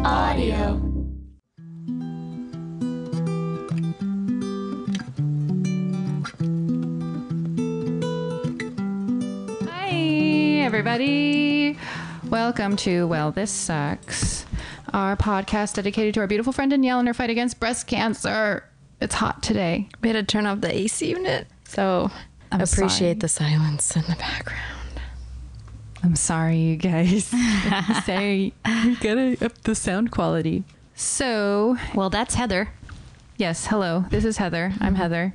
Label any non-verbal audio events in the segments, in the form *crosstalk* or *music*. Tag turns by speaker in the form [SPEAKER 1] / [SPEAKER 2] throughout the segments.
[SPEAKER 1] Radio.
[SPEAKER 2] Hi, everybody. Welcome to Well, This Sucks, our podcast dedicated to our beautiful friend Danielle and her fight against breast cancer. It's hot today.
[SPEAKER 3] We had to turn off the AC unit, so
[SPEAKER 2] I'm
[SPEAKER 3] appreciate
[SPEAKER 2] sorry.
[SPEAKER 3] the silence in the background.
[SPEAKER 2] I'm sorry, you guys. sorry. We gotta up the sound quality. So,
[SPEAKER 1] Well, that's Heather.
[SPEAKER 2] yes, hello. This is Heather. I'm Heather.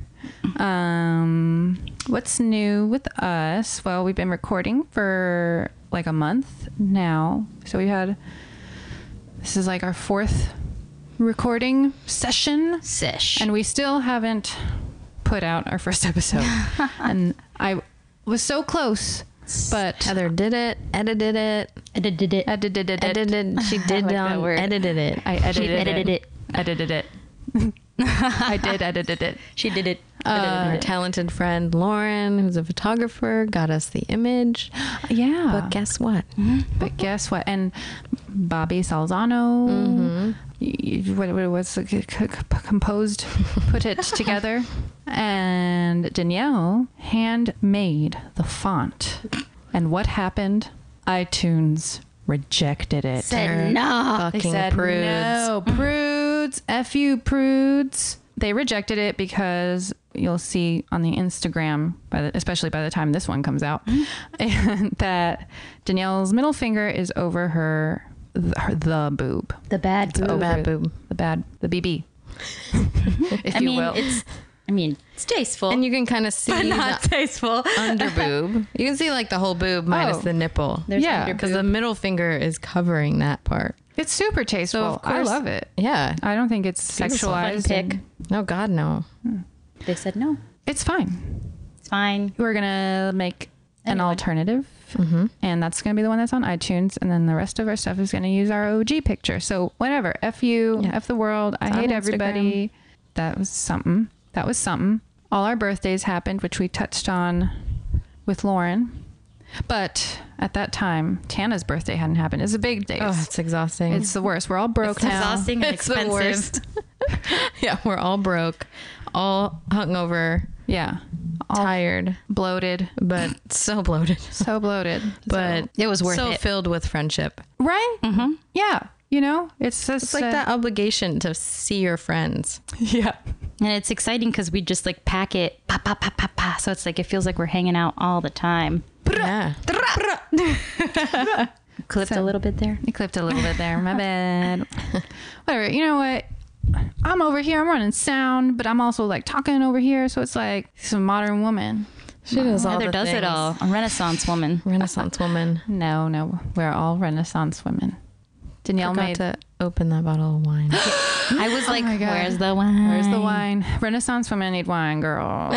[SPEAKER 2] Um, what's new with us? Well, we've been recording for like a month now. So we had this is like our fourth recording session
[SPEAKER 1] Sish.
[SPEAKER 2] and we still haven't put out our first episode. and I was so close, but
[SPEAKER 3] Heather did it, edited it,
[SPEAKER 1] edited it.
[SPEAKER 2] I did, did, did, did.
[SPEAKER 3] edited. She
[SPEAKER 1] *laughs* I
[SPEAKER 3] did
[SPEAKER 1] like that
[SPEAKER 3] um,
[SPEAKER 1] word.
[SPEAKER 3] edited it.
[SPEAKER 2] I
[SPEAKER 1] She
[SPEAKER 2] edited,
[SPEAKER 1] edited it.
[SPEAKER 2] Edited it. I did edited it.
[SPEAKER 1] She did it. Uh,
[SPEAKER 3] Uh, Our talented friend Lauren, who's a photographer, got us the image.
[SPEAKER 2] Yeah.
[SPEAKER 3] But guess what?
[SPEAKER 2] But guess what? And Bobby Salzano,
[SPEAKER 3] Mm-hmm.
[SPEAKER 2] y- y- what, what was it? C- c- composed, put *laughs* it together, and Danielle handmade the font. And what happened? iTunes rejected it.
[SPEAKER 1] Said no.
[SPEAKER 2] they
[SPEAKER 3] Fucking
[SPEAKER 2] said
[SPEAKER 3] prudes.
[SPEAKER 2] no, prudes, f you, prudes. They rejected it because you'll see on the Instagram, by the, especially by the time this one comes out, Mm-hmm. *laughs* that Danielle's middle finger is over her the, her, the boob,
[SPEAKER 1] The bad
[SPEAKER 2] over
[SPEAKER 1] boob.
[SPEAKER 3] bad boob.
[SPEAKER 2] the bad, the *laughs* BB, if
[SPEAKER 1] I
[SPEAKER 2] you
[SPEAKER 1] mean,
[SPEAKER 2] will.
[SPEAKER 1] it's. I mean, it's tasteful. *laughs*
[SPEAKER 3] And you can kind of see *laughs*
[SPEAKER 1] not
[SPEAKER 3] the
[SPEAKER 1] tasteful.
[SPEAKER 3] under boob. You can see like the whole boob minus
[SPEAKER 2] Oh.
[SPEAKER 3] the nipple.
[SPEAKER 1] There's
[SPEAKER 2] Yeah,
[SPEAKER 1] under
[SPEAKER 3] Because
[SPEAKER 1] boob.
[SPEAKER 3] the middle finger is covering that part.
[SPEAKER 2] it's super tasteful.
[SPEAKER 3] of
[SPEAKER 2] I
[SPEAKER 3] course-
[SPEAKER 2] love it.
[SPEAKER 3] Yeah.
[SPEAKER 2] I don't think it's
[SPEAKER 3] Beautiful.
[SPEAKER 2] sexualized.
[SPEAKER 1] Fun pic.
[SPEAKER 2] and-
[SPEAKER 3] No, God, no.
[SPEAKER 1] they said no.
[SPEAKER 2] It's fine.
[SPEAKER 1] It's fine.
[SPEAKER 2] we're gonna make an
[SPEAKER 1] Anyway.
[SPEAKER 2] alternative
[SPEAKER 3] Mm-hmm.
[SPEAKER 2] and that's gonna be the one that's on itunes and then the rest of our stuff is gonna use our og picture so whatever f you
[SPEAKER 3] Yeah.
[SPEAKER 2] f the world i
[SPEAKER 3] It's on
[SPEAKER 2] hate everybody that was something that was something all our birthdays happened which we touched on with lauren but at that time tana's birthday hadn't happened it's a big day
[SPEAKER 3] Oh, it's exhausting.
[SPEAKER 2] it's the worst we're all broke now
[SPEAKER 1] Exhausting and
[SPEAKER 3] It's the
[SPEAKER 1] expensive.
[SPEAKER 3] worst. *laughs* yeah, we're all broke, all hungover,
[SPEAKER 2] yeah all
[SPEAKER 3] tired,
[SPEAKER 2] bloated
[SPEAKER 3] but so bloated.
[SPEAKER 2] *laughs* so bloated
[SPEAKER 3] But
[SPEAKER 1] It was worth
[SPEAKER 3] so
[SPEAKER 1] it.
[SPEAKER 3] filled with friendship.
[SPEAKER 2] right mm-hmm. yeah you know it's just
[SPEAKER 3] It's like
[SPEAKER 2] uh,
[SPEAKER 3] that obligation to see your friends.
[SPEAKER 2] yeah
[SPEAKER 1] And it's exciting because we just like pack it, pa pa pa pa pa. So it's like it feels like we're hanging out all the time.
[SPEAKER 3] Yeah.
[SPEAKER 1] Clipped a little bit there.
[SPEAKER 2] You clipped a little bit there.
[SPEAKER 1] *laughs*
[SPEAKER 2] My bad. *laughs* Whatever. You know what? I'm over here. I'm running sound, but I'm also like talking over here. So it's like some modern woman.
[SPEAKER 3] She does all
[SPEAKER 1] Heather
[SPEAKER 3] the
[SPEAKER 1] does it
[SPEAKER 3] things.
[SPEAKER 1] all. A Renaissance woman.
[SPEAKER 3] Renaissance *laughs* woman.
[SPEAKER 2] No, no. We're all Renaissance women. Danielle
[SPEAKER 3] Forgot
[SPEAKER 2] made.
[SPEAKER 3] to open that bottle of wine.
[SPEAKER 1] *gasps* I was like,
[SPEAKER 2] my God.
[SPEAKER 1] Oh where's the wine?
[SPEAKER 2] Where's the wine? Renaissance women need wine,
[SPEAKER 3] *laughs*
[SPEAKER 2] girl.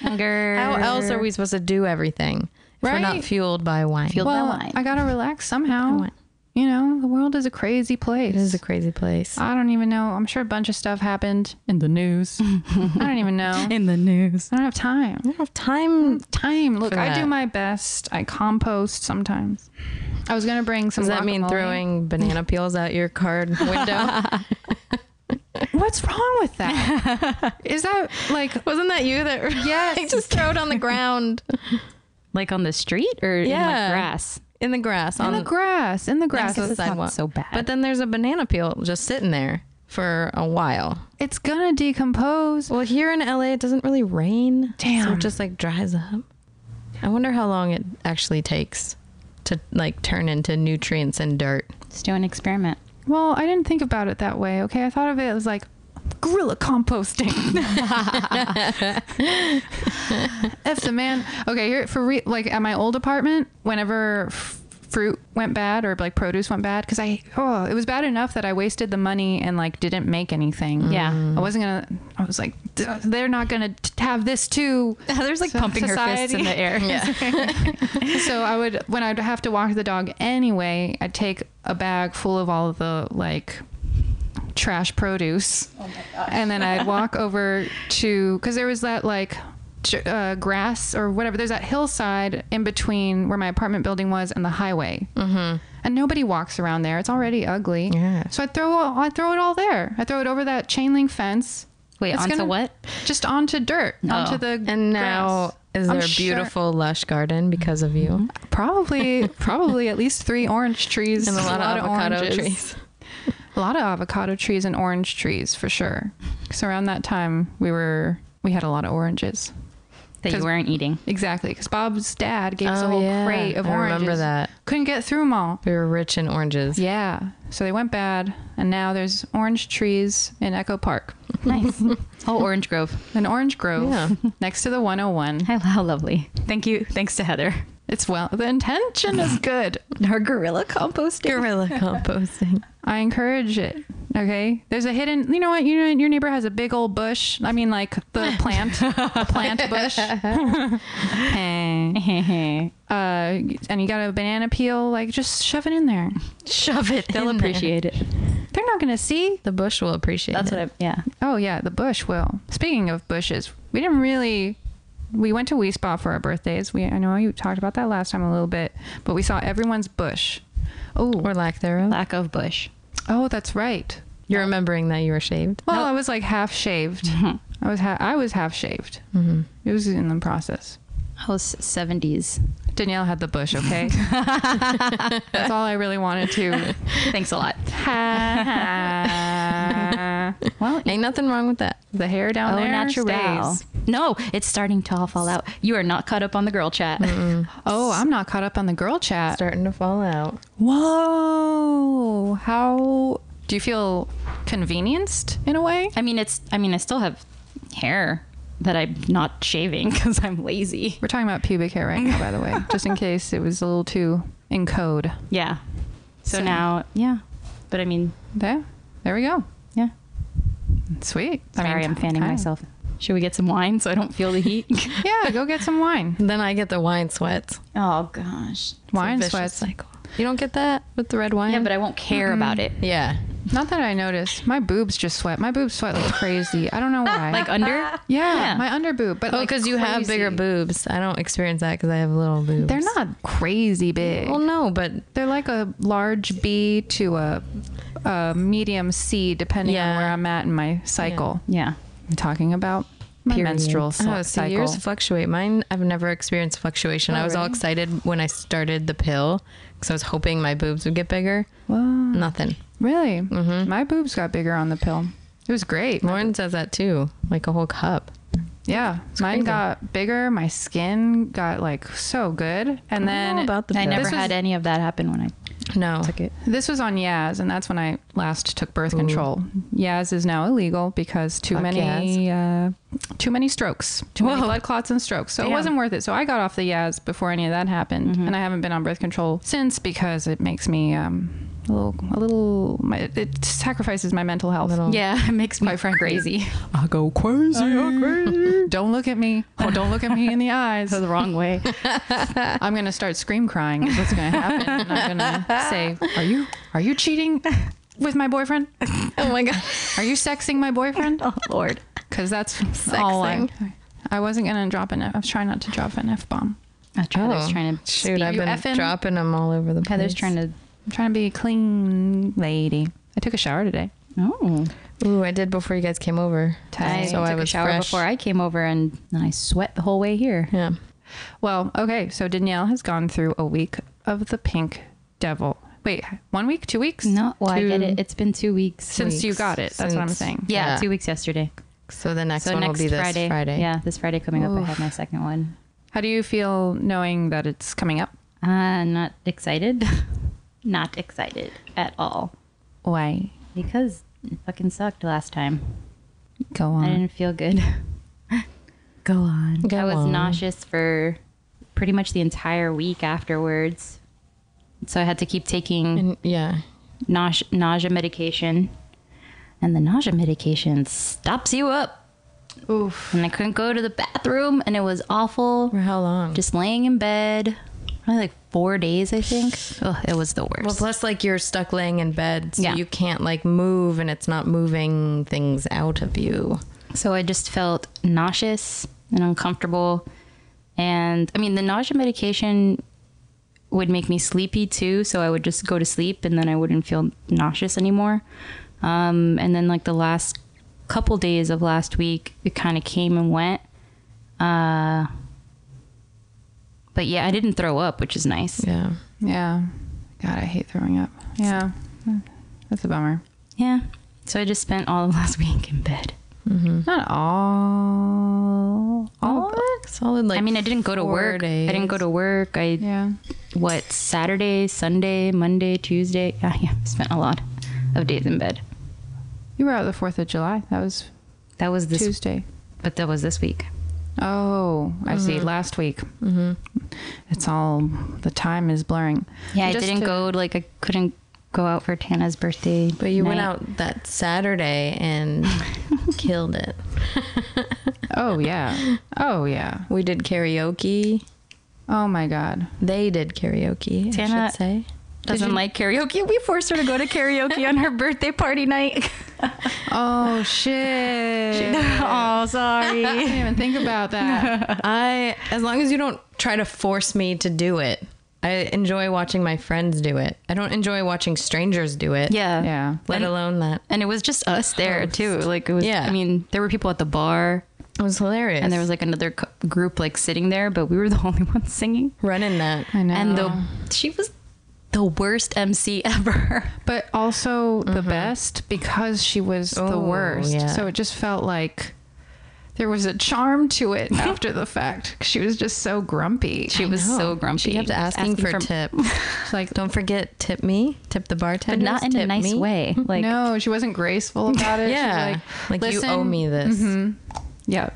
[SPEAKER 1] Hunger.
[SPEAKER 3] *gasps* How else are we supposed to do everything if we're
[SPEAKER 2] Right?
[SPEAKER 3] not fueled by wine?
[SPEAKER 1] Fueled- by
[SPEAKER 2] well,
[SPEAKER 1] wine.
[SPEAKER 2] I gotta relax somehow.
[SPEAKER 3] wine.
[SPEAKER 2] You know, the world is a crazy place.
[SPEAKER 3] It is a crazy place.
[SPEAKER 2] I don't even know. I'm sure a bunch of stuff happened in the news. *laughs* I don't even know.
[SPEAKER 1] in the news?
[SPEAKER 2] I don't have time.
[SPEAKER 3] don't have time.
[SPEAKER 2] time. Look,
[SPEAKER 3] for
[SPEAKER 2] I do
[SPEAKER 3] that.
[SPEAKER 2] my best. I compost sometimes. I was gonna bring some.
[SPEAKER 3] Does that mean
[SPEAKER 2] guacamole.
[SPEAKER 3] throwing banana peels out your *laughs* card window?
[SPEAKER 2] *laughs* What's wrong with that?
[SPEAKER 3] *laughs*
[SPEAKER 2] Is that like
[SPEAKER 3] Wasn't that you *laughs* that
[SPEAKER 2] Yes.
[SPEAKER 3] like, just throw it on the ground
[SPEAKER 1] Like on the street or in
[SPEAKER 3] Yeah.
[SPEAKER 1] like grass?
[SPEAKER 3] in the grass
[SPEAKER 2] in
[SPEAKER 3] on
[SPEAKER 2] the grass? In the grass,
[SPEAKER 3] next to the
[SPEAKER 2] it's,
[SPEAKER 1] not
[SPEAKER 3] sidewalk?
[SPEAKER 1] so bad.
[SPEAKER 3] But then there's a banana peel just sitting there for a while.
[SPEAKER 2] it's gonna decompose.
[SPEAKER 3] Well, here in LA, it doesn't really rain. so
[SPEAKER 2] Damn.
[SPEAKER 3] it just like dries up. I wonder how long it actually takes to like turn into nutrients and dirt.
[SPEAKER 1] Let's do an experiment.
[SPEAKER 2] Well, I didn't think about it that way. Okay, I thought of it as like gorilla composting. F the man. Okay, here for re- like at my old apartment, whenever f- fruit went bad or like produce went bad, because I oh it was bad enough that I wasted the money and like didn't make anything.
[SPEAKER 1] Yeah.
[SPEAKER 2] I wasn't gonna. I was like, "Duh, they're not gonna t- have this too.
[SPEAKER 1] *laughs* There's like
[SPEAKER 2] So-
[SPEAKER 1] pumping her fists in the *laughs* air.
[SPEAKER 2] so I would, when I'd have to walk the dog anyway, I'd take a bag full of all the like trash produce, and then I'd walk over to because there was that like tr- uh, grass or whatever. There's that hillside in between where my apartment building was and the highway, mm-hmm. and nobody walks around there. It's already ugly.
[SPEAKER 3] Yeah.
[SPEAKER 2] So I throw I throw it all there. I throw it over that chain link fence.
[SPEAKER 1] Wait,
[SPEAKER 2] It's
[SPEAKER 1] onto what?
[SPEAKER 2] Just onto dirt, onto the
[SPEAKER 3] And now
[SPEAKER 2] grass.
[SPEAKER 3] is
[SPEAKER 2] I'm
[SPEAKER 3] there a
[SPEAKER 2] sure-
[SPEAKER 3] beautiful lush garden because of you? *laughs*
[SPEAKER 2] probably probably at least three orange trees
[SPEAKER 3] And Mm-hmm. a lot, of avocado
[SPEAKER 2] oranges.
[SPEAKER 3] *laughs* trees.
[SPEAKER 2] a lot of avocado trees and orange trees for sure. Because around that time we were we had a lot of oranges.
[SPEAKER 1] That you
[SPEAKER 2] 'Cause-
[SPEAKER 1] weren't eating.
[SPEAKER 2] Exactly, because Bob's dad gave us a
[SPEAKER 3] Oh,
[SPEAKER 2] whole
[SPEAKER 3] yeah.
[SPEAKER 2] crate of
[SPEAKER 3] I
[SPEAKER 2] oranges.
[SPEAKER 3] remember that.
[SPEAKER 2] Couldn't get through them all.
[SPEAKER 3] We were rich in oranges.
[SPEAKER 2] Yeah, so they went bad, and now there's orange trees in Echo Park,
[SPEAKER 1] *laughs* *laughs* Nice. oh, Orange Grove.
[SPEAKER 2] an orange grove
[SPEAKER 3] *laughs* Yeah.
[SPEAKER 2] next to the 101.
[SPEAKER 1] *laughs* How, how lovely. Thank you. Thanks to Heather. *laughs*
[SPEAKER 2] It's well, the intention
[SPEAKER 3] *laughs*
[SPEAKER 2] is good.
[SPEAKER 1] Our gorilla composting.
[SPEAKER 3] Gorilla *laughs* composting.
[SPEAKER 2] I encourage it. Okay, there's a hidden. You know what? You know your neighbor has a big old bush. I mean, like the plant, the plant bush. *laughs* Hey. uh, and you got a banana peel, like just shove it in there.
[SPEAKER 3] Shove it.
[SPEAKER 1] They'll
[SPEAKER 3] in there.
[SPEAKER 1] appreciate *laughs* it.
[SPEAKER 2] They're not gonna see.
[SPEAKER 3] The bush will appreciate
[SPEAKER 1] That's
[SPEAKER 3] it.
[SPEAKER 1] what I, yeah.
[SPEAKER 2] Oh yeah, the bush will. Speaking of bushes, we didn't really. We went to Wee Spa for our birthdays. We I know you talked about that last time a little bit, but we saw everyone's bush. Oh,
[SPEAKER 3] or lack thereof.
[SPEAKER 1] Lack of bush.
[SPEAKER 2] oh, that's right.
[SPEAKER 3] You're remembering that you were shaved.
[SPEAKER 2] Well, I was like half shaved. I was ha- I was half shaved. Mm-hmm. It was in the process.
[SPEAKER 1] I was 70s.
[SPEAKER 2] Danielle had the bush.
[SPEAKER 1] *laughs*
[SPEAKER 2] Okay, that's all I really wanted to.
[SPEAKER 1] Thanks a lot.
[SPEAKER 2] well,
[SPEAKER 3] Ain't nothing wrong with that.
[SPEAKER 2] the hair down
[SPEAKER 1] Oh,
[SPEAKER 2] there
[SPEAKER 1] natural.
[SPEAKER 2] stays.
[SPEAKER 1] No, it's starting to all fall out. You are not caught up on the girl chat. *laughs*
[SPEAKER 2] Oh, I'm not caught up on the girl chat.
[SPEAKER 3] Starting to fall out.
[SPEAKER 2] Whoa! How do you feel convenienced in a way?
[SPEAKER 1] I mean, it's. I mean, I still have hair that I'm not shaving *laughs* because I'm lazy.
[SPEAKER 2] We're talking about pubic hair right now, by the way, just in case it was a little too in code.
[SPEAKER 1] Yeah. So,
[SPEAKER 2] So-
[SPEAKER 1] now, yeah. But I mean,
[SPEAKER 2] There, there we go.
[SPEAKER 1] yeah.
[SPEAKER 2] Sweet. I
[SPEAKER 1] Sorry, I
[SPEAKER 2] mean,
[SPEAKER 1] am fanning
[SPEAKER 2] kind of.
[SPEAKER 1] myself. Should we get some wine so I don't feel the *laughs* heat?
[SPEAKER 2] Yeah, go get some
[SPEAKER 1] *laughs*
[SPEAKER 2] wine.
[SPEAKER 3] Then I get the wine sweats.
[SPEAKER 1] oh gosh.
[SPEAKER 2] Wine
[SPEAKER 3] Vicious
[SPEAKER 2] sweats.
[SPEAKER 3] cycle. You don't get that with the red wine?
[SPEAKER 1] Yeah, but I won't care about it.
[SPEAKER 3] Yeah.
[SPEAKER 2] Not that I noticed. My boobs just sweat. My boobs sweat like crazy. I don't know
[SPEAKER 3] *laughs*
[SPEAKER 2] why.
[SPEAKER 1] Like *laughs* under?
[SPEAKER 2] yeah,
[SPEAKER 1] yeah.
[SPEAKER 2] my under boob. But
[SPEAKER 3] Oh,
[SPEAKER 2] like,
[SPEAKER 3] because you have bigger
[SPEAKER 2] crazy.
[SPEAKER 3] boobs. I don't experience that because I have little boobs.
[SPEAKER 2] They're not crazy big.
[SPEAKER 3] Well, no, but
[SPEAKER 2] They're like a large B to a, a medium C, depending
[SPEAKER 3] Yeah.
[SPEAKER 2] on where I'm at in my cycle.
[SPEAKER 1] Yeah.
[SPEAKER 2] I'm talking about my
[SPEAKER 1] Period.
[SPEAKER 2] menstrual cy-
[SPEAKER 3] oh, so
[SPEAKER 2] cycle.
[SPEAKER 3] yours fluctuate. Mine, I've never experienced fluctuation. I was all
[SPEAKER 2] really?
[SPEAKER 3] excited when I started the pill because I was hoping my boobs would get bigger.
[SPEAKER 2] Whoa.
[SPEAKER 3] Nothing.
[SPEAKER 2] Really?
[SPEAKER 3] Mm-hmm.
[SPEAKER 2] My boobs got bigger on the pill. It was great.
[SPEAKER 3] Lauren says that too, like a whole cup.
[SPEAKER 2] Yeah, mine
[SPEAKER 3] crazy.
[SPEAKER 2] got bigger. My skin got like so good, and then
[SPEAKER 3] know about the
[SPEAKER 1] I
[SPEAKER 3] pill.
[SPEAKER 1] never
[SPEAKER 2] This was-
[SPEAKER 1] had any of that happen when I
[SPEAKER 3] No.
[SPEAKER 1] took it.
[SPEAKER 2] This was on Yaz, and that's when I last took birth control. Yaz is now illegal because too
[SPEAKER 3] Fuck
[SPEAKER 2] many uh, too many strokes, too many blood clots and strokes. So
[SPEAKER 1] Damn.
[SPEAKER 2] it wasn't worth it. So I got off the Yaz before any of that happened, and I haven't been on birth control since because it makes me um, a little a little. My, it sacrifices my mental health.
[SPEAKER 3] Little-
[SPEAKER 1] *laughs* *laughs* Yeah, it makes me crazy.
[SPEAKER 2] I go crazy. don't look at me. Oh, *laughs* don't look at me in the eyes.
[SPEAKER 1] Go the wrong way.
[SPEAKER 2] I'm gonna start scream crying. Is what's gonna happen? And I'm gonna say, "Are you are you cheating with my boyfriend?
[SPEAKER 3] Oh my god.
[SPEAKER 2] Are you sexing my
[SPEAKER 1] *laughs*
[SPEAKER 2] boyfriend?"
[SPEAKER 1] *laughs* oh Lord.
[SPEAKER 2] Because that's all I. I wasn't gonna drop an. I was trying not to drop an f bomb.
[SPEAKER 1] Oh, Heather's trying to
[SPEAKER 3] shoot.
[SPEAKER 1] speak.
[SPEAKER 3] I've
[SPEAKER 2] You
[SPEAKER 3] been
[SPEAKER 2] effing-
[SPEAKER 3] dropping them all over the place.
[SPEAKER 1] Heather's trying to.
[SPEAKER 2] I'm trying to be a clean lady. I took a shower today.
[SPEAKER 1] Oh.
[SPEAKER 3] Ooh, I did before you guys came over.
[SPEAKER 1] I
[SPEAKER 3] so
[SPEAKER 1] took
[SPEAKER 3] I was
[SPEAKER 1] a shower
[SPEAKER 3] fresh.
[SPEAKER 1] before I came over, and then I sweat the whole way here.
[SPEAKER 3] Yeah.
[SPEAKER 2] Well, okay. So Danielle has gone through a week of the pink devil. Wait, one week, two weeks?
[SPEAKER 1] No, well, I get
[SPEAKER 3] Two-
[SPEAKER 1] it. It's been two weeks
[SPEAKER 2] Since you
[SPEAKER 3] weeks.
[SPEAKER 2] got it, that's what I'm
[SPEAKER 3] Since-
[SPEAKER 2] saying.
[SPEAKER 1] Yeah,
[SPEAKER 3] Yeah.
[SPEAKER 1] two weeks yesterday.
[SPEAKER 3] So the next one will be this Friday.
[SPEAKER 1] Yeah, this Friday coming up, I
[SPEAKER 2] Oof.
[SPEAKER 1] have my second one.
[SPEAKER 2] How do you feel knowing that it's coming up?
[SPEAKER 1] Uh, not excited. *laughs* not excited at all.
[SPEAKER 2] Why?
[SPEAKER 1] Because it fucking sucked last time.
[SPEAKER 2] Go
[SPEAKER 1] I
[SPEAKER 2] on.
[SPEAKER 1] didn't feel good. Go
[SPEAKER 3] *laughs*
[SPEAKER 1] on.
[SPEAKER 3] Go
[SPEAKER 1] I was
[SPEAKER 3] on.
[SPEAKER 1] nauseous for pretty much the entire week afterwards. So I had to keep taking
[SPEAKER 3] And yeah.
[SPEAKER 1] nause- nausea medication, and the nausea medication stops you up. Oof. And I couldn't go to the bathroom, and it was awful.
[SPEAKER 3] For how long?
[SPEAKER 1] Just laying in bed, probably like four days, I think. Oh, it was the worst.
[SPEAKER 3] well, plus like you're stuck laying in bed, so
[SPEAKER 1] Yeah.
[SPEAKER 3] you can't like move, and it's not moving things out of you.
[SPEAKER 1] so I just felt nauseous, and uncomfortable. And I mean, the nausea medication would make me sleepy too, so I would just go to sleep and then I wouldn't feel nauseous anymore. Um, and then like the last couple days of last week, it kind of came and went. Uh, but yeah, I didn't throw up, which is nice.
[SPEAKER 3] Yeah.
[SPEAKER 2] Yeah. God, I hate throwing up. Yeah. That's a bummer.
[SPEAKER 1] Yeah. So I just spent all of *laughs* last week in bed. Mm.
[SPEAKER 2] Not all.
[SPEAKER 1] Oh,
[SPEAKER 2] All of it?
[SPEAKER 3] Solid like
[SPEAKER 1] I mean, I didn't go to
[SPEAKER 3] four
[SPEAKER 1] work.
[SPEAKER 3] days.
[SPEAKER 1] I didn't go to work. I
[SPEAKER 2] Yeah.
[SPEAKER 1] what Saturday, Sunday, Monday, Tuesday. Yeah, yeah. Spent a lot of days in bed.
[SPEAKER 2] You were out the 4th of July. That was
[SPEAKER 1] That was this,
[SPEAKER 2] Tuesday.
[SPEAKER 1] but that was this week.
[SPEAKER 2] Oh, I see. Last week. Mm-hmm. It's all, the time is blurring.
[SPEAKER 1] Yeah, I
[SPEAKER 2] Just
[SPEAKER 1] didn't
[SPEAKER 2] to-
[SPEAKER 1] go. Like I couldn't go out for Tana's birthday.
[SPEAKER 3] But you went
[SPEAKER 1] night.
[SPEAKER 3] out that Saturday
[SPEAKER 1] *laughs*
[SPEAKER 3] and killed it.
[SPEAKER 2] Oh,
[SPEAKER 1] *laughs*
[SPEAKER 2] yeah. Oh, yeah.
[SPEAKER 3] We did karaoke.
[SPEAKER 2] Oh, my God.
[SPEAKER 3] They did karaoke, I
[SPEAKER 1] Tana-
[SPEAKER 3] should say.
[SPEAKER 1] Doesn't like karaoke. We forced her to go to karaoke on her birthday party night. *laughs*
[SPEAKER 2] Oh, shit.
[SPEAKER 1] oh, sorry.
[SPEAKER 2] I didn't even think about
[SPEAKER 1] *laughs*
[SPEAKER 2] that.
[SPEAKER 3] I as long as you don't try to force me to do it. I enjoy watching my friends do it. I don't enjoy watching strangers do it.
[SPEAKER 1] Yeah.
[SPEAKER 2] Yeah.
[SPEAKER 3] Let alone that.
[SPEAKER 1] And it was just us there too. Like it was.
[SPEAKER 3] Yeah.
[SPEAKER 1] I mean, there were people at the bar,
[SPEAKER 3] It was hilarious.
[SPEAKER 1] and there was like another cou- group like sitting there, but we were the *laughs* only ones singing.
[SPEAKER 3] running that.
[SPEAKER 2] I know.
[SPEAKER 1] and the she was the worst MC *laughs* ever.
[SPEAKER 2] but also the best because she was the
[SPEAKER 3] Oh,
[SPEAKER 2] worst.
[SPEAKER 3] yeah.
[SPEAKER 2] So it just felt like there was a charm to it after the fact. She was just so grumpy.
[SPEAKER 1] She was so grumpy.
[SPEAKER 3] She kept asking, for, tip.
[SPEAKER 1] *laughs*
[SPEAKER 2] She's *laughs* like,
[SPEAKER 3] don't forget, tip me. Tip the
[SPEAKER 1] but
[SPEAKER 3] bartender.
[SPEAKER 1] not in
[SPEAKER 3] tip
[SPEAKER 1] a nice
[SPEAKER 3] me. *laughs*
[SPEAKER 1] way. Like
[SPEAKER 2] no, she wasn't graceful about it. She was
[SPEAKER 3] Yeah. Like, you
[SPEAKER 2] "Listen,
[SPEAKER 3] owe me this.
[SPEAKER 2] *laughs*
[SPEAKER 1] Mm-hmm.
[SPEAKER 2] Yeah.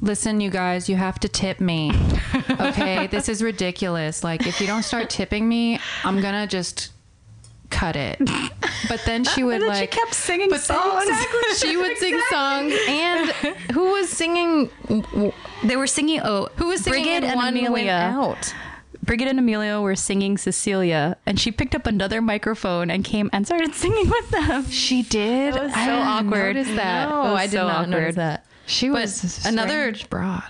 [SPEAKER 2] Listen, you guys, you have to tip me. Okay. this is ridiculous. Like, if you don't start tipping me, I'm going to just cut it. But then she would
[SPEAKER 1] then she
[SPEAKER 2] like.
[SPEAKER 1] kept singing
[SPEAKER 2] but then-
[SPEAKER 1] songs.
[SPEAKER 2] Exactly.
[SPEAKER 3] She would sing songs,
[SPEAKER 1] *laughs*
[SPEAKER 3] and who was singing?
[SPEAKER 1] they were singing. Oh,
[SPEAKER 3] Who was singing?
[SPEAKER 1] Brigid
[SPEAKER 3] in
[SPEAKER 1] and
[SPEAKER 3] one Went
[SPEAKER 1] Amelia.
[SPEAKER 3] out.
[SPEAKER 1] Brigid and Amelia were singing Cecilia, and she picked up another microphone and came and started *laughs* singing with them.
[SPEAKER 2] She did.
[SPEAKER 1] That was
[SPEAKER 2] I
[SPEAKER 1] so
[SPEAKER 2] didn't
[SPEAKER 1] awkward.
[SPEAKER 2] notice that.
[SPEAKER 1] No. That
[SPEAKER 3] Oh,
[SPEAKER 1] was
[SPEAKER 3] I did
[SPEAKER 1] so
[SPEAKER 3] not
[SPEAKER 1] awkward.
[SPEAKER 3] notice that.
[SPEAKER 2] She
[SPEAKER 3] But
[SPEAKER 2] was
[SPEAKER 3] another-
[SPEAKER 2] another broad.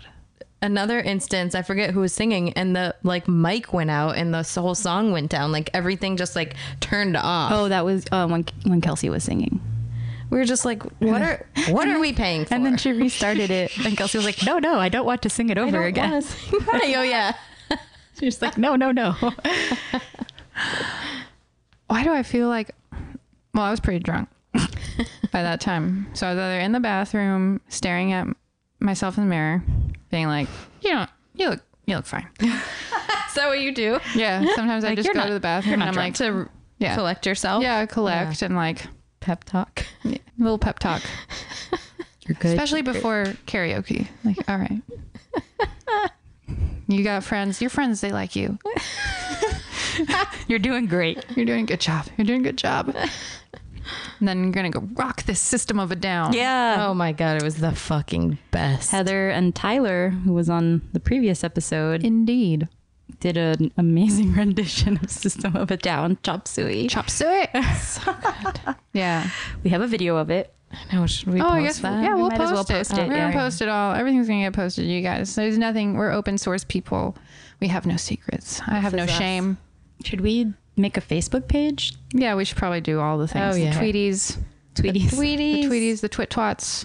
[SPEAKER 3] Another instance, I forget who was singing, and the like mic went out, and the whole song went down. Like everything just like turned off.
[SPEAKER 1] Oh, that was uh, when when Kelsey was singing,
[SPEAKER 3] we were just like, what are what are we paying for?
[SPEAKER 1] and
[SPEAKER 3] *laughs*
[SPEAKER 1] then she restarted it, and Kelsey was like, "No, no, I don't want to sing it
[SPEAKER 3] I
[SPEAKER 1] over
[SPEAKER 3] don't
[SPEAKER 1] again." *laughs*
[SPEAKER 3] wanna sing that. oh yeah,
[SPEAKER 1] She's like, "No, no,
[SPEAKER 3] *laughs*
[SPEAKER 1] no."
[SPEAKER 2] Why do I feel like? Well, I was pretty *laughs* drunk by that time, so I was either in the bathroom staring at myself in the mirror, being like, "You know, you look, you look fine."
[SPEAKER 3] is that what you do?
[SPEAKER 2] Yeah. *laughs* Sometimes I just
[SPEAKER 1] you're
[SPEAKER 2] go
[SPEAKER 1] not-
[SPEAKER 2] to the bathroom and I'm
[SPEAKER 3] Like
[SPEAKER 2] like,
[SPEAKER 3] to
[SPEAKER 2] "Yeah,
[SPEAKER 3] collect yourself.
[SPEAKER 2] yeah, collect and like
[SPEAKER 3] Pep talk.
[SPEAKER 2] little pep talk,
[SPEAKER 3] You're good.
[SPEAKER 2] especially before karaoke. Like, all *laughs* right, you got friends. Your friends, they like you.
[SPEAKER 1] You're doing great.
[SPEAKER 2] You're doing a good job. You're doing a good job." And then you're gonna go rock this system of a down.
[SPEAKER 1] Yeah.
[SPEAKER 3] Oh my god, it was the fucking best.
[SPEAKER 1] Heather and Tyler, who was on the previous episode,
[SPEAKER 2] Indeed.
[SPEAKER 1] did an amazing *laughs* rendition of System of a Down, Chop Suey.
[SPEAKER 2] Chop suey. yeah.
[SPEAKER 1] We have a video of it.
[SPEAKER 3] No, should we
[SPEAKER 2] Oh,
[SPEAKER 3] post
[SPEAKER 2] I guess
[SPEAKER 3] that?
[SPEAKER 2] yeah,
[SPEAKER 1] We
[SPEAKER 2] we'll
[SPEAKER 1] might
[SPEAKER 2] post,
[SPEAKER 1] as well post
[SPEAKER 2] it.
[SPEAKER 1] it,
[SPEAKER 2] We're
[SPEAKER 1] yeah.
[SPEAKER 2] gonna post it all. Everything's gonna get posted, you guys. There's nothing. We're open source people. We have no secrets. I have
[SPEAKER 3] This
[SPEAKER 2] no
[SPEAKER 3] is us.
[SPEAKER 2] shame.
[SPEAKER 1] Should we make a Facebook page?
[SPEAKER 2] Yeah, we should probably do all the things.
[SPEAKER 3] Oh, yeah.
[SPEAKER 2] The Tweeties,
[SPEAKER 1] Tweeties.
[SPEAKER 2] the
[SPEAKER 3] Tweeties.
[SPEAKER 2] Tweeties, the Twit Twats,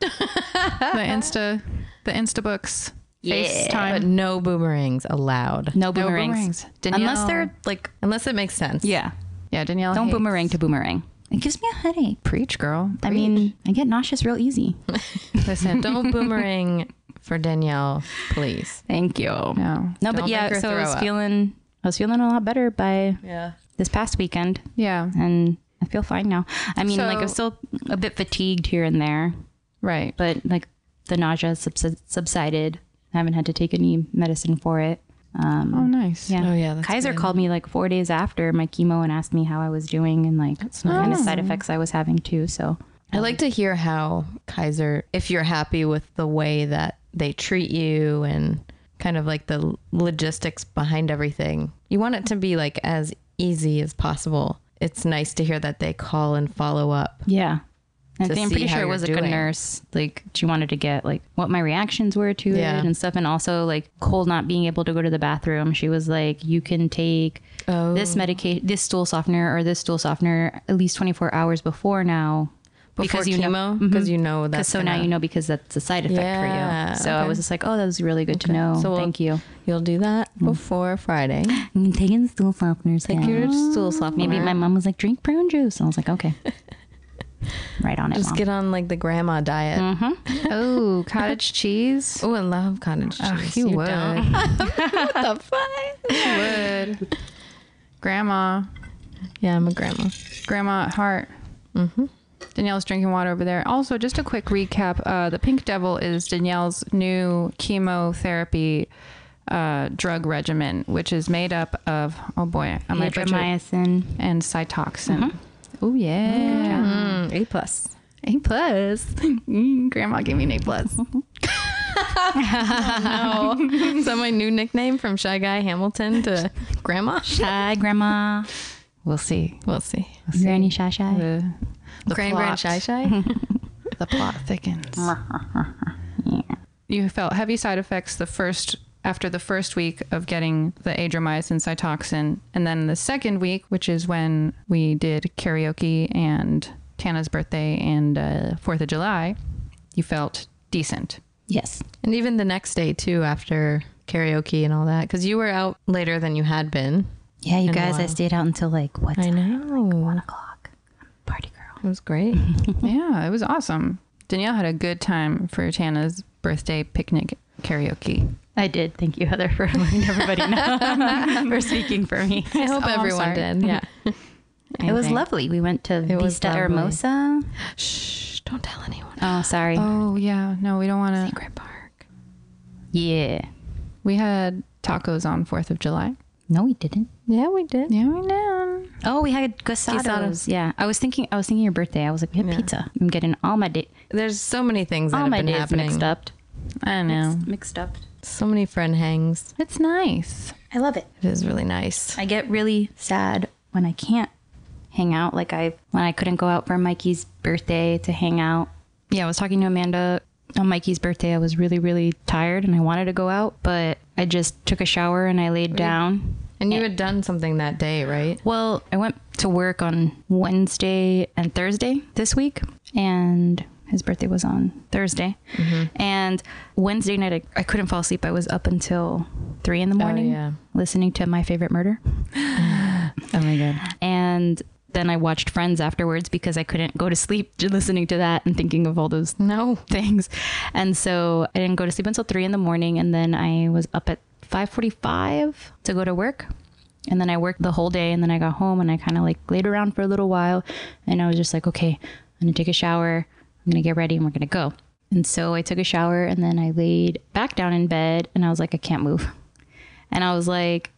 [SPEAKER 2] the Insta, the Insta books.
[SPEAKER 3] But
[SPEAKER 2] FaceTime.
[SPEAKER 3] no boomerangs allowed.
[SPEAKER 1] No boomerangs.
[SPEAKER 2] boomerangs.
[SPEAKER 1] Unless
[SPEAKER 2] Danielle.
[SPEAKER 1] they're like,
[SPEAKER 3] Unless it makes sense.
[SPEAKER 1] yeah,
[SPEAKER 2] Yeah, Danielle.
[SPEAKER 1] don't
[SPEAKER 2] hates-
[SPEAKER 1] boomerang to boomerang. It gives me a headache.
[SPEAKER 2] Preach, girl.
[SPEAKER 1] I mean, I get nauseous real easy.
[SPEAKER 2] Preach.
[SPEAKER 1] *laughs*
[SPEAKER 2] listen.
[SPEAKER 3] *laughs* Don't boomerang for Danielle, please.
[SPEAKER 1] Thank you. No,
[SPEAKER 2] No.
[SPEAKER 1] but
[SPEAKER 3] Don't make
[SPEAKER 1] yeah,
[SPEAKER 3] her
[SPEAKER 1] so I
[SPEAKER 3] throw
[SPEAKER 1] was
[SPEAKER 3] up.
[SPEAKER 1] feeling, I was feeling a lot better by
[SPEAKER 3] Yeah.
[SPEAKER 1] this past weekend,
[SPEAKER 2] Yeah.
[SPEAKER 1] and I feel fine now. I mean, like
[SPEAKER 2] So-
[SPEAKER 1] I'm still a bit fatigued here and there,
[SPEAKER 2] Right.
[SPEAKER 1] but like the nausea subsi- subsided. I haven't had to take any medicine for it. Um,
[SPEAKER 2] Oh, nice.
[SPEAKER 1] yeah.
[SPEAKER 3] Oh, yeah, that's
[SPEAKER 1] Kaiser
[SPEAKER 3] good.
[SPEAKER 1] called me like four days after my chemo and asked me how I was doing and like what kind of side effects I was having too. So
[SPEAKER 3] I like to hear how Kaiser, if you're happy with the way that they treat you and kind of like the logistics behind everything, you want it to be like as easy as possible. It's nice to hear that they call and follow up
[SPEAKER 1] yeah, I
[SPEAKER 3] to
[SPEAKER 1] think I'm
[SPEAKER 3] see
[SPEAKER 1] pretty
[SPEAKER 3] how
[SPEAKER 1] sure it
[SPEAKER 3] you're
[SPEAKER 1] was like a
[SPEAKER 3] doing.
[SPEAKER 1] nurse. Like she wanted to get like what my reactions were to
[SPEAKER 3] Yeah.
[SPEAKER 1] it and stuff, and also like Cole not being able to go to the bathroom. She was like, "You can take
[SPEAKER 3] Oh.
[SPEAKER 1] this medication, this stool softener, or this stool softener at least 24 hours before now,
[SPEAKER 3] Before
[SPEAKER 1] you know,
[SPEAKER 3] chemo? 'Cause
[SPEAKER 1] Mhm.
[SPEAKER 3] you know
[SPEAKER 1] 'Cause
[SPEAKER 3] that's
[SPEAKER 1] so now
[SPEAKER 3] gonna-
[SPEAKER 1] you know because that's a side effect for
[SPEAKER 3] Yeah,
[SPEAKER 1] you. So I
[SPEAKER 3] okay.
[SPEAKER 1] was just like, "Oh, that was really good to
[SPEAKER 3] Okay.
[SPEAKER 1] know.
[SPEAKER 3] So we'll-
[SPEAKER 1] Thank you."
[SPEAKER 3] You'll do that before Friday.
[SPEAKER 1] I'm taking the stool softeners.
[SPEAKER 3] Take
[SPEAKER 1] now.
[SPEAKER 3] your stool softener.
[SPEAKER 1] Maybe my mom was like, drink prune juice. And I was like, *laughs* okay. right on it,
[SPEAKER 3] Just
[SPEAKER 1] mom. Mm-hmm.
[SPEAKER 3] get on like the grandma diet.
[SPEAKER 2] Oh,
[SPEAKER 1] *laughs*
[SPEAKER 2] cottage cheese.
[SPEAKER 3] Oh, I love cottage cheese.
[SPEAKER 2] Ugh, you would.
[SPEAKER 3] don't? *laughs* what the fuck?
[SPEAKER 2] You would. Grandma.
[SPEAKER 3] Yeah, I'm a grandma.
[SPEAKER 2] Grandma at heart.
[SPEAKER 1] Mm-hmm.
[SPEAKER 2] Danielle's drinking water over there. Also, just a quick recap: uh, the Pink Devil is Danielle's new chemotherapy uh, drug regimen, which is made up of oh boy, I might butcher it,
[SPEAKER 1] Hydromycin.
[SPEAKER 2] and cytoxin.
[SPEAKER 1] Mm-hmm.
[SPEAKER 2] Oh yeah,
[SPEAKER 3] Mm, a plus.
[SPEAKER 2] A plus. *laughs* Mm, Grandma gave me an A plus.
[SPEAKER 3] Oh, *laughs* so my new nickname from Shy Guy Hamilton to Grandma.
[SPEAKER 1] Shy *laughs* grandma.
[SPEAKER 2] We'll see.
[SPEAKER 3] We'll see.
[SPEAKER 1] Granny shy shy.
[SPEAKER 2] The, the
[SPEAKER 3] Grand
[SPEAKER 2] plot,
[SPEAKER 3] Grand Shy Shy.
[SPEAKER 2] the plot thickens. you felt heavy side effects the first after the first week of getting the adromycin cytoxin and then the second week which is when we did karaoke and tana's birthday and uh, fourth of july you felt decent
[SPEAKER 1] Yes.
[SPEAKER 3] *laughs* and even the next day too, after karaoke and all that, because you were out later than you had been.
[SPEAKER 1] Yeah, you
[SPEAKER 3] And
[SPEAKER 1] guys, I
[SPEAKER 3] wow.
[SPEAKER 1] stayed out until like what time?
[SPEAKER 3] know.
[SPEAKER 1] One o'clock. I'm a party girl.
[SPEAKER 3] It was great.
[SPEAKER 2] yeah it was awesome danielle had a good time for tana's birthday picnic karaoke
[SPEAKER 1] *laughs* I did. Thank you, Heather, *laughs* for letting everybody *laughs* know for speaking for me.
[SPEAKER 3] I hope
[SPEAKER 2] Oh, I'm
[SPEAKER 3] everyone
[SPEAKER 2] sorry.
[SPEAKER 3] did. Yeah.
[SPEAKER 1] It was lovely. We went to
[SPEAKER 3] It was
[SPEAKER 1] Vista
[SPEAKER 3] lovely.
[SPEAKER 1] Hermosa.
[SPEAKER 3] Shh! Don't tell anyone.
[SPEAKER 1] Oh, sorry.
[SPEAKER 2] oh yeah no we don't want to
[SPEAKER 3] Secret Park.
[SPEAKER 1] Yeah.
[SPEAKER 2] we had tacos on fourth of july
[SPEAKER 1] No, we didn't.
[SPEAKER 3] Yeah, we did.
[SPEAKER 2] yeah we did
[SPEAKER 1] Oh, we had gusados.
[SPEAKER 3] Guisados.
[SPEAKER 1] Yeah, I was thinking. I was thinking your birthday. I was like, we had
[SPEAKER 3] Yeah.
[SPEAKER 1] pizza. I'm getting all my day,
[SPEAKER 3] There's so many things that
[SPEAKER 1] all
[SPEAKER 3] have
[SPEAKER 1] my
[SPEAKER 3] been
[SPEAKER 1] days
[SPEAKER 3] happening.
[SPEAKER 1] mixed up.
[SPEAKER 2] i know
[SPEAKER 1] mixed up.
[SPEAKER 3] So many friend hangs.
[SPEAKER 2] it's nice
[SPEAKER 1] I love it.
[SPEAKER 3] It is really nice.
[SPEAKER 1] I get really sad when I can't hang out. Like I when I couldn't go out for Mikey's birthday to hang out. Yeah, I was talking to Amanda on Mikey's birthday. I was really really tired and I wanted to go out, but I just took a shower and I laid down.
[SPEAKER 3] And you had done something that day, right?
[SPEAKER 1] Well, I went to work on Wednesday and Thursday this week, and his birthday was on Thursday. Mm-hmm. And Wednesday night, I, I couldn't fall asleep. I was up until three in the morning
[SPEAKER 3] Oh, yeah.
[SPEAKER 1] listening to My Favorite Murder.
[SPEAKER 2] *laughs* oh my god
[SPEAKER 1] And then I watched Friends afterwards because I couldn't go to sleep *laughs* just listening to that and thinking of all those
[SPEAKER 3] No. *laughs*
[SPEAKER 1] *laughs* things. And so I didn't go to sleep until three in the morning, and then I was up at five forty-five to go to work. And then I worked the whole day, and then I got home and I kind of like laid around for a little while, and I was just like, okay, I'm gonna take a shower, I'm gonna get ready, and we're gonna go. And so I took a shower, and then I laid back down in bed, and I was like, I can't move. And I was like,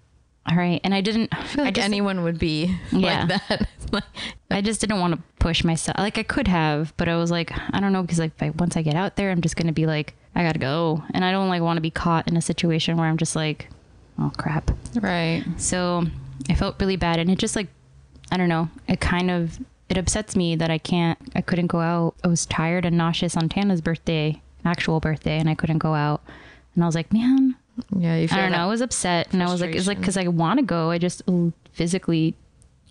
[SPEAKER 1] all right. And I didn't. I,
[SPEAKER 3] Like
[SPEAKER 1] just,
[SPEAKER 3] anyone would be
[SPEAKER 1] Yeah.
[SPEAKER 3] like that. *laughs* It's like,
[SPEAKER 1] I just didn't want to push myself. Like I could have, but I was like, I don't know, because like if I, once I get out there, I'm just gonna be like, I gotta go, and I don't like want to be caught in a situation where I'm just like, oh crap.
[SPEAKER 2] right
[SPEAKER 1] So I felt really bad, and it just like, I don't know, it kind of it upsets me that I can't, I couldn't go out. I was tired and nauseous on Tana's birthday, actual birthday, and I couldn't go out. And I was like, man,
[SPEAKER 3] yeah, you feel
[SPEAKER 1] I don't
[SPEAKER 3] that.
[SPEAKER 1] know. I was upset, and I was like, it's like because I want to go, I just mm, physically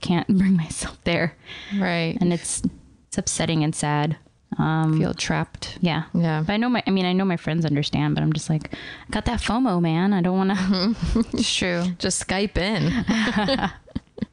[SPEAKER 1] can't *laughs* bring myself there
[SPEAKER 2] right
[SPEAKER 1] and it's it's upsetting and sad. Um,
[SPEAKER 2] feel trapped
[SPEAKER 1] yeah.
[SPEAKER 3] Yeah.
[SPEAKER 1] But I know my, I mean, I know my friends understand, but I'm just like, I got that FOMO, man. I don't want *laughs* to.
[SPEAKER 2] it's true
[SPEAKER 3] Just Skype
[SPEAKER 2] *laughs*
[SPEAKER 3] in.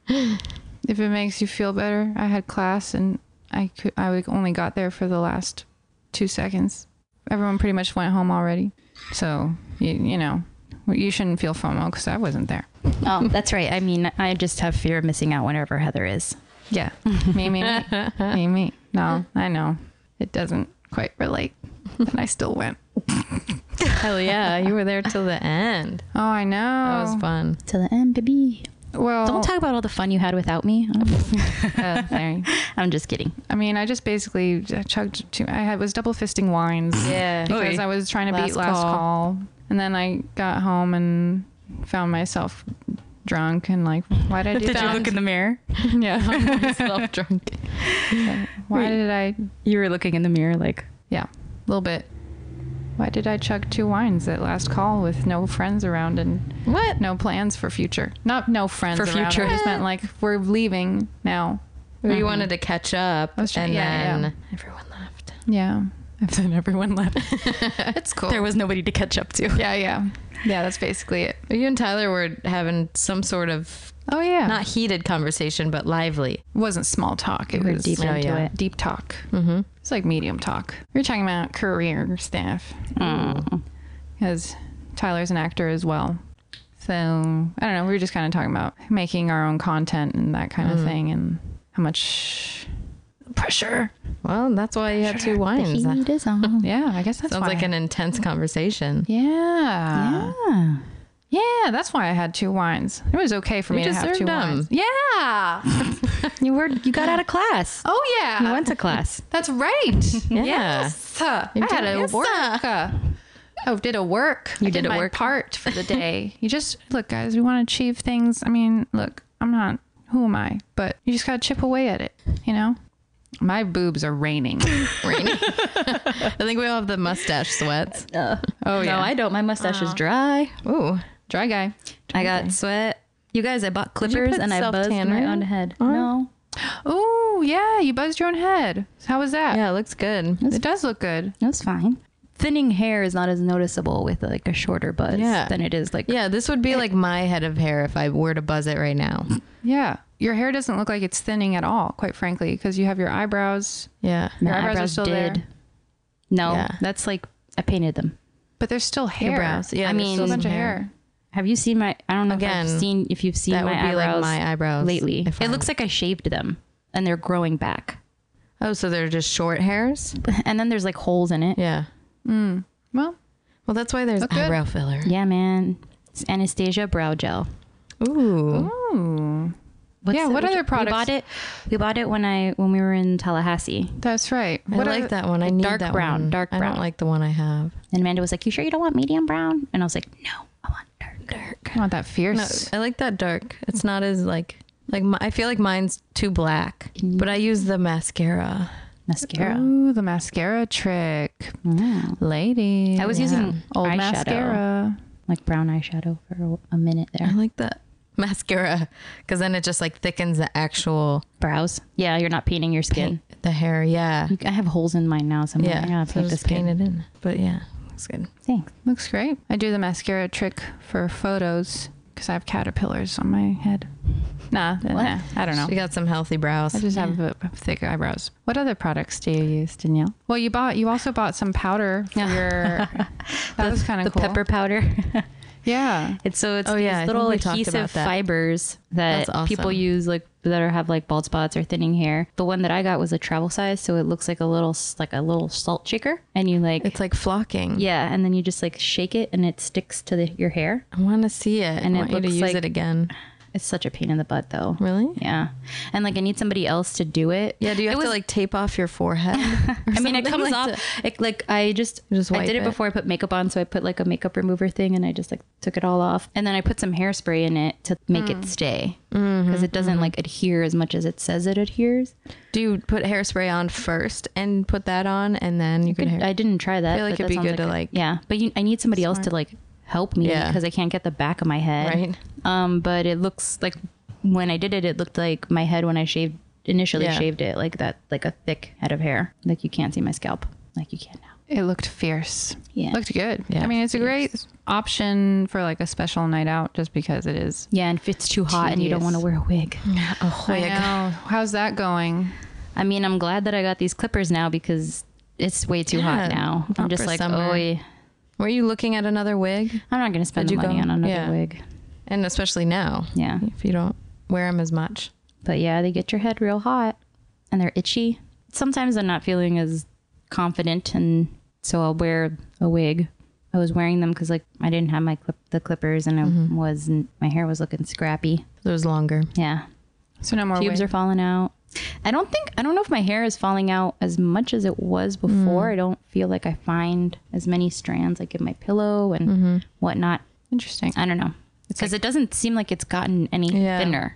[SPEAKER 2] if it makes you feel better i had class and i could i would- only got there for the last two seconds everyone pretty much went home already so you, you know you shouldn't feel fomo because i wasn't there
[SPEAKER 1] oh, that's right. I mean, I just have fear of missing out whenever Heather is.
[SPEAKER 2] yeah *laughs* me me me me me no i know it doesn't quite relate and i still went
[SPEAKER 3] Hell yeah, you were there till the end.
[SPEAKER 2] oh i know
[SPEAKER 3] That was fun.
[SPEAKER 1] To the end, baby. Oh.
[SPEAKER 2] well
[SPEAKER 1] Don't talk about all the fun you had without *laughs* me. Oh, I'm-
[SPEAKER 2] uh, Larry.
[SPEAKER 1] *laughs* I'm just kidding.
[SPEAKER 2] I mean, I just basically chugged two. I had, was double fisting wines
[SPEAKER 3] Yeah.
[SPEAKER 2] because
[SPEAKER 1] Oy.
[SPEAKER 2] I was trying to
[SPEAKER 3] Mm-hmm. Last
[SPEAKER 2] beat last
[SPEAKER 3] call.
[SPEAKER 2] call. and then I got home and found myself drunk and like, why
[SPEAKER 1] *laughs*
[SPEAKER 2] did I do
[SPEAKER 1] Did you
[SPEAKER 2] that?
[SPEAKER 1] look in the mirror?
[SPEAKER 3] *laughs*
[SPEAKER 2] yeah.
[SPEAKER 3] Self drunk.
[SPEAKER 2] *laughs* Why did I?
[SPEAKER 1] You were looking in the mirror like,
[SPEAKER 2] Yeah, a little bit. Why did I chug two wines at last call with no friends around and
[SPEAKER 3] What?
[SPEAKER 2] no plans for future? Not no friends
[SPEAKER 1] For
[SPEAKER 2] around.
[SPEAKER 1] future.
[SPEAKER 2] I just meant like we're leaving now. Mm-hmm.
[SPEAKER 3] We wanted to catch up,
[SPEAKER 2] I was trying-
[SPEAKER 3] and
[SPEAKER 2] yeah,
[SPEAKER 3] then
[SPEAKER 2] yeah.
[SPEAKER 3] everyone left.
[SPEAKER 2] Yeah. And *laughs* then everyone
[SPEAKER 3] *laughs*
[SPEAKER 2] left. it's cool.
[SPEAKER 1] there was nobody to catch up to.
[SPEAKER 2] yeah, yeah, yeah. That's basically it.
[SPEAKER 3] You and Tyler were having some sort of
[SPEAKER 2] Oh yeah.
[SPEAKER 3] not heated conversation, but lively.
[SPEAKER 2] wasn't small talk. It
[SPEAKER 1] We're
[SPEAKER 2] was
[SPEAKER 1] deep
[SPEAKER 3] Oh,
[SPEAKER 1] into
[SPEAKER 3] yeah.
[SPEAKER 1] *laughs* it.
[SPEAKER 2] deep talk.
[SPEAKER 3] Mm-hmm.
[SPEAKER 2] It's like medium talk. We were talking about career stuff
[SPEAKER 1] Mm.
[SPEAKER 2] because Tyler's an actor as well. So I don't know. We were just kind of talking about making our own content and that kind
[SPEAKER 3] Mm.
[SPEAKER 2] of thing, and how much pressure.
[SPEAKER 3] Well, that's why you had two
[SPEAKER 1] The
[SPEAKER 3] wines. That
[SPEAKER 1] heat is *laughs* on.
[SPEAKER 2] Yeah, I guess that's
[SPEAKER 3] sounds
[SPEAKER 2] why.
[SPEAKER 3] like an intense conversation.
[SPEAKER 2] yeah.
[SPEAKER 1] Yeah.
[SPEAKER 2] yeah, That's why I had two wines. It was okay for
[SPEAKER 3] You
[SPEAKER 2] me to have
[SPEAKER 3] deserved
[SPEAKER 2] two
[SPEAKER 3] them.
[SPEAKER 2] wines. Yeah.
[SPEAKER 3] You were you got out of
[SPEAKER 1] *laughs*
[SPEAKER 3] class.
[SPEAKER 2] Oh yeah.
[SPEAKER 3] You went to class.
[SPEAKER 2] That's right.
[SPEAKER 3] Yeah.
[SPEAKER 2] Yes. I
[SPEAKER 3] You
[SPEAKER 2] had
[SPEAKER 3] did
[SPEAKER 2] a
[SPEAKER 3] it.
[SPEAKER 2] work. uh, Oh, did a work. You
[SPEAKER 3] did a
[SPEAKER 2] my
[SPEAKER 3] work.
[SPEAKER 2] part for
[SPEAKER 3] *laughs*
[SPEAKER 2] the day. you just look, guys. We want to achieve things. I mean, look, I'm not. Who am I? But you just gotta chip away at it. You know. My boobs are
[SPEAKER 3] *laughs*
[SPEAKER 2] raining.
[SPEAKER 3] Rainy. I think we all have the mustache sweats.
[SPEAKER 2] Oh yeah,
[SPEAKER 1] No, I don't. My mustache is dry.
[SPEAKER 3] Ooh.
[SPEAKER 2] dry guy.
[SPEAKER 1] I got sweat. You guys, I bought
[SPEAKER 3] you
[SPEAKER 1] clippers
[SPEAKER 3] put
[SPEAKER 1] and I buzzed
[SPEAKER 3] self-tanner
[SPEAKER 1] my own head.
[SPEAKER 3] on?
[SPEAKER 1] No,
[SPEAKER 2] Oh yeah, you buzzed your own head. How was that?
[SPEAKER 3] Yeah, it looks good.
[SPEAKER 2] It does look good.
[SPEAKER 1] it was fine. Thinning hair is not as noticeable with like a shorter buzz
[SPEAKER 3] Yeah.
[SPEAKER 1] than it is like.
[SPEAKER 3] Yeah, this would be like my head of hair if I were to buzz it right now.
[SPEAKER 2] Yeah, your hair doesn't look like it's thinning at all, quite frankly, because you have your eyebrows,
[SPEAKER 3] Yeah.
[SPEAKER 2] Your eyebrows are still there?
[SPEAKER 1] No,
[SPEAKER 3] Yeah.
[SPEAKER 1] that's like I painted them.
[SPEAKER 2] but there's still hair.
[SPEAKER 3] brows. Yeah,
[SPEAKER 1] I
[SPEAKER 3] there's
[SPEAKER 1] mean,
[SPEAKER 3] still
[SPEAKER 2] a
[SPEAKER 3] some
[SPEAKER 2] bunch of hair.
[SPEAKER 1] Have you seen my? I don't know if
[SPEAKER 3] Again,
[SPEAKER 1] I've seen if you've seen
[SPEAKER 3] That
[SPEAKER 1] my
[SPEAKER 3] would be like
[SPEAKER 1] eyebrows
[SPEAKER 3] my eyebrows
[SPEAKER 1] lately.
[SPEAKER 3] if
[SPEAKER 1] It
[SPEAKER 3] I-
[SPEAKER 1] looks like I shaved them and they're growing back.
[SPEAKER 3] Oh, so they're just short hairs?
[SPEAKER 1] And then there's like holes in it.
[SPEAKER 3] Yeah.
[SPEAKER 1] Yeah,
[SPEAKER 2] Mm. Well,
[SPEAKER 3] Well, that's why there's
[SPEAKER 2] Look good.
[SPEAKER 3] eyebrow filler.
[SPEAKER 1] man. It's Anastasia brow gel.
[SPEAKER 3] Ooh.
[SPEAKER 2] ooh,
[SPEAKER 1] What's
[SPEAKER 2] Yeah,
[SPEAKER 1] the-
[SPEAKER 2] what
[SPEAKER 1] which-
[SPEAKER 2] other products-
[SPEAKER 1] We bought it. We bought it when I when we were in Tallahassee.
[SPEAKER 2] that's right.
[SPEAKER 3] I
[SPEAKER 2] What are
[SPEAKER 3] like
[SPEAKER 2] the-
[SPEAKER 3] that one. I need
[SPEAKER 1] dark
[SPEAKER 3] that
[SPEAKER 1] brown,
[SPEAKER 3] one.
[SPEAKER 1] dark
[SPEAKER 3] I
[SPEAKER 1] brown.
[SPEAKER 3] don't like the one I have.
[SPEAKER 1] And Amanda was like, "You sure you don't want medium brown?" And I was like, "No, I want dark."
[SPEAKER 3] Dark.
[SPEAKER 2] I want that
[SPEAKER 3] No,
[SPEAKER 2] fierce.
[SPEAKER 3] I like that dark. It's not as like like my, I feel like mine's too black. But I use the mascara.
[SPEAKER 1] Mm. mascara.
[SPEAKER 2] Ooh, the mascara trick,
[SPEAKER 1] Mm.
[SPEAKER 2] lady.
[SPEAKER 1] I was using
[SPEAKER 2] old
[SPEAKER 1] eyeshadow,
[SPEAKER 2] mascara.
[SPEAKER 1] like brown eyeshadow, for a minute
[SPEAKER 3] I
[SPEAKER 1] there.
[SPEAKER 3] like that mascara because then it just like thickens the actual
[SPEAKER 1] Brows. Yeah, you're not painting your skin.
[SPEAKER 3] the hair. Yeah,
[SPEAKER 1] I have holes in mine now, so I'm
[SPEAKER 3] yeah.
[SPEAKER 1] like, "Yeah, I
[SPEAKER 3] So
[SPEAKER 1] paint this
[SPEAKER 3] just
[SPEAKER 1] skin."
[SPEAKER 3] paint it in. But yeah, looks good.
[SPEAKER 1] Thanks.
[SPEAKER 2] Looks great. I do the mascara trick for photos because I have caterpillars on my head. Nah, nah, I don't know.
[SPEAKER 3] She got some healthy brows.
[SPEAKER 2] I just have uh, thick eyebrows. What other products do you use, Danielle? Well, you bought. You also bought some powder for
[SPEAKER 1] *laughs*
[SPEAKER 2] your. That was kind
[SPEAKER 1] The
[SPEAKER 2] of cool.
[SPEAKER 1] pepper powder. *laughs*
[SPEAKER 2] Yeah.
[SPEAKER 1] It's so it's
[SPEAKER 3] Oh,
[SPEAKER 1] these
[SPEAKER 3] yeah, I think
[SPEAKER 1] little
[SPEAKER 3] we talked about
[SPEAKER 1] adhesive
[SPEAKER 3] that.
[SPEAKER 1] fibers that
[SPEAKER 3] That's awesome.
[SPEAKER 1] people use like that are have like bald spots or thinning hair. The one that I got was a travel size, so it looks like a little s- like a little salt shaker, and you like
[SPEAKER 3] It's like flocking.
[SPEAKER 1] yeah, and then you just like shake it, and it sticks to the, your hair.
[SPEAKER 3] I want to see it.
[SPEAKER 1] And
[SPEAKER 3] I want
[SPEAKER 1] it
[SPEAKER 3] you to
[SPEAKER 1] looks
[SPEAKER 3] use
[SPEAKER 1] like-
[SPEAKER 3] it again.
[SPEAKER 1] It's such a pain in the butt though.
[SPEAKER 3] Really?
[SPEAKER 1] Yeah, and like I need somebody else to do it.
[SPEAKER 3] Yeah. Do you
[SPEAKER 1] It
[SPEAKER 3] have
[SPEAKER 1] was-
[SPEAKER 3] to like tape off your forehead?
[SPEAKER 1] I mean, it comes
[SPEAKER 3] like
[SPEAKER 1] off. It, like I just,
[SPEAKER 3] You just
[SPEAKER 1] I
[SPEAKER 3] wipe
[SPEAKER 1] did it,
[SPEAKER 3] it.
[SPEAKER 1] before I put makeup on, so I put like a makeup remover thing, and I just like took it all off, and then I put some hairspray in it to make
[SPEAKER 3] Hmm.
[SPEAKER 1] it stay because
[SPEAKER 3] Mm-hmm,
[SPEAKER 1] it doesn't like adhere as much as it says it adheres.
[SPEAKER 3] do you put hairspray on first and put that on, and then you, can
[SPEAKER 1] Could-
[SPEAKER 3] hair?
[SPEAKER 1] I didn't try that.
[SPEAKER 3] I feel like
[SPEAKER 1] but
[SPEAKER 3] it'd
[SPEAKER 1] that
[SPEAKER 3] be
[SPEAKER 1] sounds
[SPEAKER 3] good to,
[SPEAKER 1] a-
[SPEAKER 3] like-
[SPEAKER 1] yeah, but you, I need somebody else to like help me
[SPEAKER 3] Yeah.
[SPEAKER 1] because I can't get the back of my head.
[SPEAKER 3] Right.
[SPEAKER 1] Um, but it looks like when I did it, it looked like my head when I shaved initially
[SPEAKER 3] Yeah.
[SPEAKER 1] shaved it like that, like a thick head of hair. Like you can't see my scalp, like you can now.
[SPEAKER 2] It looked fierce.
[SPEAKER 1] Yeah.
[SPEAKER 2] Looked good.
[SPEAKER 3] Yeah,
[SPEAKER 2] I mean, it's a great option for like a special night out just because it is.
[SPEAKER 1] Yeah, and if it's too hot and you don't
[SPEAKER 3] Tedious.
[SPEAKER 1] want to wear a wig.
[SPEAKER 3] oh,
[SPEAKER 2] I know. How's that going?
[SPEAKER 1] I mean, I'm glad that I got these clippers now because it's way too
[SPEAKER 3] Yeah,
[SPEAKER 1] hot now. I'm
[SPEAKER 3] not
[SPEAKER 1] just
[SPEAKER 3] for
[SPEAKER 1] like,
[SPEAKER 3] summer.
[SPEAKER 1] oh,
[SPEAKER 3] Were you looking at another wig?
[SPEAKER 1] I'm not going to spend
[SPEAKER 3] Did
[SPEAKER 1] the
[SPEAKER 3] you
[SPEAKER 1] money
[SPEAKER 3] go-
[SPEAKER 1] on another
[SPEAKER 3] yeah.
[SPEAKER 1] wig.
[SPEAKER 3] And especially now,
[SPEAKER 1] Yeah.
[SPEAKER 3] if you don't wear them as much.
[SPEAKER 1] But yeah, they get your head real hot and they're itchy. Sometimes I'm not feeling as confident and so I'll wear a wig. I was wearing them because like I didn't have my clip the clippers and I was my hair was looking scrappy.
[SPEAKER 3] Those longer.
[SPEAKER 1] Yeah,
[SPEAKER 2] So no more
[SPEAKER 1] pubes
[SPEAKER 2] wig.
[SPEAKER 1] are falling out. I don't think I don't know if my hair is falling out as much as it was before. I don't feel like I
[SPEAKER 3] Mm-hmm.
[SPEAKER 1] find as many strands like in my pillow and whatnot.
[SPEAKER 2] Interesting.
[SPEAKER 1] I don't know.
[SPEAKER 3] It's
[SPEAKER 1] because it doesn't seem like it's gotten any
[SPEAKER 3] Yeah.
[SPEAKER 1] thinner.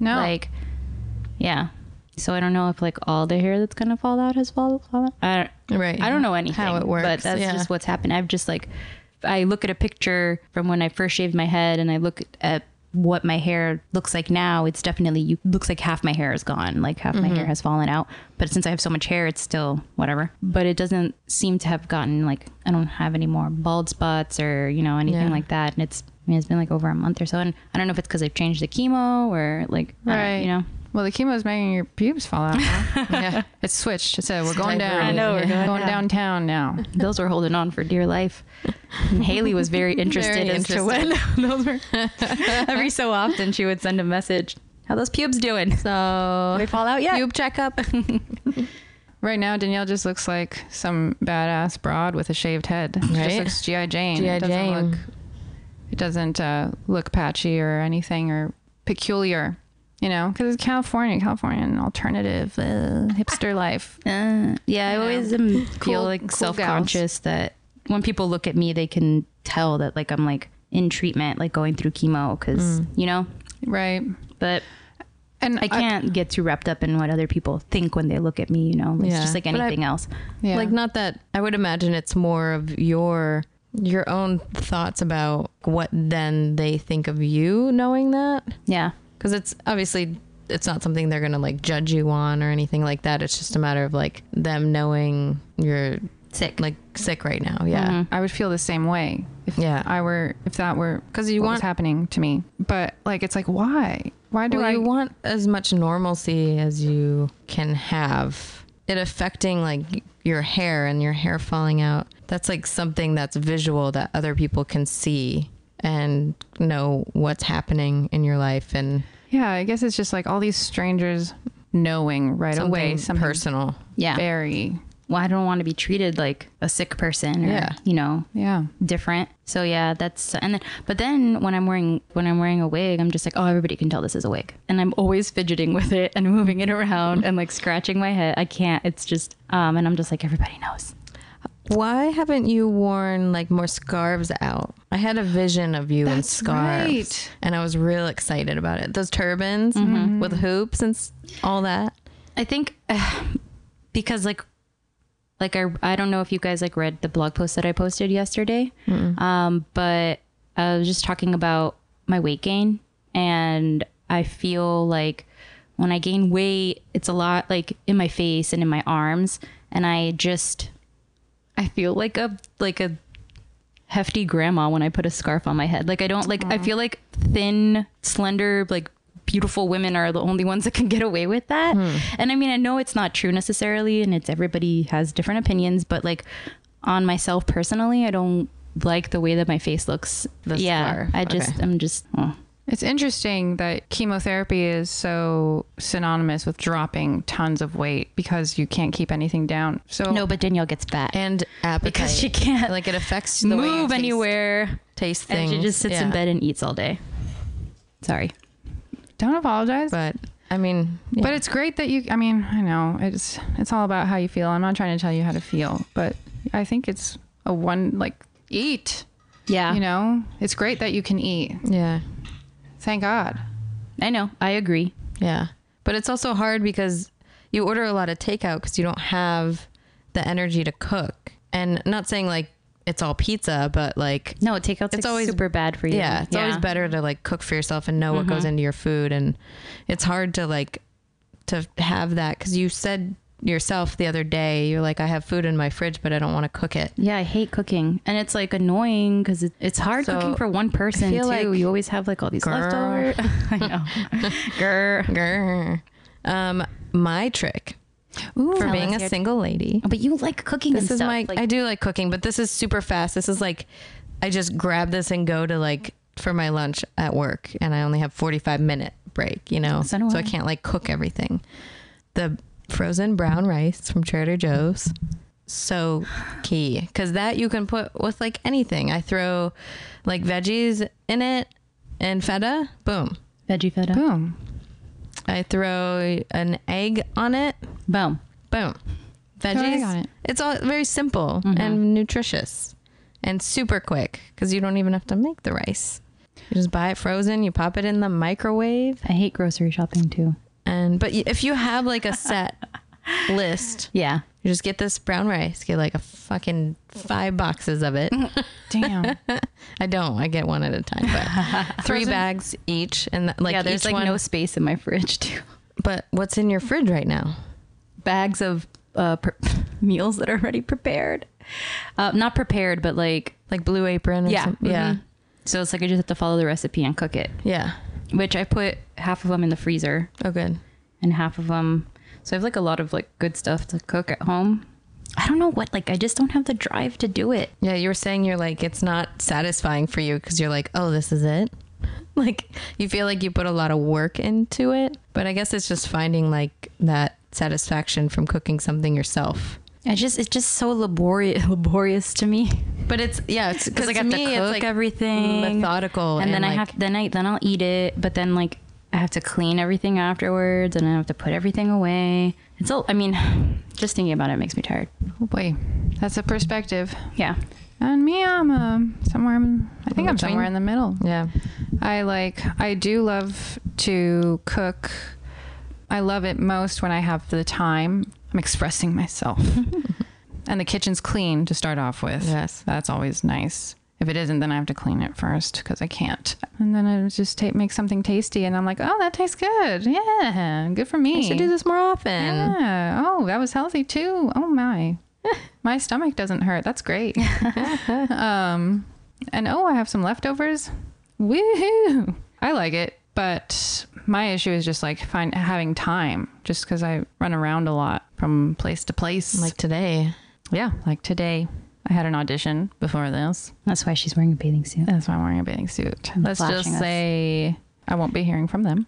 [SPEAKER 2] No.
[SPEAKER 1] Like, yeah. So I don't know if like all the hair that's gonna fall out has fall fallen. I don't,
[SPEAKER 3] Right.
[SPEAKER 1] I don't know anything
[SPEAKER 3] How it works.
[SPEAKER 1] but that's
[SPEAKER 3] yeah.
[SPEAKER 1] just what's happened. I've just like, I look at a picture from when I first shaved my head, and I look at what my hair looks like now. It's definitely you looks like half my hair is gone, like half
[SPEAKER 3] Mm-hmm.
[SPEAKER 1] my hair has fallen out. But since I have so much hair, it's still whatever. But it doesn't seem to have gotten like I don't have any more bald spots or you know anything
[SPEAKER 3] Yeah.
[SPEAKER 1] like that. And it's I mean, it's been like over a month or so, and I don't know if it's because I've changed the chemo or like I don't-
[SPEAKER 2] Right.
[SPEAKER 1] you know.
[SPEAKER 2] Well, the chemo is making your pubes fall
[SPEAKER 3] *laughs*
[SPEAKER 2] out. huh?
[SPEAKER 3] Yeah.
[SPEAKER 2] it's switched. It said we're going
[SPEAKER 3] diverted.
[SPEAKER 2] down.
[SPEAKER 3] I know, we're
[SPEAKER 2] going,
[SPEAKER 3] going
[SPEAKER 2] downtown now.
[SPEAKER 1] those were holding on for dear life. And Haley was very interested
[SPEAKER 3] Very
[SPEAKER 1] as to when *laughs* those were. Every so often, she would send a message. How those pubes doing?
[SPEAKER 3] So
[SPEAKER 1] They fall out yet? Uh,
[SPEAKER 3] pube
[SPEAKER 1] *laughs*
[SPEAKER 3] checkup.
[SPEAKER 2] Right now, Danielle just looks like some badass broad with a shaved head. She just
[SPEAKER 3] Right.
[SPEAKER 2] looks GI Jane.
[SPEAKER 3] G.I.
[SPEAKER 2] It doesn't
[SPEAKER 3] Jane.
[SPEAKER 2] look. It doesn't uh, look patchy or anything or peculiar. You know, because it's California, California, an alternative uh, hipster life.
[SPEAKER 1] Uh, yeah, I always am
[SPEAKER 2] Cool-
[SPEAKER 1] feel like
[SPEAKER 2] cool
[SPEAKER 1] self conscious that when people look at me, they can tell that like I'm like in treatment, like going through chemo, because
[SPEAKER 3] Mm.
[SPEAKER 1] you know.
[SPEAKER 2] Right.
[SPEAKER 1] But
[SPEAKER 2] And
[SPEAKER 1] I can't get too wrapped up in what other people think when they look at me. You know, it's
[SPEAKER 3] Yeah.
[SPEAKER 1] just like
[SPEAKER 3] But I-
[SPEAKER 1] anything else.
[SPEAKER 2] yeah.
[SPEAKER 3] Like not that I would imagine it's more of your your own thoughts about what then they think of you knowing that
[SPEAKER 1] Yeah,
[SPEAKER 3] because it's obviously it's not something they're gonna like judge you on or anything like that. It's just a matter of like them knowing you're
[SPEAKER 1] sick.
[SPEAKER 3] like sick right now. Yeah.
[SPEAKER 1] Mm-hmm.
[SPEAKER 2] I would feel the same way if
[SPEAKER 3] Yeah.
[SPEAKER 2] I were if that were because you
[SPEAKER 3] What
[SPEAKER 2] want
[SPEAKER 3] was
[SPEAKER 2] happening to me. But like it's like why why do
[SPEAKER 3] well,
[SPEAKER 2] I
[SPEAKER 3] you want as much normalcy as you can have. It affecting like your hair and your hair falling out. That's like something that's visual that other people can see and know what's happening in your life and
[SPEAKER 2] yeah I guess it's just like all these strangers knowing right
[SPEAKER 3] something
[SPEAKER 2] away something
[SPEAKER 3] personal.
[SPEAKER 1] Yeah.
[SPEAKER 2] very
[SPEAKER 1] Well, I don't want to be treated like a sick person. Or,
[SPEAKER 3] Yeah.
[SPEAKER 1] You know,
[SPEAKER 2] yeah
[SPEAKER 1] different. So yeah, that's and then but then when I'm wearing when I'm wearing a wig, I'm just like, oh, everybody can tell this is a wig, and I'm always fidgeting with it and *laughs* moving it around and like scratching my head. I can't. It's just um, and I'm just like everybody knows.
[SPEAKER 3] Why haven't you worn like more scarves out? I had a vision of you in
[SPEAKER 2] That's
[SPEAKER 3] scarves,
[SPEAKER 2] right.
[SPEAKER 3] and I was real excited about it. Those turbans with hoops and s- all that.
[SPEAKER 1] I think *sighs* uh, because like like I I don't know if you guys like read the blog post that I posted yesterday, um, but I was just talking about my weight gain, and I feel like when I gain weight, it's a lot like in my face and in my arms, and I just I feel like a like a hefty grandma when I put a scarf on my head. Like I don't like I feel like thin, slender, like beautiful women are the only ones that can get away with that.
[SPEAKER 3] Hmm.
[SPEAKER 1] And I mean, I know it's not true necessarily and it's everybody has different opinions, but like on myself personally, I don't like the way that my face looks.
[SPEAKER 3] The
[SPEAKER 1] yeah.
[SPEAKER 3] scarf,
[SPEAKER 1] I just
[SPEAKER 3] okay.
[SPEAKER 1] I'm just oh.
[SPEAKER 2] it's interesting that chemotherapy is so synonymous with dropping tons of weight because you can't keep anything down so
[SPEAKER 1] No, but Danielle gets fat.
[SPEAKER 3] Oh. and appetite
[SPEAKER 1] because she
[SPEAKER 3] *laughs*
[SPEAKER 1] can't
[SPEAKER 3] like it affects the way you
[SPEAKER 1] move
[SPEAKER 3] taste-
[SPEAKER 1] anywhere.
[SPEAKER 3] Taste
[SPEAKER 1] And
[SPEAKER 3] things.
[SPEAKER 1] she just sits in
[SPEAKER 3] Yeah.
[SPEAKER 1] bed and eats all day. Sorry.
[SPEAKER 2] don't apologize
[SPEAKER 3] But I mean,
[SPEAKER 2] But it's great that you. I mean, I know it's it's all about how you feel. I'm not trying to tell you how to feel, but I think it's a one like eat.
[SPEAKER 1] Yeah.
[SPEAKER 2] You know, it's great that you can eat.
[SPEAKER 3] yeah,
[SPEAKER 2] Thank God.
[SPEAKER 1] I know. I agree.
[SPEAKER 3] yeah. But it's also hard because you order a lot of takeout because you don't have the energy to cook. And not saying like it's all pizza, but like
[SPEAKER 1] No, takeout's
[SPEAKER 3] It's
[SPEAKER 1] like
[SPEAKER 3] always-
[SPEAKER 1] super bad for you.
[SPEAKER 3] yeah, it's always better to like cook for yourself and know what
[SPEAKER 1] Mm-hmm.
[SPEAKER 3] goes into your food. And it's hard to like to have that because you said yourself the other day you're like I have food in my fridge, but I don't want to cook it.
[SPEAKER 1] Yeah, I hate cooking, and it's like annoying because it, it's hard
[SPEAKER 3] So,
[SPEAKER 1] cooking for one person too.
[SPEAKER 3] feel like-
[SPEAKER 1] you always have like all these
[SPEAKER 3] Girl.
[SPEAKER 1] leftovers. *laughs* I
[SPEAKER 3] *laughs*
[SPEAKER 1] know, girl.
[SPEAKER 3] Grr. Um, my trick
[SPEAKER 2] Ooh,
[SPEAKER 3] for
[SPEAKER 1] Tell
[SPEAKER 3] being
[SPEAKER 1] us
[SPEAKER 3] a
[SPEAKER 1] your-
[SPEAKER 3] single lady.
[SPEAKER 1] But you like cooking.
[SPEAKER 3] This
[SPEAKER 1] and
[SPEAKER 3] is
[SPEAKER 1] stuff.
[SPEAKER 3] my.
[SPEAKER 1] Like,
[SPEAKER 3] I do like cooking, but this is super fast. This is like, I just grab this and go to like for my lunch at work, and I only have forty five minute break. You know,
[SPEAKER 1] So do
[SPEAKER 3] so
[SPEAKER 1] I.
[SPEAKER 3] I can't like cook everything. The frozen brown rice from Trader Joe's, so key because that you can put with like anything. I throw like veggies in it and feta. Boom.
[SPEAKER 1] veggie feta. Boom.
[SPEAKER 2] boom.
[SPEAKER 3] I throw an egg on it. Boom.
[SPEAKER 2] egg
[SPEAKER 3] Veggies.
[SPEAKER 2] on it.
[SPEAKER 3] It's all very
[SPEAKER 1] Mm-hmm.
[SPEAKER 3] simple and nutritious and super quick because you don't even have to make the rice. You just buy it frozen, you pop it in the microwave.
[SPEAKER 1] I hate grocery shopping too.
[SPEAKER 3] And but y- if you have like a set
[SPEAKER 1] *laughs*
[SPEAKER 3] list,
[SPEAKER 1] Yeah.
[SPEAKER 3] you just get this brown rice, get like a fucking five boxes of it.
[SPEAKER 1] Mm-hmm.
[SPEAKER 2] Damn.
[SPEAKER 3] I don't. I get one at a time,
[SPEAKER 1] *laughs*
[SPEAKER 3] but three bags each, and th- like
[SPEAKER 1] yeah, there's
[SPEAKER 3] each
[SPEAKER 1] like
[SPEAKER 3] one.
[SPEAKER 1] no space in my fridge too.
[SPEAKER 3] but what's in your fridge right now?
[SPEAKER 1] Bags of uh, pre- *laughs* meals that are already prepared. Uh, not prepared, but like
[SPEAKER 3] Like Blue Apron? Or
[SPEAKER 1] yeah,
[SPEAKER 3] some- yeah,
[SPEAKER 1] mhm. So it's like I just have to follow the recipe and cook it,
[SPEAKER 3] yeah.
[SPEAKER 1] which I put half of them in the freezer
[SPEAKER 3] Oh, good.
[SPEAKER 1] and half of them. So I have like a lot of like good stuff to cook at home. I don't know what like I just don't have the drive to do it.
[SPEAKER 3] Yeah, you were saying you're like it's not satisfying for you because you're like, oh, this is it. *laughs* Like you feel like you put a lot of work into it, but I guess it's just finding like that satisfaction from cooking something yourself.
[SPEAKER 1] I just it's just so laborious *laughs* laborious to me.
[SPEAKER 3] But it's yeah, it's
[SPEAKER 1] because
[SPEAKER 3] because
[SPEAKER 1] I
[SPEAKER 3] to
[SPEAKER 1] got to
[SPEAKER 3] me, it's
[SPEAKER 1] cook
[SPEAKER 3] like
[SPEAKER 1] everything
[SPEAKER 3] methodical,
[SPEAKER 1] and, then I
[SPEAKER 3] like-
[SPEAKER 1] have then I then I'll eat it, but then like I have to clean everything afterwards, and I have to put everything away. It's all I mean, *sighs* just thinking about it makes me tired.
[SPEAKER 2] *laughs* Oh boy, that's a perspective.
[SPEAKER 1] Yeah,
[SPEAKER 2] And me, I'm um somewhere. I'm, I think I'm
[SPEAKER 3] Between.
[SPEAKER 2] somewhere in the middle.
[SPEAKER 3] yeah,
[SPEAKER 2] I like. I do love to cook. I love it most when I have the time. I'm expressing
[SPEAKER 3] *laughs*
[SPEAKER 2] myself, and the kitchen's clean to start off with.
[SPEAKER 3] Yes.
[SPEAKER 2] that's always nice. If it isn't, then I have to clean it first because I can't. And then I just take, make something tasty, and I'm like, oh, that tastes good. Yeah, good for me.
[SPEAKER 3] I should do this more often.
[SPEAKER 2] Yeah. Oh, that was healthy too. Oh my. my stomach doesn't hurt. That's great. um and oh, I have some leftovers. Woohoo. I like it, but my issue is just like find having time just cuz I run around a lot from place to place.
[SPEAKER 3] Like today,
[SPEAKER 2] yeah, like today I had an audition before this.
[SPEAKER 1] that's why she's wearing a bathing suit.
[SPEAKER 2] That's why I'm wearing a bathing suit. Let's just
[SPEAKER 1] flashing us.
[SPEAKER 2] say I won't be hearing from
[SPEAKER 3] *laughs*
[SPEAKER 2] them.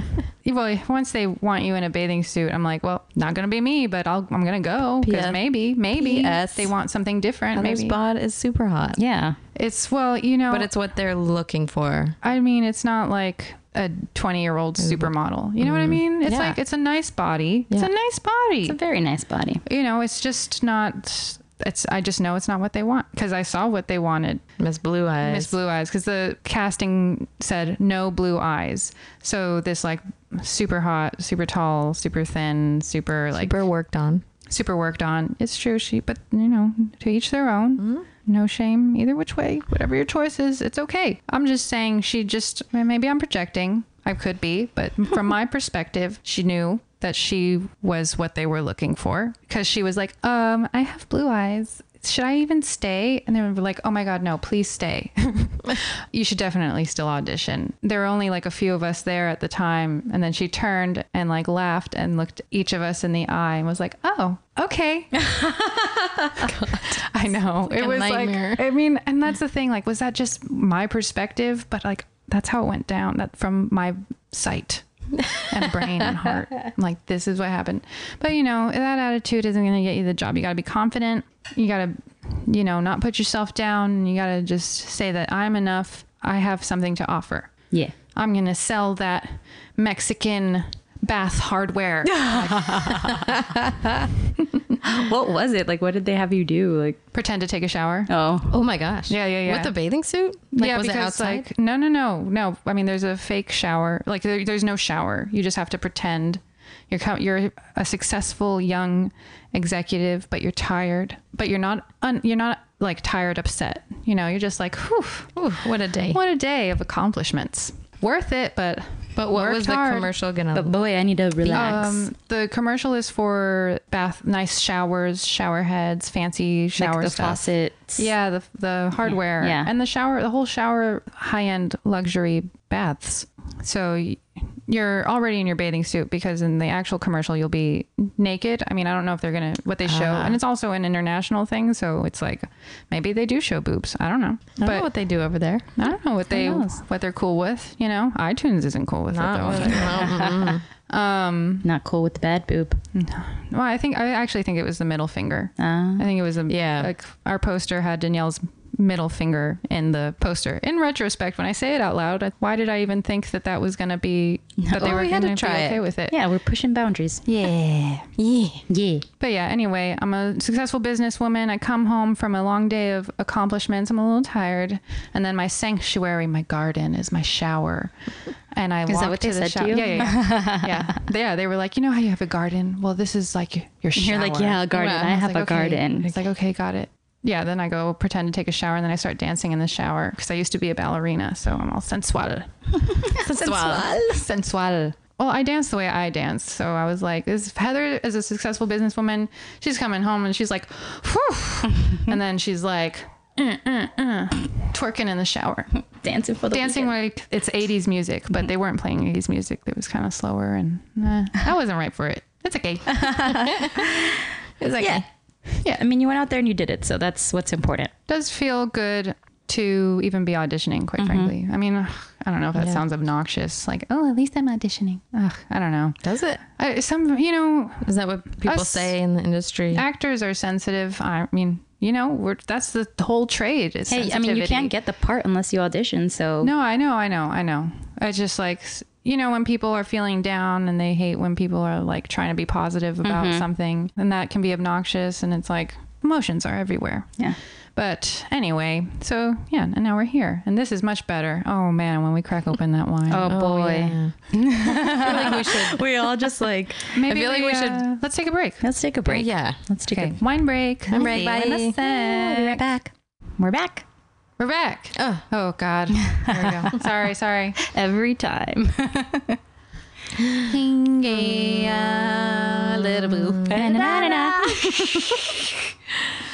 [SPEAKER 2] *laughs* well, once they want you in a bathing suit, I'm like, well, not gonna be me, but I'll, I'm gonna go because
[SPEAKER 3] P.S.
[SPEAKER 2] maybe, maybe
[SPEAKER 3] P.S.
[SPEAKER 2] they want something different.
[SPEAKER 3] Heather's
[SPEAKER 2] Maybe
[SPEAKER 3] bod is super hot,
[SPEAKER 1] Yeah,
[SPEAKER 2] it's well, you know,
[SPEAKER 3] but it's what they're looking for.
[SPEAKER 2] I mean, it's not like a 20 year old supermodel. You know what I mean? It's
[SPEAKER 3] Mm-hmm. Yeah.
[SPEAKER 2] like it's a nice body. It's
[SPEAKER 3] Yeah.
[SPEAKER 2] a nice body.
[SPEAKER 1] it's a very nice body.
[SPEAKER 2] you know, it's just not. It's I just know it's not what they want because I saw what they wanted.
[SPEAKER 3] Miss Blue Eyes.
[SPEAKER 2] Miss Blue Eyes because the casting said no blue eyes. So this like super hot, super tall, super thin, super like
[SPEAKER 3] super worked on.
[SPEAKER 2] super worked on. It's true. She, but you know, to each their own.
[SPEAKER 3] Mm-hmm.
[SPEAKER 2] No shame either which way. Whatever your choice is, it's okay. I'm just saying she just maybe I'm projecting. I could be, but from
[SPEAKER 3] *laughs*
[SPEAKER 2] my perspective, she knew that she was what they were looking for because she was like, um, I have blue eyes. Should I even stay? And they were like, oh my God, no, please stay. you should definitely still audition. There were only like a few of us there at the time. And then she turned and like laughed and looked each of us in the eye and was like, oh, okay.
[SPEAKER 3] *laughs*
[SPEAKER 2] I know. it
[SPEAKER 3] a
[SPEAKER 2] was
[SPEAKER 3] nightmare.
[SPEAKER 2] like, I mean, and that's the thing. Like, was that just my perspective? But like, that's how it went down. That from my sight and brain and
[SPEAKER 3] *laughs*
[SPEAKER 2] heart. Like, this is what happened. But you know, that attitude isn't going to get you the job. You got to be confident. You got to, you know, not put yourself down. You got to just say that I'm enough. I have something to offer.
[SPEAKER 1] Yeah,
[SPEAKER 2] I'm going to sell that Mexican bath *laughs* hardware.
[SPEAKER 1] what was it like? What did they have you do? Like,
[SPEAKER 2] Pretend to take a shower.
[SPEAKER 1] oh,
[SPEAKER 3] Oh my gosh.
[SPEAKER 2] Yeah, yeah, yeah.
[SPEAKER 3] With the bathing suit? Like, was it outside?
[SPEAKER 2] like no, no, no, no. I mean, there's a fake shower. Like there, there's no shower. You just have to pretend you're co- you're a successful young executive, but you're tired. But you're not un, you're not like tired upset. You know, you're just like, whew,
[SPEAKER 3] Ooh, what a day.
[SPEAKER 2] what a day of accomplishments. Worth it, but
[SPEAKER 3] But what
[SPEAKER 2] worked
[SPEAKER 3] was the
[SPEAKER 2] hard.
[SPEAKER 3] commercial gonna
[SPEAKER 1] but boy, I need to relax.
[SPEAKER 2] Um, the commercial is for bath, nice showers, shower heads, fancy shower
[SPEAKER 1] like the
[SPEAKER 2] stuff.
[SPEAKER 1] faucets.
[SPEAKER 2] Yeah, the the hardware.
[SPEAKER 1] Yeah.
[SPEAKER 2] And the shower, the whole shower, high end luxury baths. So y- you're already in your bathing suit because in the actual commercial you'll be naked. I mean, I don't know if they're gonna what they show,
[SPEAKER 1] Ah.
[SPEAKER 2] and it's also an international thing, so it's like maybe they do show boobs. I don't know,
[SPEAKER 3] I don't
[SPEAKER 2] but
[SPEAKER 3] know what they do over there.
[SPEAKER 2] I don't know what they what they're cool with. You know, iTunes isn't cool with it though. *laughs*
[SPEAKER 1] not cool with the bad boob.
[SPEAKER 2] Well, I think I actually think it was the middle finger.
[SPEAKER 1] Ah.
[SPEAKER 2] I think it was a
[SPEAKER 3] Uh-huh. Yeah.
[SPEAKER 2] Like our poster had Danielle's middle finger in the poster. In retrospect, when I say it out loud, I- why did I even think that that was going to be
[SPEAKER 3] *laughs*
[SPEAKER 2] that they
[SPEAKER 3] Well,
[SPEAKER 2] were
[SPEAKER 3] we Oh, had
[SPEAKER 2] going
[SPEAKER 3] to
[SPEAKER 2] to be
[SPEAKER 3] try it.
[SPEAKER 2] okay with it?
[SPEAKER 1] Yeah, we're pushing boundaries.
[SPEAKER 3] Yeah. Yeah.
[SPEAKER 1] Yeah.
[SPEAKER 2] But yeah, anyway, I'm a successful businesswoman. I come home from a long day of accomplishments. I'm a little tired, and then my sanctuary, my garden, is my shower, and I
[SPEAKER 1] that
[SPEAKER 2] walk
[SPEAKER 1] what
[SPEAKER 2] to
[SPEAKER 1] they
[SPEAKER 2] the
[SPEAKER 1] said to
[SPEAKER 2] shower.
[SPEAKER 1] you?
[SPEAKER 2] Yeah,
[SPEAKER 1] *laughs*
[SPEAKER 2] yeah, yeah. yeah. They, yeah, they were like, you know how you have a garden? Well, this is like your, your shower.
[SPEAKER 1] You're like, yeah, a garden.
[SPEAKER 3] Wow.
[SPEAKER 1] I
[SPEAKER 2] was
[SPEAKER 1] have
[SPEAKER 2] like,
[SPEAKER 1] a
[SPEAKER 2] okay.
[SPEAKER 1] garden.
[SPEAKER 2] It's like, okay, got it. Yeah, then I go pretend to take a shower, and then I start dancing in the shower because I used to be a ballerina, so I'm all sensual.
[SPEAKER 3] *laughs* Sensual.
[SPEAKER 2] Sensual. Well, I dance the way I dance. So I was like, this Heather is a successful businesswoman. She's coming home and she's like, whew. and then she's like, uh, uh, uh, twerking in the shower.
[SPEAKER 1] Dancing for the
[SPEAKER 2] Dancing like it's 80s music, but they weren't playing 80s music. It was kind of slower and nah, I wasn't right for it. It's okay.
[SPEAKER 3] It's like,
[SPEAKER 1] Yeah. Yeah. I mean, you went out there and you did it, so that's what's important.
[SPEAKER 2] does feel good to even be auditioning, quite frankly. I mean, ugh, I don't know if that sounds obnoxious. Like, oh, at least I'm auditioning. Ugh, I don't know.
[SPEAKER 3] Does it?
[SPEAKER 2] I, some, you know,
[SPEAKER 3] Is that what people
[SPEAKER 2] Us-
[SPEAKER 3] say in the industry?
[SPEAKER 2] actors are sensitive. I mean, you know, we're that's the whole trade. Is
[SPEAKER 1] Hey, I mean, you
[SPEAKER 2] sensitivity.
[SPEAKER 1] can't get the part unless you audition, so
[SPEAKER 2] No, I know, I know, I know. I just like s- you know when people are feeling down and they hate when people are like trying to be positive about
[SPEAKER 1] Mm-hmm.
[SPEAKER 2] something, and that can be obnoxious. And it's like emotions are everywhere.
[SPEAKER 1] yeah.
[SPEAKER 2] But anyway, so yeah, and now we're here, and this is much better. Oh man, when we crack open that wine,
[SPEAKER 1] Oh,
[SPEAKER 3] *laughs*
[SPEAKER 1] boy.
[SPEAKER 3] yeah.
[SPEAKER 2] I feel like we should.
[SPEAKER 1] *laughs* we all just like
[SPEAKER 2] Maybe
[SPEAKER 3] I feel like we should-
[SPEAKER 2] uh, Let's take a break.
[SPEAKER 1] let's take a break.
[SPEAKER 3] Yeah.
[SPEAKER 1] Let's take
[SPEAKER 2] Okay,
[SPEAKER 1] a
[SPEAKER 2] wine break.
[SPEAKER 3] Wine break,
[SPEAKER 2] See you in a
[SPEAKER 3] bye.
[SPEAKER 2] sec.
[SPEAKER 3] back.
[SPEAKER 1] We're back
[SPEAKER 2] We're back.
[SPEAKER 3] Oh.
[SPEAKER 2] Oh God. There we
[SPEAKER 3] *laughs*
[SPEAKER 2] go. sorry, sorry.
[SPEAKER 1] every time.
[SPEAKER 2] Mm.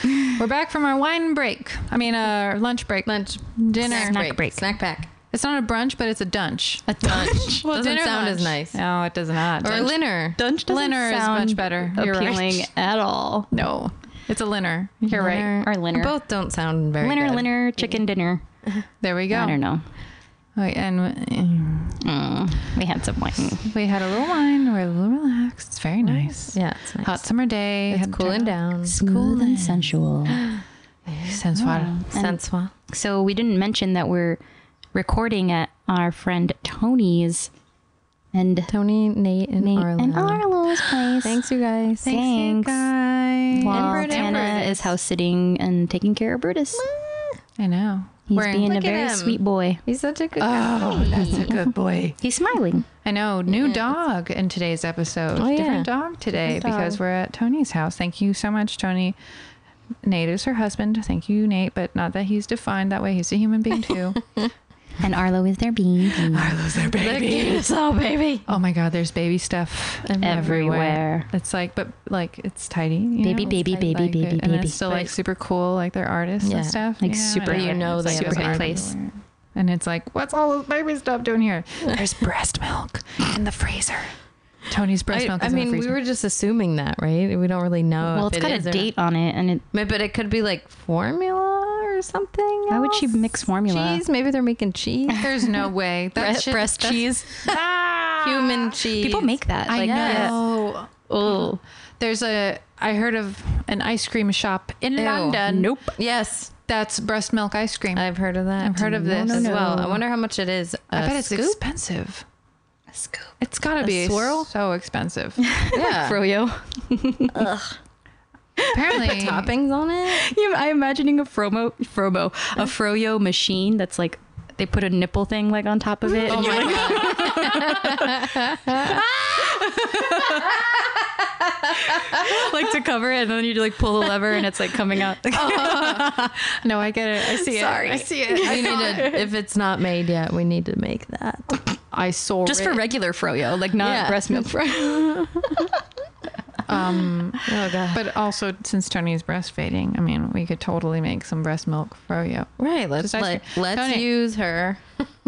[SPEAKER 3] Mm.
[SPEAKER 2] We're back from our wine break. I mean, uh, lunch break.
[SPEAKER 3] Lunch.
[SPEAKER 2] Dinner.
[SPEAKER 3] Snack break.
[SPEAKER 1] break.
[SPEAKER 3] Snack back.
[SPEAKER 2] It's not a brunch, but it's a dunch.
[SPEAKER 3] A
[SPEAKER 2] *laughs*
[SPEAKER 3] lunch. Doesn't sound as nice.
[SPEAKER 2] No, it does not.
[SPEAKER 3] Or
[SPEAKER 2] Or
[SPEAKER 3] dinner.
[SPEAKER 1] Dunch
[SPEAKER 2] Linner is much better. You're right.
[SPEAKER 1] appealing
[SPEAKER 2] *laughs*
[SPEAKER 1] at all.
[SPEAKER 2] no, it's a linner. You're
[SPEAKER 3] Dinner.
[SPEAKER 2] right.
[SPEAKER 1] Or linner.
[SPEAKER 3] Both don't sound very
[SPEAKER 1] Linner,
[SPEAKER 3] good.
[SPEAKER 1] linner, chicken dinner.
[SPEAKER 2] There we go.
[SPEAKER 1] I don't know.
[SPEAKER 2] Oh, and
[SPEAKER 1] Mm, we had some wine.
[SPEAKER 2] we had a little wine. We're a little relaxed. It's very nice.
[SPEAKER 3] Yeah, it's nice.
[SPEAKER 2] Hot summer day.
[SPEAKER 3] It's
[SPEAKER 2] Had a
[SPEAKER 3] cooling
[SPEAKER 2] turn-
[SPEAKER 3] down. Mm.
[SPEAKER 1] Cool and sensual.
[SPEAKER 2] Sensual.
[SPEAKER 3] Sensual.
[SPEAKER 1] *gasps* So we didn't mention that we're recording at our friend Tony's and
[SPEAKER 3] Tony, Nate, and
[SPEAKER 1] Nate
[SPEAKER 3] Arlo.
[SPEAKER 1] and Arlo's place.
[SPEAKER 3] Thanks, you guys.
[SPEAKER 1] Thanks.
[SPEAKER 2] Oh, Guys.
[SPEAKER 1] While
[SPEAKER 3] Brutus. And
[SPEAKER 1] Tana
[SPEAKER 3] Brutus.
[SPEAKER 1] is house sitting and taking care of Brutus.
[SPEAKER 2] I know.
[SPEAKER 1] He's
[SPEAKER 2] Wearing-
[SPEAKER 1] being a
[SPEAKER 3] Look at
[SPEAKER 1] very
[SPEAKER 3] him.
[SPEAKER 1] sweet boy.
[SPEAKER 3] He's such a good
[SPEAKER 2] Oh, that's a good boy.
[SPEAKER 1] He's smiling.
[SPEAKER 2] I know. New dog in today's episode.
[SPEAKER 3] Oh, yeah.
[SPEAKER 2] Different dog today
[SPEAKER 3] Different dog.
[SPEAKER 2] because we're at Tony's house. Thank you so much, Tony. Nate is her husband. Thank you, Nate. But not that he's defined that way. He's a human being too.
[SPEAKER 1] And Arlo is their bean.
[SPEAKER 3] Mm. They're cute as all, baby.
[SPEAKER 2] oh my God, there's baby stuff
[SPEAKER 1] Everywhere.
[SPEAKER 2] It's like, but like it's tidy. you
[SPEAKER 1] Baby,
[SPEAKER 2] know?
[SPEAKER 1] baby,
[SPEAKER 3] like-
[SPEAKER 1] baby,
[SPEAKER 3] like
[SPEAKER 1] baby,
[SPEAKER 2] It's-
[SPEAKER 1] baby,
[SPEAKER 2] and it's still like super cool, like they're artists
[SPEAKER 3] Yeah.
[SPEAKER 2] and stuff.
[SPEAKER 1] Like
[SPEAKER 2] Yeah,
[SPEAKER 1] super-
[SPEAKER 2] whatever.
[SPEAKER 1] You
[SPEAKER 3] know
[SPEAKER 2] It's
[SPEAKER 3] they
[SPEAKER 2] super
[SPEAKER 3] have
[SPEAKER 2] big
[SPEAKER 3] art
[SPEAKER 1] place.
[SPEAKER 2] And it's like, what's all this baby stuff doing here? There's breast milk in the freezer. Tony's breast
[SPEAKER 3] I,
[SPEAKER 2] milk
[SPEAKER 3] I
[SPEAKER 2] is in
[SPEAKER 3] mean,
[SPEAKER 2] the
[SPEAKER 3] we
[SPEAKER 2] freezer.
[SPEAKER 3] were just assuming that, right? We don't really know.
[SPEAKER 1] Well,
[SPEAKER 3] if
[SPEAKER 1] it's
[SPEAKER 3] it
[SPEAKER 1] got a
[SPEAKER 3] is or-
[SPEAKER 1] date on it, and it,
[SPEAKER 3] Maybe, but it could be like formula or something.
[SPEAKER 1] Why would she
[SPEAKER 3] else?
[SPEAKER 1] mix formula?
[SPEAKER 3] Cheese? Maybe they're making cheese.
[SPEAKER 2] *laughs* There's
[SPEAKER 1] *laughs*
[SPEAKER 2] no way. That
[SPEAKER 3] breast,
[SPEAKER 2] shit,
[SPEAKER 3] breast
[SPEAKER 2] that's-
[SPEAKER 3] cheese.
[SPEAKER 2] *laughs* Ah!
[SPEAKER 3] Human cheese.
[SPEAKER 1] people make that.
[SPEAKER 2] I
[SPEAKER 1] Like, yeah.
[SPEAKER 2] know.
[SPEAKER 3] Oh.
[SPEAKER 2] There's a. I heard of an ice cream shop in
[SPEAKER 3] Ew.
[SPEAKER 2] London.
[SPEAKER 1] Nope.
[SPEAKER 3] Yes,
[SPEAKER 2] That's breast milk ice cream. I,
[SPEAKER 3] I've heard of that.
[SPEAKER 2] I've heard of this.
[SPEAKER 3] as
[SPEAKER 2] No, no,
[SPEAKER 3] well.
[SPEAKER 2] no.
[SPEAKER 3] I wonder how much it is. A
[SPEAKER 2] bet it's *laughs*
[SPEAKER 3] scoop?
[SPEAKER 2] expensive.
[SPEAKER 1] A scoop.
[SPEAKER 2] It's got to
[SPEAKER 3] A
[SPEAKER 2] be
[SPEAKER 3] swirl?
[SPEAKER 2] so
[SPEAKER 1] *laughs*
[SPEAKER 2] expensive.
[SPEAKER 3] Yeah.
[SPEAKER 1] *laughs* Froyo.
[SPEAKER 2] *laughs* Apparently,
[SPEAKER 3] Toppings on it.
[SPEAKER 1] Yeah, I'm imagining a Fromo, Fromo, a Froyo machine that's like they put a nipple thing like on top of it.
[SPEAKER 2] *laughs* Oh
[SPEAKER 1] and you're
[SPEAKER 2] my
[SPEAKER 1] like,
[SPEAKER 2] god!
[SPEAKER 1] like
[SPEAKER 2] *laughs*
[SPEAKER 1] to cover it, and then you like pull the lever, and it's like coming out.
[SPEAKER 2] *laughs* Oh, No, I get it. I see
[SPEAKER 1] Sorry.
[SPEAKER 2] it. I see it.
[SPEAKER 3] We need to, if it's not made yet, we need to make that.
[SPEAKER 2] I saw
[SPEAKER 1] *laughs* Just for
[SPEAKER 2] it.
[SPEAKER 1] regular Froyo, like not
[SPEAKER 3] Yeah.
[SPEAKER 2] *laughs*
[SPEAKER 1] breast milk Froyo. *laughs*
[SPEAKER 2] um.
[SPEAKER 3] Oh god.
[SPEAKER 2] But also, since Tony's breastfeeding, I mean, we could totally make some breast milk for you.
[SPEAKER 3] Right. Let's
[SPEAKER 2] Just ice
[SPEAKER 3] let,
[SPEAKER 2] cream.
[SPEAKER 3] let's
[SPEAKER 2] Tony.
[SPEAKER 3] use her.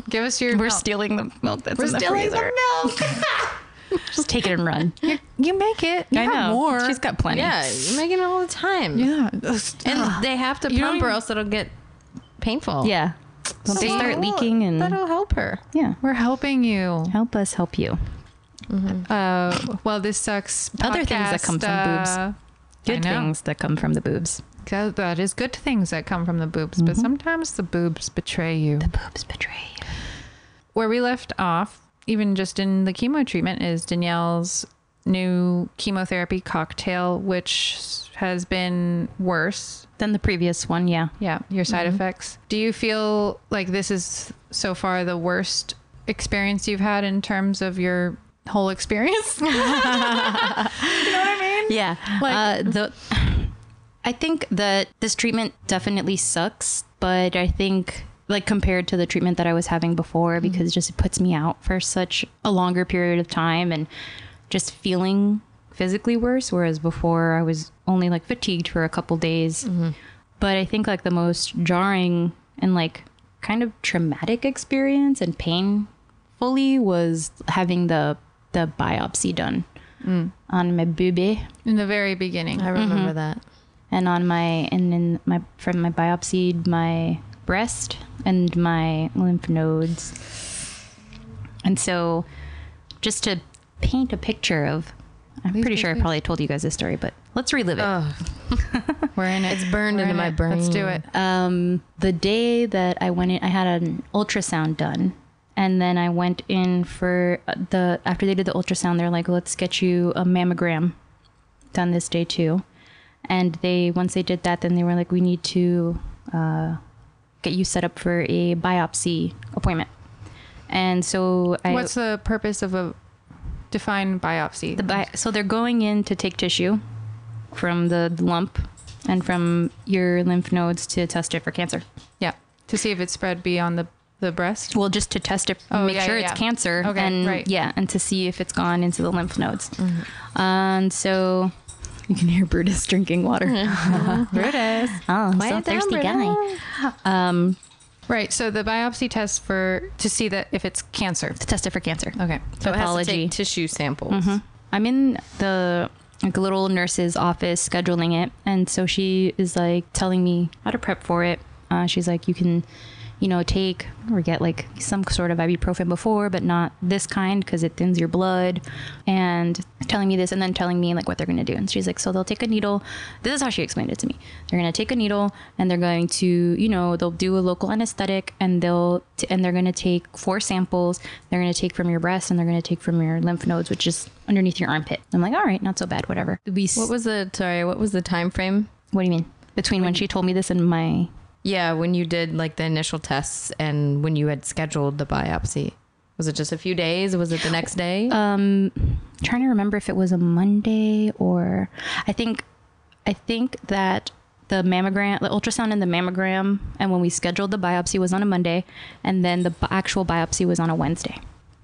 [SPEAKER 2] Give us your.
[SPEAKER 1] We're
[SPEAKER 2] milk.
[SPEAKER 1] stealing the milk that's
[SPEAKER 2] We're
[SPEAKER 1] in the
[SPEAKER 2] stealing the
[SPEAKER 1] freezer. milk. Just take it and run.
[SPEAKER 2] You make it. *laughs* You
[SPEAKER 1] I
[SPEAKER 2] have
[SPEAKER 1] know.
[SPEAKER 2] more.
[SPEAKER 1] She's got plenty.
[SPEAKER 3] Yeah, you're making it all the time.
[SPEAKER 2] yeah.
[SPEAKER 3] And they have to
[SPEAKER 2] You don't
[SPEAKER 3] pump or
[SPEAKER 2] even-
[SPEAKER 3] else it'll get painful.
[SPEAKER 1] Yeah. Once they
[SPEAKER 2] See?
[SPEAKER 1] start leaking and
[SPEAKER 3] that'll help her.
[SPEAKER 1] yeah,
[SPEAKER 2] We're helping you.
[SPEAKER 1] help us help you.
[SPEAKER 2] Uh, well, this sucks.
[SPEAKER 1] Other things that
[SPEAKER 2] podcast,
[SPEAKER 1] come from boobs.
[SPEAKER 2] uh, I
[SPEAKER 1] Good
[SPEAKER 2] know.
[SPEAKER 1] things that come from the boobs.
[SPEAKER 2] That, that is good things that come from the boobs,
[SPEAKER 1] Mm-hmm.
[SPEAKER 2] but sometimes the boobs betray you.
[SPEAKER 3] The boobs betray you.
[SPEAKER 2] Where we left off, even just in the chemo treatment, is Danielle's new chemotherapy cocktail, which has been worse.
[SPEAKER 1] Than the previous one, yeah.
[SPEAKER 2] Yeah, your
[SPEAKER 1] Mm-hmm.
[SPEAKER 2] side effects. Do you feel like this is so far the worst experience you've had in terms of your whole experience? *laughs*
[SPEAKER 1] Yeah. uh, the, I think that this treatment definitely sucks, but I think like compared to the treatment that I was having before, because just it puts me out for such a longer period of time and just feeling physically worse. Whereas before I was only like fatigued for a couple days.
[SPEAKER 3] Mm-hmm.
[SPEAKER 1] But I think like the most jarring and like kind of traumatic experience and painfully was having the the biopsy done Mm. on my boobie
[SPEAKER 2] in the very beginning.
[SPEAKER 3] I remember that.
[SPEAKER 1] and on my and in my from my biopsied my breast and my lymph nodes and so just to paint a picture of i'm pretty sure i probably told you guys this story but let's relive it
[SPEAKER 3] Oh,
[SPEAKER 1] *laughs*
[SPEAKER 2] We're in it.
[SPEAKER 3] It's burned
[SPEAKER 2] We're
[SPEAKER 3] into
[SPEAKER 2] in
[SPEAKER 3] my
[SPEAKER 2] it. Let's do
[SPEAKER 3] brain.
[SPEAKER 2] it.
[SPEAKER 1] um, the day that I went in, I had an ultrasound done, and then I went in for uh, the after they did the ultrasound, they're like, "Let's get you a mammogram done this day too," and they once they did that, then they were like, "We need to uh, get you set up for a biopsy appointment," and so I
[SPEAKER 2] What's the purpose of a defined biopsy?
[SPEAKER 1] the bi- so they're going in to take tissue from the lump and from your lymph nodes to test it for cancer.
[SPEAKER 2] yeah, to see if it's spread beyond the the breast.
[SPEAKER 1] well just to test it
[SPEAKER 2] Oh,
[SPEAKER 1] make
[SPEAKER 2] yeah,
[SPEAKER 1] sure
[SPEAKER 2] yeah,
[SPEAKER 1] it's
[SPEAKER 2] yeah.
[SPEAKER 1] cancer
[SPEAKER 2] Okay,
[SPEAKER 1] and
[SPEAKER 2] right.
[SPEAKER 1] yeah and to see if it's gone into the lymph nodes
[SPEAKER 3] Mm-hmm.
[SPEAKER 1] and so you can hear brutus drinking water
[SPEAKER 2] *laughs*
[SPEAKER 1] *laughs*
[SPEAKER 2] Brutus.
[SPEAKER 1] oh i'm so
[SPEAKER 3] Quiet down,
[SPEAKER 1] thirsty
[SPEAKER 3] Brutus.
[SPEAKER 1] guy um
[SPEAKER 2] Right. So the biopsy tests for to see that if it's cancer.
[SPEAKER 1] to test it for cancer
[SPEAKER 2] Okay.
[SPEAKER 3] So it has to
[SPEAKER 1] Pathology.
[SPEAKER 3] take tissue samples.
[SPEAKER 1] Mm-hmm. I'm in the like little nurse's office scheduling it, and so she is like telling me how to prep for it. Uh, she's like, you can, you know, take or get like some sort of ibuprofen before, but not this kind because it thins your blood. And telling me this, and then telling me like what they're gonna do. And she's like, so they'll take a needle. This is how she explained it to me. They're gonna take a needle, and they're going to, you know, they'll do a local anesthetic, and they'll t- and they're gonna take four samples. They're gonna take from your breast, and they're gonna take from your lymph nodes, which is underneath your armpit. I'm like, all right, not so bad, whatever. We, s-
[SPEAKER 3] What was the sorry? What was the time frame?
[SPEAKER 1] what do you mean? Between when she told me this and my
[SPEAKER 3] Yeah, when you did like the initial tests and when you had scheduled the biopsy. Was it just a few days? Was it the next day?
[SPEAKER 1] um trying to remember if it was a Monday or I think I think that the mammogram, the ultrasound and the mammogram, and when we scheduled the biopsy was on a Monday, and then the bi- actual biopsy was on a Wednesday.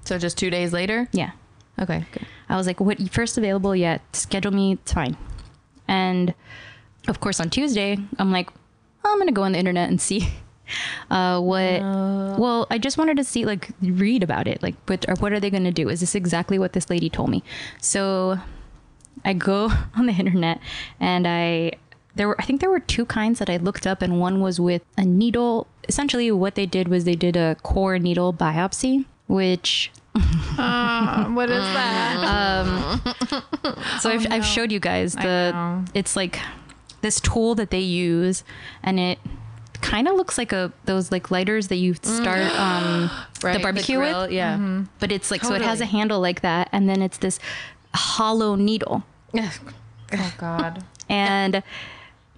[SPEAKER 3] so just two days later?
[SPEAKER 1] Yeah.
[SPEAKER 3] Okay. Good.
[SPEAKER 1] I was like, what first available yet? Schedule me, it's fine. And of course, on Tuesday, I'm like, I'm gonna go on the internet and see *laughs* uh, what. well, I just wanted to see, like, read about it. Like, what or what are they gonna do? Is this exactly what this lady told me? So I go *laughs* on the internet and I there were I think there were two kinds that I looked up and one was with a needle. Essentially what they did was they did a core needle biopsy, which
[SPEAKER 2] Ah, what is that?
[SPEAKER 1] So I've, I've showed you guys the
[SPEAKER 2] know.
[SPEAKER 1] it's like this tool that they use, and it kind of looks like a those like lighters that you start um, the barbecue with, Mm-hmm.
[SPEAKER 3] Yeah.
[SPEAKER 1] but it's like so it has a
[SPEAKER 3] Totally.
[SPEAKER 1] handle like that, and then it's this hollow needle,
[SPEAKER 2] oh God.
[SPEAKER 1] and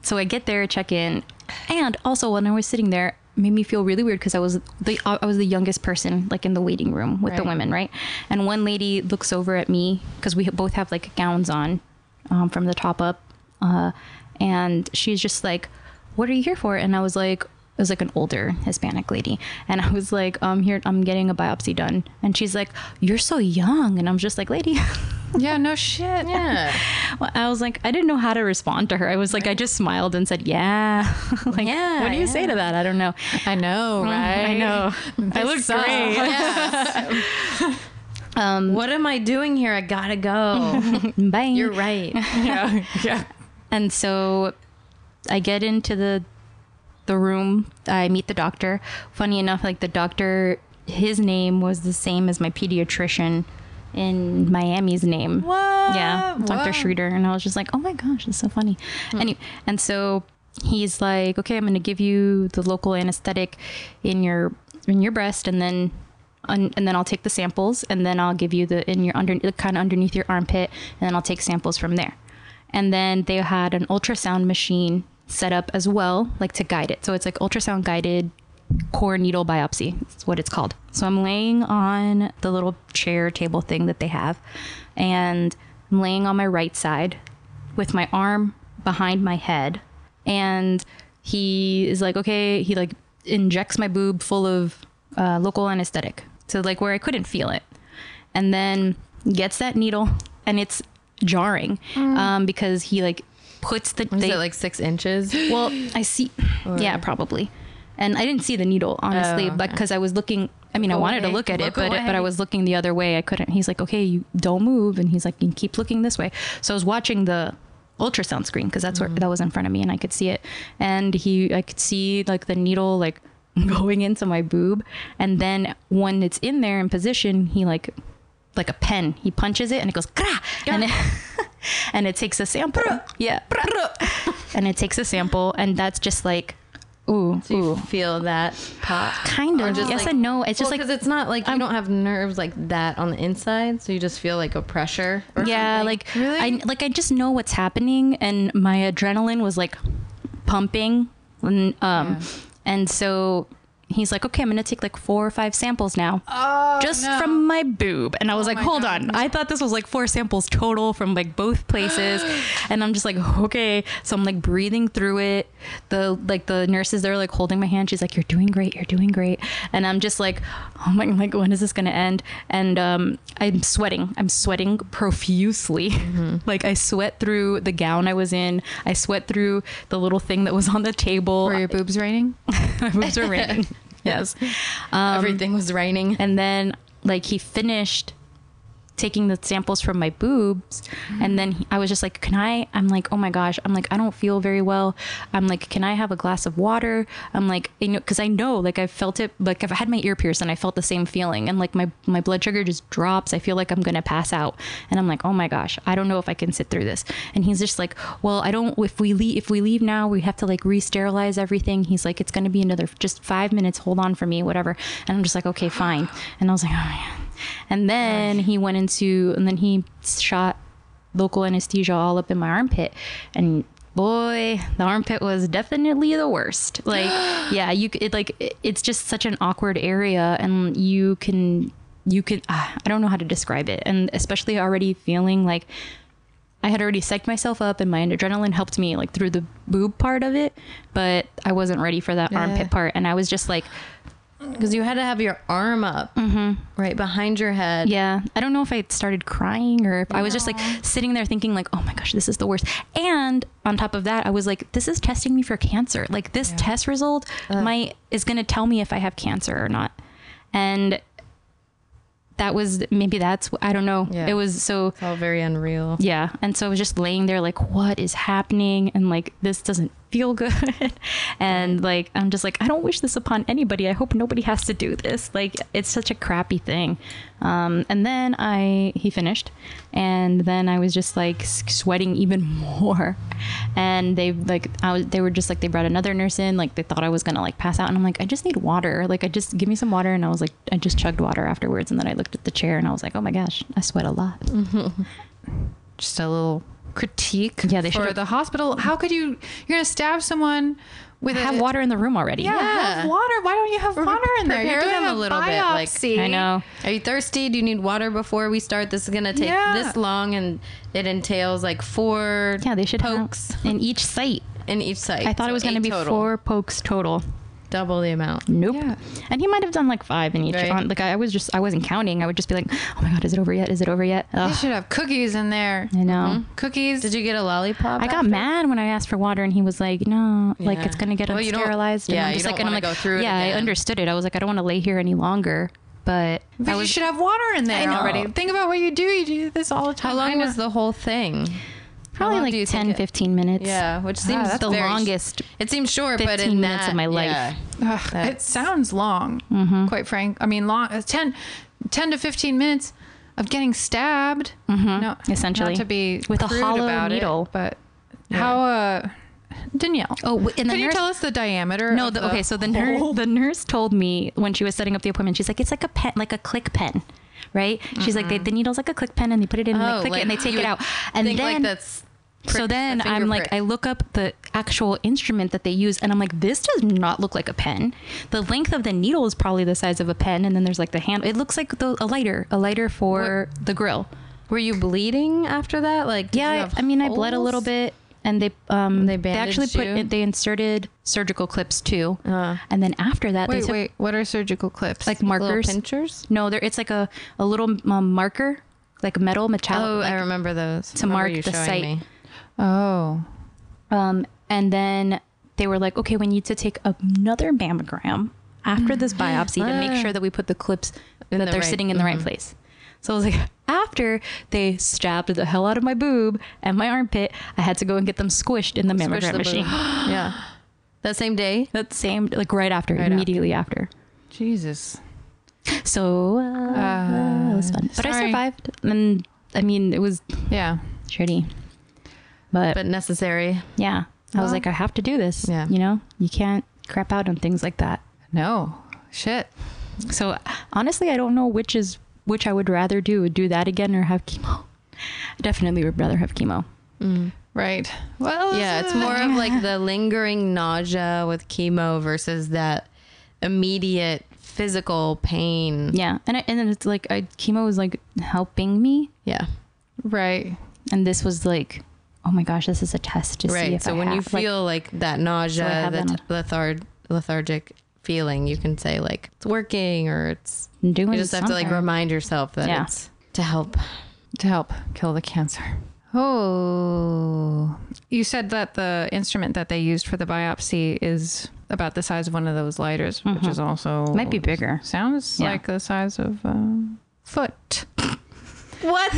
[SPEAKER 1] so I get there, check in, and also when I was sitting there, it made me feel really weird because I was the I was the youngest person like in the waiting room with the
[SPEAKER 2] Right.
[SPEAKER 1] women, right? And one lady looks over at me because we both have like gowns on um, from the top up, uh, and she's just like, "What are you here for?" And I was like. It was like an older Hispanic lady, and I was like, "I'm here. I'm getting a biopsy done." And she's like, "You're so young," and I'm just like, "Lady, *laughs*
[SPEAKER 2] Yeah. No shit.
[SPEAKER 3] *laughs* Yeah.
[SPEAKER 1] well, I was like, I didn't know how to respond to her. I was like, I just smiled and said, "Yeah." *laughs* like,
[SPEAKER 3] Yeah,
[SPEAKER 1] what do you say to that? I don't know.
[SPEAKER 2] I know,
[SPEAKER 3] Mm,
[SPEAKER 2] right?
[SPEAKER 1] *laughs* I know. I look
[SPEAKER 3] sucks.
[SPEAKER 1] great. Um,
[SPEAKER 3] what am I doing here? I gotta *laughs* go.
[SPEAKER 1] Bye.
[SPEAKER 3] You're *laughs* right.
[SPEAKER 2] Yeah. yeah.
[SPEAKER 1] And so I get into the the room. I meet the doctor. Funny enough, like the doctor, his name was the same as my pediatrician in Miami's name.
[SPEAKER 2] What?
[SPEAKER 1] Yeah, Dr.
[SPEAKER 2] Whoa.
[SPEAKER 1] Schroeder. And I was just like, oh my gosh, it's so funny. Any- and so he's like, okay, I'm going to give you the local anesthetic in your in your breast, and then un, and then I'll take the samples, and then I'll give you the in your under kind of underneath your armpit, and then I'll take samples from there. And then they had an ultrasound machine set up as well, like to guide it. So it's like ultrasound guided core needle biopsy. That's what it's called. So I'm laying on the little chair table thing that they have, and I'm laying on my right side with my arm behind my head and he is like okay he like injects my boob full of uh, local anesthetic to like where i couldn't feel it and then gets that needle and it's jarring
[SPEAKER 2] Uh,
[SPEAKER 1] um, because he like puts the
[SPEAKER 3] Mm. Is
[SPEAKER 1] they-
[SPEAKER 3] it like six inches?
[SPEAKER 1] well i see yeah probably and i didn't see the needle honestly
[SPEAKER 3] Oh,
[SPEAKER 1] but
[SPEAKER 3] okay.
[SPEAKER 1] because i was looking i mean i
[SPEAKER 3] Look
[SPEAKER 1] wanted to
[SPEAKER 3] away,
[SPEAKER 1] look at
[SPEAKER 3] look
[SPEAKER 1] it but, but i
[SPEAKER 3] away.
[SPEAKER 1] was looking the other way i couldn't he's like okay you don't move and he's like you keep looking this way so i was watching the ultrasound screen because that's
[SPEAKER 3] Mm-hmm.
[SPEAKER 1] where that was in front of me and i could see it and he i could see like the needle like *laughs* going into my boob and then when it's in there in position he like like a pen he punches it and it goes "Kra!" and it *laughs* and it takes a sample yeah and it takes a sample and that's just like ooh
[SPEAKER 3] Do you
[SPEAKER 1] ooh
[SPEAKER 3] feel that pop?
[SPEAKER 1] kind
[SPEAKER 3] Or
[SPEAKER 1] of
[SPEAKER 3] just
[SPEAKER 1] yes
[SPEAKER 3] like-
[SPEAKER 1] and no it's just
[SPEAKER 3] Well,
[SPEAKER 1] like
[SPEAKER 3] it's not like you don't have nerves like that on the inside, so you just feel like a pressure. or
[SPEAKER 1] yeah
[SPEAKER 3] something.
[SPEAKER 1] like
[SPEAKER 2] Really?
[SPEAKER 1] i like i just know what's happening and my adrenaline was like pumping and, um and so he's like okay i'm gonna take like four or five samples now
[SPEAKER 2] Oh,
[SPEAKER 1] just
[SPEAKER 2] no. Oh
[SPEAKER 1] from my boob and i was like
[SPEAKER 2] my
[SPEAKER 1] hold
[SPEAKER 2] God.
[SPEAKER 1] on i thought this was like four samples total from like both places
[SPEAKER 2] *gasps*
[SPEAKER 1] and i'm just like okay so i'm like breathing through it the like the nurses they're like holding my hand she's like you're doing great you're doing great and i'm just like oh my like when is this gonna end and um i'm sweating i'm sweating profusely
[SPEAKER 2] Mm-hmm.
[SPEAKER 1] *laughs* like i sweat through the gown i was in i sweat through the little thing that was on the table *laughs*
[SPEAKER 2] Were your boobs raining?
[SPEAKER 1] my
[SPEAKER 2] *laughs*
[SPEAKER 1] boobs are raining yes um,
[SPEAKER 3] everything was *laughs* raining.
[SPEAKER 1] and then like he finished taking the samples from my boobs and then he, i was just like can i i'm like oh my gosh i'm like i don't feel very well i'm like can i have a glass of water i'm like you know because i know like i felt it like i've had my ear pierced and i felt the same feeling and like my my blood sugar just drops i feel like i'm gonna pass out and i'm like oh my gosh i don't know if i can sit through this and he's just like well i don't if we leave if we leave now we have to like re-sterilize everything he's like it's gonna be another just five minutes hold on for me whatever and i'm just like okay fine and i was like oh man and then he went into, and then he shot local anesthesia all up in my armpit. And boy, the armpit was definitely the worst. Like, yeah, you, c- it, like, it- it's just such an awkward area, and you can, you can, ah, I don't know how to describe it. And especially already feeling like, I had already psyched myself up and my adrenaline helped me like through the boob part of it, but I wasn't ready for that
[SPEAKER 3] Yeah.
[SPEAKER 1] armpit part. And I was just like,
[SPEAKER 3] Because you had to have your arm up right behind your head.
[SPEAKER 1] Mm-hmm. Yeah, I don't know if I started crying or if I was just like sitting there thinking like, "Oh my gosh, this is the worst." And on top of that, I was like, "This is testing me for cancer. Like this test result might is going to tell me if I have cancer or not." And that was maybe that's I don't know.
[SPEAKER 3] Yeah.
[SPEAKER 1] It was so
[SPEAKER 3] It's all very unreal.
[SPEAKER 1] yeah, and so I was just laying there like, "What is happening?" and like, "This doesn't feel *laughs* good." and like I'm just like, "I don't wish this upon anybody. I hope nobody has to do this." Like it's such a crappy thing. Um and then I he finished and then I was just like s- sweating even *laughs* more. And they like I was they were just like they brought another nurse in like they thought I was going to like pass out and I'm like, "I just need water." Like I just give me some water and I was like I just chugged water afterwards and then I looked at the chair and I was like, "Oh my gosh, I sweat a lot."
[SPEAKER 2] Just a little critique.
[SPEAKER 1] Yeah, they
[SPEAKER 2] for
[SPEAKER 1] should've-
[SPEAKER 2] the hospital. How could you? You're gonna stab someone with
[SPEAKER 1] have
[SPEAKER 2] a,
[SPEAKER 1] water in the room already.
[SPEAKER 2] Yeah,
[SPEAKER 3] Yeah.
[SPEAKER 2] have water. Why don't you have water in there? You're
[SPEAKER 3] prepare
[SPEAKER 2] doing
[SPEAKER 3] them
[SPEAKER 2] a little bit. Like
[SPEAKER 1] I know.
[SPEAKER 3] Are you thirsty? Do you need water before we start? This is gonna take
[SPEAKER 2] Yeah.
[SPEAKER 3] this long, and it entails like four
[SPEAKER 1] Yeah, they should
[SPEAKER 3] pokes
[SPEAKER 1] have in each site.
[SPEAKER 3] in each site.
[SPEAKER 1] I thought it
[SPEAKER 3] So
[SPEAKER 1] was going to
[SPEAKER 3] eight
[SPEAKER 1] be
[SPEAKER 3] total.
[SPEAKER 1] four pokes total.
[SPEAKER 3] double the amount.
[SPEAKER 1] Nope.
[SPEAKER 2] Yeah.
[SPEAKER 1] And he might have done like five in each.
[SPEAKER 3] Right.
[SPEAKER 1] On, like I was just, I wasn't counting. I would just be like, oh my god, is it over yet? Is it over yet?
[SPEAKER 2] They
[SPEAKER 1] Ugh,
[SPEAKER 2] should have cookies in there.
[SPEAKER 1] I know.
[SPEAKER 3] Mm-hmm.
[SPEAKER 2] Cookies.
[SPEAKER 3] Did you get a lollipop?
[SPEAKER 1] I got
[SPEAKER 3] after?
[SPEAKER 1] mad when I asked for water, and he was like, "No, like
[SPEAKER 3] Yeah.
[SPEAKER 1] it's gonna get
[SPEAKER 3] Well, you don't-
[SPEAKER 1] unsterilized." and
[SPEAKER 3] yeah,
[SPEAKER 1] I'm
[SPEAKER 3] you
[SPEAKER 1] just
[SPEAKER 3] don't
[SPEAKER 1] like, and I'm
[SPEAKER 3] wanna go
[SPEAKER 1] like,
[SPEAKER 3] through it
[SPEAKER 1] Yeah, I
[SPEAKER 3] again.
[SPEAKER 1] understood it. I was like, I don't want to lay here any longer. But,
[SPEAKER 2] But
[SPEAKER 1] I
[SPEAKER 2] you
[SPEAKER 1] was
[SPEAKER 2] should have water in there
[SPEAKER 1] know.
[SPEAKER 2] already. Think about what you do. You do this all the time.
[SPEAKER 3] How long was the whole thing?
[SPEAKER 1] probably
[SPEAKER 3] long do you
[SPEAKER 1] like
[SPEAKER 3] think
[SPEAKER 1] 10,
[SPEAKER 3] it-
[SPEAKER 1] 15 minutes.
[SPEAKER 3] Yeah, which seems
[SPEAKER 1] Ah, that's the
[SPEAKER 3] very-
[SPEAKER 1] longest
[SPEAKER 3] It seems short, but
[SPEAKER 1] 15
[SPEAKER 3] in
[SPEAKER 1] minutes of
[SPEAKER 3] that-
[SPEAKER 1] my life.
[SPEAKER 3] yeah.
[SPEAKER 2] Ugh, it
[SPEAKER 3] That's-
[SPEAKER 2] sounds long,
[SPEAKER 1] Mm-hmm.
[SPEAKER 2] quite frank. I mean, long uh, 10, 10 to 15 minutes of getting stabbed. No,
[SPEAKER 1] Mm-hmm. essentially.
[SPEAKER 2] Not to be
[SPEAKER 1] With a
[SPEAKER 2] crude
[SPEAKER 1] hollow
[SPEAKER 2] about it,
[SPEAKER 1] needle.
[SPEAKER 2] but how, uh, Danielle.
[SPEAKER 1] Oh, w- and the
[SPEAKER 2] Can you
[SPEAKER 1] nurse-
[SPEAKER 2] tell us the diameter?
[SPEAKER 1] No,
[SPEAKER 2] of
[SPEAKER 1] the, okay. So the nurse, the nurse told me when she was setting up the appointment, she's like, it's like a pen, like a click pen, right? She's like, they, the needle's like a click pen, and they put it in, and
[SPEAKER 3] Oh,
[SPEAKER 1] they click
[SPEAKER 3] like
[SPEAKER 1] it, and they take
[SPEAKER 3] you
[SPEAKER 1] it
[SPEAKER 3] would
[SPEAKER 1] out, and
[SPEAKER 3] think,
[SPEAKER 1] then
[SPEAKER 3] like that's
[SPEAKER 1] so
[SPEAKER 3] prick-
[SPEAKER 1] then
[SPEAKER 3] a
[SPEAKER 1] I'm
[SPEAKER 3] finger
[SPEAKER 1] like,
[SPEAKER 3] prick.
[SPEAKER 1] I look up the actual instrument that they use, and I'm like, this does not look like a pen. The length of the needle is probably the size of a pen, and then there's like the handle. It looks like the, a lighter, a lighter for the grill.
[SPEAKER 3] Were you bleeding after that? Like, did you
[SPEAKER 1] Yeah,
[SPEAKER 3] have
[SPEAKER 1] I, I mean, I bled a little
[SPEAKER 3] holes?
[SPEAKER 1] bit, and they um
[SPEAKER 3] They
[SPEAKER 1] they, actually
[SPEAKER 3] bandaged
[SPEAKER 1] put
[SPEAKER 3] you?
[SPEAKER 1] they inserted surgical clips too,
[SPEAKER 3] Uh.
[SPEAKER 1] and then after that they
[SPEAKER 2] Wait,
[SPEAKER 1] took
[SPEAKER 2] wait. What are surgical clips?
[SPEAKER 1] like
[SPEAKER 3] Little
[SPEAKER 1] markers.
[SPEAKER 3] pinchers.
[SPEAKER 1] No, there it's like a a little um, marker, like metal metallic,
[SPEAKER 3] Oh,
[SPEAKER 1] like,
[SPEAKER 3] I remember those.
[SPEAKER 1] to
[SPEAKER 3] Remember
[SPEAKER 1] mark
[SPEAKER 3] you
[SPEAKER 1] the
[SPEAKER 3] showing
[SPEAKER 1] site.
[SPEAKER 3] me.
[SPEAKER 2] oh,
[SPEAKER 1] Um, and then they were like, okay, we need to take another mammogram after this biopsy to make sure that we put the clips
[SPEAKER 3] Mm-hmm. Ah. In
[SPEAKER 1] that
[SPEAKER 3] the
[SPEAKER 1] they're
[SPEAKER 3] right- Mm-hmm.
[SPEAKER 1] sitting in the right place. So I was like, *laughs* after they stabbed the hell out of my boob and my armpit, I had to go and get them squished in the
[SPEAKER 3] Squish
[SPEAKER 1] mammogram
[SPEAKER 3] the
[SPEAKER 1] machine. *laughs* *gasps*
[SPEAKER 3] balloon. yeah. That same day.
[SPEAKER 1] That same, like right after,
[SPEAKER 3] Right
[SPEAKER 1] immediately after.
[SPEAKER 2] Jesus.
[SPEAKER 1] So uh, it
[SPEAKER 3] Uh,
[SPEAKER 1] was fun, but I
[SPEAKER 2] sorry.
[SPEAKER 1] survived. And I mean, it was
[SPEAKER 2] Yeah.
[SPEAKER 1] shitty, but,
[SPEAKER 3] But necessary.
[SPEAKER 1] yeah, I was
[SPEAKER 2] Well,
[SPEAKER 1] like, I have to do this.
[SPEAKER 3] yeah.
[SPEAKER 1] you know, you can't crap out on things like that.
[SPEAKER 2] No. Shit.
[SPEAKER 1] So honestly, I don't know which is which I would rather do do that again or have chemo. *laughs* I definitely would rather have chemo.
[SPEAKER 2] Right. Well.
[SPEAKER 3] Mm. Yeah,
[SPEAKER 1] uh,
[SPEAKER 3] it's more of like the lingering nausea with chemo versus that immediate physical pain.
[SPEAKER 1] Yeah, and I, and then it's like I, chemo was like helping me,
[SPEAKER 3] Yeah.
[SPEAKER 2] Right.
[SPEAKER 1] and this was like, oh my gosh, this is a test to see
[SPEAKER 3] right.
[SPEAKER 1] if
[SPEAKER 3] So
[SPEAKER 1] I
[SPEAKER 3] when you
[SPEAKER 1] have, like-
[SPEAKER 3] feel like, that nausea,
[SPEAKER 1] have
[SPEAKER 3] that
[SPEAKER 1] them?
[SPEAKER 3] letharg- lethargic feeling, you can say like it's working or it's
[SPEAKER 1] I'm doing
[SPEAKER 3] you just have to like
[SPEAKER 1] something.
[SPEAKER 3] remind yourself that
[SPEAKER 1] Yeah.
[SPEAKER 3] it's to help.
[SPEAKER 2] To help kill the cancer. Oh. You said that the instrument that they used for the biopsy is about the size of one of those lighters, which is also
[SPEAKER 1] might be bigger.
[SPEAKER 2] Sounds
[SPEAKER 1] Yeah.
[SPEAKER 2] like the size of um, foot.
[SPEAKER 3] What?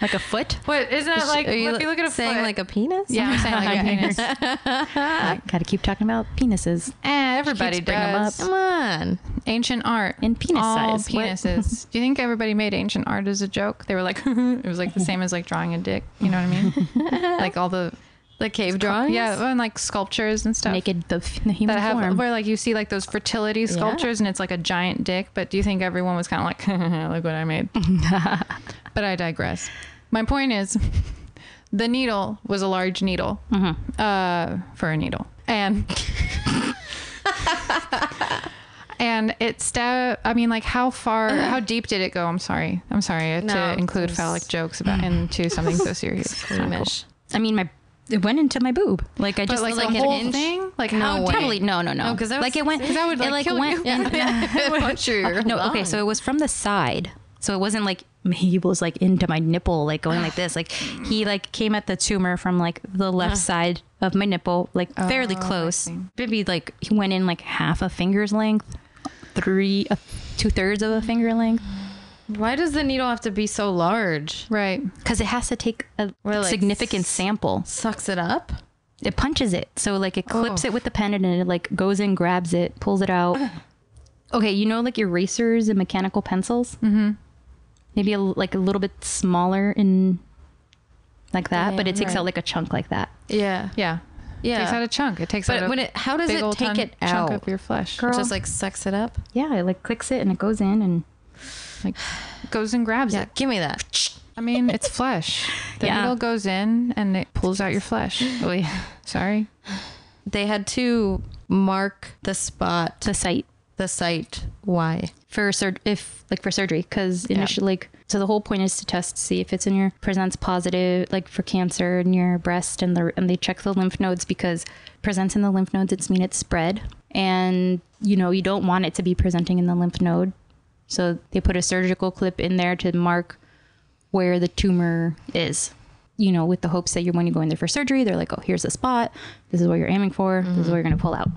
[SPEAKER 1] like
[SPEAKER 3] *laughs*
[SPEAKER 1] a foot.
[SPEAKER 2] What isn't it *laughs* like?
[SPEAKER 3] Are you,
[SPEAKER 2] if you look at a
[SPEAKER 3] saying
[SPEAKER 2] foot,
[SPEAKER 3] like a
[SPEAKER 2] *laughs*
[SPEAKER 3] penis?
[SPEAKER 2] yeah, I'm saying *laughs* like a penis.
[SPEAKER 3] Ah.
[SPEAKER 1] Got to keep talking about penises
[SPEAKER 2] Eh, everybody
[SPEAKER 1] keeps bringing 'em
[SPEAKER 2] does.
[SPEAKER 3] Come on.
[SPEAKER 2] Ancient art
[SPEAKER 1] and penis
[SPEAKER 2] all
[SPEAKER 1] size. What-
[SPEAKER 2] penises. *laughs* Do you think everybody made ancient art as a joke? They were like, *laughs* it was like the same as like drawing a dick. You know what I *laughs* mean? like all the
[SPEAKER 3] The cave drawings? *laughs*
[SPEAKER 1] *laughs*
[SPEAKER 2] yeah, and like sculptures and stuff.
[SPEAKER 1] Naked the, the human
[SPEAKER 2] that have
[SPEAKER 1] form.
[SPEAKER 2] where like you see like those fertility sculptures and it's like a giant dick but do you think everyone was kind of like *laughs* look what i
[SPEAKER 3] *laughs*
[SPEAKER 2] made but i digress my point is *laughs* the needle was a large needle
[SPEAKER 1] Mm-hmm.
[SPEAKER 2] uh, for a needle and *laughs* and it stabbed i mean like how far how deep did it go i'm sorry i'm sorry
[SPEAKER 3] No,
[SPEAKER 2] to include
[SPEAKER 3] it's-
[SPEAKER 2] pelic jokes about into something so serious
[SPEAKER 3] *laughs*
[SPEAKER 2] It's not cool.
[SPEAKER 3] Squeamish.
[SPEAKER 1] I mean, my it went into my boob. Like I
[SPEAKER 2] but
[SPEAKER 1] just
[SPEAKER 2] like,
[SPEAKER 3] like
[SPEAKER 2] the
[SPEAKER 3] an
[SPEAKER 2] whole
[SPEAKER 3] inch?
[SPEAKER 2] thing like
[SPEAKER 3] No
[SPEAKER 2] how
[SPEAKER 3] way.
[SPEAKER 2] deep?
[SPEAKER 1] Probably no, no, no.
[SPEAKER 3] No, 'cause that
[SPEAKER 1] like
[SPEAKER 3] was-
[SPEAKER 1] it went.
[SPEAKER 2] 'cause that would,
[SPEAKER 1] it
[SPEAKER 2] like,
[SPEAKER 1] like
[SPEAKER 2] kill
[SPEAKER 1] went.
[SPEAKER 2] you.
[SPEAKER 1] in-
[SPEAKER 2] *laughs*
[SPEAKER 3] Yeah.
[SPEAKER 1] *laughs* no, okay. So it was from the side. So it wasn't like he was like into my nipple, like going like this. Like he like came at the tumor from like the left side of my nipple, like fairly
[SPEAKER 2] Oh, I
[SPEAKER 1] close.
[SPEAKER 2] see.
[SPEAKER 1] Maybe like he went in like half a finger's length, three, uh, two thirds of a finger length,
[SPEAKER 3] Why does the needle have to be so large?
[SPEAKER 2] right
[SPEAKER 1] because it has to take a
[SPEAKER 3] We're, like,
[SPEAKER 1] significant
[SPEAKER 3] s-
[SPEAKER 1] sample.
[SPEAKER 3] Sucks it up?
[SPEAKER 1] It punches it, so like it clips
[SPEAKER 2] Oh.
[SPEAKER 1] it with the pen, and then it like goes in, grabs it, pulls it *sighs* out. Okay, you know like erasers and mechanical pencils.
[SPEAKER 2] mm-hmm
[SPEAKER 1] maybe a, like a little bit smaller in like that, but
[SPEAKER 3] Yeah,
[SPEAKER 1] it takes
[SPEAKER 2] right.
[SPEAKER 1] out like a chunk like that.
[SPEAKER 3] Yeah.
[SPEAKER 2] yeah
[SPEAKER 3] Yeah.
[SPEAKER 2] takes out a chunk. It takes out
[SPEAKER 3] but
[SPEAKER 2] a
[SPEAKER 3] when it, how does
[SPEAKER 2] big
[SPEAKER 3] it
[SPEAKER 2] old
[SPEAKER 3] take
[SPEAKER 2] ton-
[SPEAKER 3] it
[SPEAKER 2] chunk
[SPEAKER 3] out?
[SPEAKER 2] of your flesh.
[SPEAKER 1] Girl.
[SPEAKER 3] It just like sucks it up?
[SPEAKER 1] Yeah, it like clicks it and it goes in and
[SPEAKER 2] Like goes and grabs
[SPEAKER 3] Yeah.
[SPEAKER 2] it.
[SPEAKER 3] Give me that.
[SPEAKER 2] I *laughs* mean, it's flesh. The
[SPEAKER 1] Yeah.
[SPEAKER 2] needle goes in and it pulls out your *gasps* flesh. Sorry.
[SPEAKER 3] They had to mark the spot,
[SPEAKER 1] the site
[SPEAKER 3] the site. Why?
[SPEAKER 1] for sur- if like for surgery because
[SPEAKER 3] Yeah.
[SPEAKER 1] initially like so the whole point is to test to see if it's in your presents positive like for cancer in your breast and the and they check the lymph nodes because presents in the lymph nodes it's mean it's spread and you know you don't want it to be presenting in the lymph node so they put a surgical clip in there to mark where the tumor is you know with the hopes that you're when you go in there for surgery they're like oh here's the spot this is what you're aiming for this is what you're going to pull out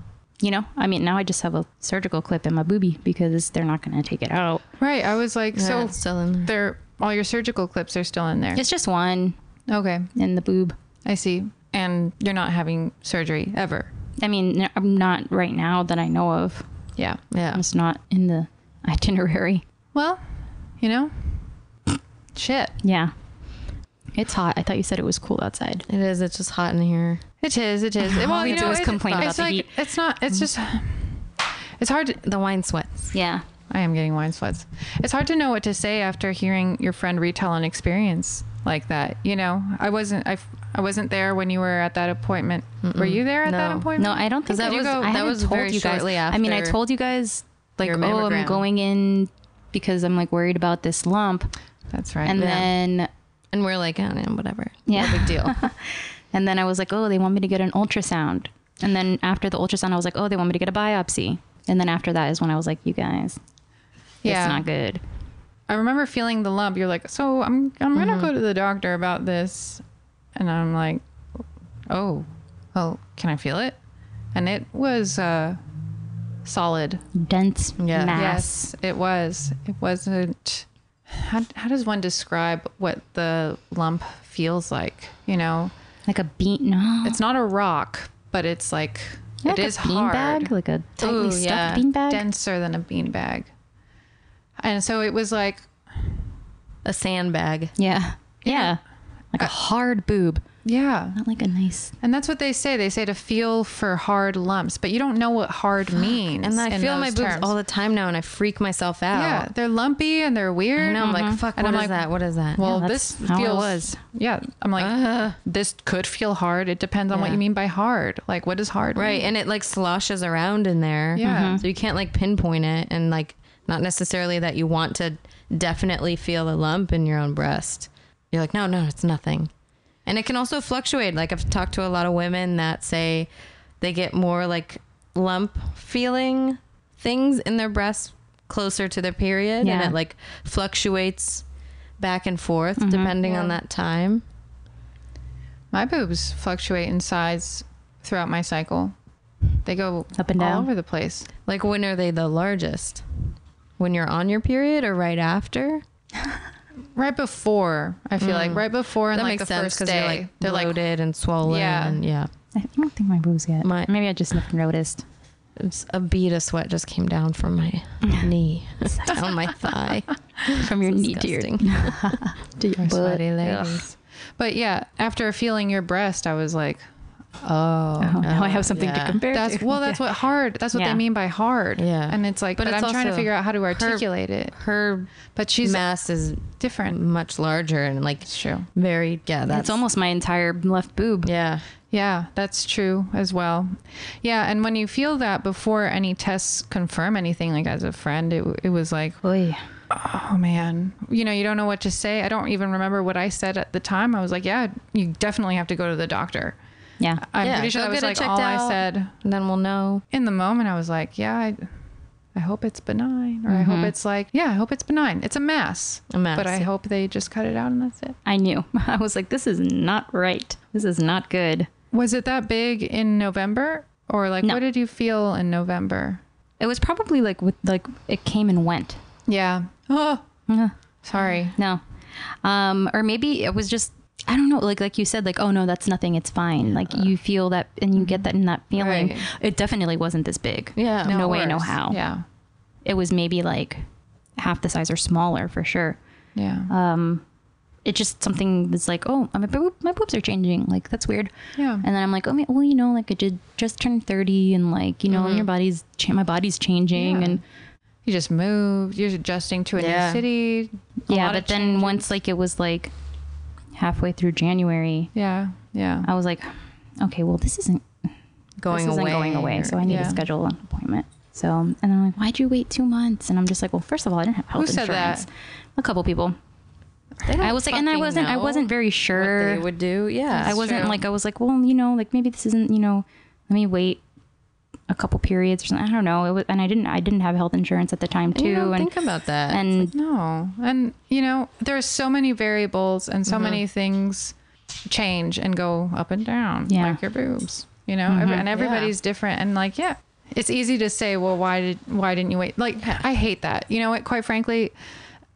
[SPEAKER 1] you know I mean now I just have a surgical clip in my boobie because they're not going to take it out
[SPEAKER 2] Right. I was like,
[SPEAKER 3] Yeah,
[SPEAKER 2] so
[SPEAKER 3] it's still in there.
[SPEAKER 2] they're all your surgical clips are still in there.
[SPEAKER 1] it's just one
[SPEAKER 2] Okay.
[SPEAKER 1] in the boob
[SPEAKER 2] I see. And you're not having surgery ever.
[SPEAKER 1] I mean n- I'm not right now that I know of
[SPEAKER 2] Yeah.
[SPEAKER 3] Yeah.
[SPEAKER 1] it's not in the *laughs* itinerary
[SPEAKER 2] Well, you know, shit.
[SPEAKER 1] yeah It's hot. I thought you said it was cool outside.
[SPEAKER 3] It is. It's just hot in here.
[SPEAKER 2] It is. It *laughs* is.
[SPEAKER 1] All we do is complain about
[SPEAKER 2] it's
[SPEAKER 1] the
[SPEAKER 2] like,
[SPEAKER 1] heat.
[SPEAKER 2] It's not. It's just. It's hard. To,
[SPEAKER 3] The wine sweats.
[SPEAKER 1] Yeah.
[SPEAKER 2] I am getting wine sweats. It's hard to know what to say after hearing your friend retell an experience like that. You know, I wasn't. I, I wasn't there when you were at that appointment. Were you there at that
[SPEAKER 3] No.
[SPEAKER 2] appointment?
[SPEAKER 1] No, I don't think
[SPEAKER 3] that
[SPEAKER 1] I
[SPEAKER 3] was-
[SPEAKER 1] go- I
[SPEAKER 3] that
[SPEAKER 1] haven't
[SPEAKER 3] was
[SPEAKER 1] told
[SPEAKER 3] very
[SPEAKER 1] you guys.
[SPEAKER 3] shortly
[SPEAKER 1] I mean, I
[SPEAKER 3] after
[SPEAKER 1] told you guys like,
[SPEAKER 3] your
[SPEAKER 1] oh, I'm
[SPEAKER 3] mammogram.
[SPEAKER 1] going in because I'm like worried about this lump,
[SPEAKER 2] That's right.
[SPEAKER 1] and
[SPEAKER 2] And
[SPEAKER 1] then
[SPEAKER 3] And we're like, oh, yeah, whatever.
[SPEAKER 1] Yeah.
[SPEAKER 3] No big *laughs* deal.
[SPEAKER 1] and then I was like, oh, they want me to get an ultrasound, and then after the ultrasound, I was like, oh, they want me to get a biopsy, and then after that is when I was like, you guys,
[SPEAKER 2] Yeah.
[SPEAKER 1] it's not good.
[SPEAKER 2] I remember feeling the lump. You're like, so I'm. I'm
[SPEAKER 1] Mm-hmm.
[SPEAKER 2] gonna go to the doctor about this, and I'm like, oh, oh, can I feel it? And it was uh, solid.
[SPEAKER 1] Dense
[SPEAKER 3] Yeah.
[SPEAKER 1] mass.
[SPEAKER 2] Yes, it was. It wasn't. How, how does one describe what the lump feels like? You
[SPEAKER 3] *gasps*
[SPEAKER 2] know,
[SPEAKER 1] Like a bean. No.
[SPEAKER 2] it's not a rock, but it's like
[SPEAKER 1] Yeah,
[SPEAKER 2] it
[SPEAKER 1] like
[SPEAKER 2] is
[SPEAKER 1] a bean
[SPEAKER 2] hard.
[SPEAKER 1] bag, like a tightly
[SPEAKER 3] Ooh,
[SPEAKER 1] stuffed
[SPEAKER 3] yeah.
[SPEAKER 1] bean bag.
[SPEAKER 2] denser than a bean bag. And so it was like,
[SPEAKER 3] a sandbag.
[SPEAKER 1] yeah. Yeah. Like a hard boob,
[SPEAKER 2] yeah.
[SPEAKER 1] not like a nice.
[SPEAKER 2] And that's what they say. They say to feel for hard lumps, but you don't know what hard means.
[SPEAKER 3] And I
[SPEAKER 2] in
[SPEAKER 3] feel my
[SPEAKER 2] those
[SPEAKER 3] boobs
[SPEAKER 2] terms.
[SPEAKER 3] all the time now, and I freak myself out.
[SPEAKER 2] Yeah, they're lumpy and they're weird. Mm-hmm.
[SPEAKER 3] I know. Mm-hmm. I'm like, fuck. What
[SPEAKER 2] And
[SPEAKER 3] is
[SPEAKER 2] I'm like,
[SPEAKER 3] that? What is that?
[SPEAKER 2] Well,
[SPEAKER 1] Yeah,
[SPEAKER 2] this
[SPEAKER 1] that's how it
[SPEAKER 2] feels.
[SPEAKER 1] was.
[SPEAKER 2] Yeah, I'm like, Uh, this could feel hard. It depends on what
[SPEAKER 3] Yeah.
[SPEAKER 2] you mean by hard. Like, what is hard?
[SPEAKER 3] right, Mm-hmm. and it like sloshes around in there.
[SPEAKER 2] Yeah. Mhm.
[SPEAKER 3] So you can't like pinpoint it, and like not necessarily that you want to definitely feel a lump in your own breast. You're like, no, no, it's nothing. And it can also fluctuate. Like I've talked to a lot of women that say they get more like lump feeling things in their breasts closer to their period, and
[SPEAKER 1] Yeah.
[SPEAKER 3] it like fluctuates back and forth depending on that time.
[SPEAKER 2] My boobs fluctuate in size throughout my cycle. They go
[SPEAKER 1] Up and
[SPEAKER 2] all
[SPEAKER 1] down.
[SPEAKER 2] over the place.
[SPEAKER 3] Like when are they the largest? When you're on your period or right after?
[SPEAKER 2] Right before, I feel like right before and
[SPEAKER 3] Mm. that
[SPEAKER 2] like
[SPEAKER 3] makes
[SPEAKER 2] the
[SPEAKER 3] sense
[SPEAKER 2] first
[SPEAKER 3] because they're
[SPEAKER 2] day,
[SPEAKER 3] like
[SPEAKER 2] they're like
[SPEAKER 3] bloated and
[SPEAKER 2] Yeah.
[SPEAKER 3] swollen. Yeah, and yeah.
[SPEAKER 1] I don't think my boobs yet.
[SPEAKER 3] My-
[SPEAKER 1] Maybe I just never noticed.
[SPEAKER 3] It's a bead of sweat just came down from
[SPEAKER 1] *laughs*
[SPEAKER 3] my knee down my thigh.
[SPEAKER 1] From your knee to your,
[SPEAKER 3] Disgusting.
[SPEAKER 1] to your
[SPEAKER 2] "We're
[SPEAKER 1] butt.
[SPEAKER 2] sweaty
[SPEAKER 1] Ugh.
[SPEAKER 2] ladies. But yeah, after feeling your breast, I was like, oh.
[SPEAKER 1] Oh, now I
[SPEAKER 3] Oh,
[SPEAKER 1] have something
[SPEAKER 3] yeah.
[SPEAKER 1] to compare
[SPEAKER 2] That's
[SPEAKER 1] to.
[SPEAKER 2] well. That's what hard. That's what they
[SPEAKER 1] Yeah.
[SPEAKER 2] mean by hard.
[SPEAKER 3] Yeah.
[SPEAKER 2] and it's like. But,
[SPEAKER 3] But it's
[SPEAKER 2] I'm trying to
[SPEAKER 3] also
[SPEAKER 2] figure out how to
[SPEAKER 3] her-
[SPEAKER 2] articulate it.
[SPEAKER 3] Her
[SPEAKER 2] But she's
[SPEAKER 3] mass is
[SPEAKER 2] different.
[SPEAKER 3] much larger and like
[SPEAKER 2] It's true.
[SPEAKER 3] very yeah. That's
[SPEAKER 1] *laughs* it's almost my entire left boob.
[SPEAKER 3] yeah.
[SPEAKER 2] Yeah, that's true as well. Yeah, and when you feel that before any tests confirm anything, like as a friend, it, it was like,
[SPEAKER 1] Oy.
[SPEAKER 2] oh man, you know, you don't know what to say. I don't even remember what I said at the time. I was like, yeah, you definitely have to go to the doctor.
[SPEAKER 1] Yeah.
[SPEAKER 2] I'm
[SPEAKER 3] Yeah,
[SPEAKER 2] pretty sure
[SPEAKER 3] go
[SPEAKER 2] that was
[SPEAKER 3] get it
[SPEAKER 2] like
[SPEAKER 3] checked
[SPEAKER 2] all I
[SPEAKER 3] out.
[SPEAKER 2] said.
[SPEAKER 3] And then we'll know.
[SPEAKER 2] In the moment, I was like, yeah, I, I hope it's benign, or I hope it's like, yeah, I hope it's benign. It's a mass,
[SPEAKER 3] A Mm-hmm. mass,
[SPEAKER 2] but I
[SPEAKER 3] yeah.
[SPEAKER 2] hope they just cut it out and that's it.
[SPEAKER 1] I knew. *laughs* I was like, this is not right. This is not good.
[SPEAKER 2] Was it that big in November, or like,
[SPEAKER 1] No.
[SPEAKER 2] what did you feel in November?
[SPEAKER 1] It was probably like with like it came and went.
[SPEAKER 2] Yeah. Oh,
[SPEAKER 1] Ugh.
[SPEAKER 2] sorry.
[SPEAKER 1] No. Um, or maybe it was just I don't know, like like you said, like, oh no, that's nothing, it's fine. Like you feel that and you get that in that feeling.
[SPEAKER 2] Mm-hmm. Right.
[SPEAKER 1] It definitely wasn't this big.
[SPEAKER 3] Yeah.
[SPEAKER 1] No,
[SPEAKER 3] No
[SPEAKER 1] way, no
[SPEAKER 2] worse.
[SPEAKER 1] how.
[SPEAKER 2] Yeah.
[SPEAKER 1] It was maybe like half the size or smaller for sure.
[SPEAKER 2] Yeah.
[SPEAKER 1] Um it's just something that's like, oh, my, boob, my boobs are changing. Like that's weird.
[SPEAKER 2] yeah.
[SPEAKER 1] And then I'm like, oh, ma- well, you know, like I did just turn 30 and like, you know, your body's, cha- my body's changing
[SPEAKER 2] Mm-hmm. Yeah.
[SPEAKER 1] and
[SPEAKER 2] you just moved. You're adjusting to a
[SPEAKER 3] Yeah.
[SPEAKER 2] new city. a
[SPEAKER 1] yeah.
[SPEAKER 2] lot of
[SPEAKER 1] But then
[SPEAKER 2] changes.
[SPEAKER 1] once like it was like halfway through January,
[SPEAKER 2] Yeah. Yeah.
[SPEAKER 1] I was like, okay, well, this isn't
[SPEAKER 3] Going
[SPEAKER 1] this
[SPEAKER 3] away.
[SPEAKER 1] Isn't going away.
[SPEAKER 3] or-
[SPEAKER 1] So I need
[SPEAKER 2] yeah.
[SPEAKER 1] to schedule an appointment. So, and I'm like, why'd you wait two months? And I'm just like, well, first of all, I didn't have health
[SPEAKER 2] said that?
[SPEAKER 1] insurance. A couple people.
[SPEAKER 3] They don't
[SPEAKER 1] I was like, and I
[SPEAKER 3] fucking
[SPEAKER 1] wasn't, I
[SPEAKER 3] know
[SPEAKER 1] wasn't very
[SPEAKER 3] what
[SPEAKER 1] sure.
[SPEAKER 3] they would do. Yeah.
[SPEAKER 1] I wasn't
[SPEAKER 2] true.
[SPEAKER 1] like, I was like, well, you know, like maybe this isn't, you know, let me wait a couple periods or something. I don't know. It was, and I didn't, I didn't have health insurance at the time too.
[SPEAKER 3] You don't
[SPEAKER 1] and
[SPEAKER 3] think about that.
[SPEAKER 1] and
[SPEAKER 2] No. And, you know, there's so many variables and
[SPEAKER 3] Mm-hmm.
[SPEAKER 2] so many things change and go up and down,
[SPEAKER 1] Yeah.
[SPEAKER 2] like your boobs, you know,
[SPEAKER 3] Mm-hmm.
[SPEAKER 2] Every- and everybody's different. And, like, yeah, it's easy to say, well, why did, why didn't you wait? Like, I hate that. You know what? Quite frankly,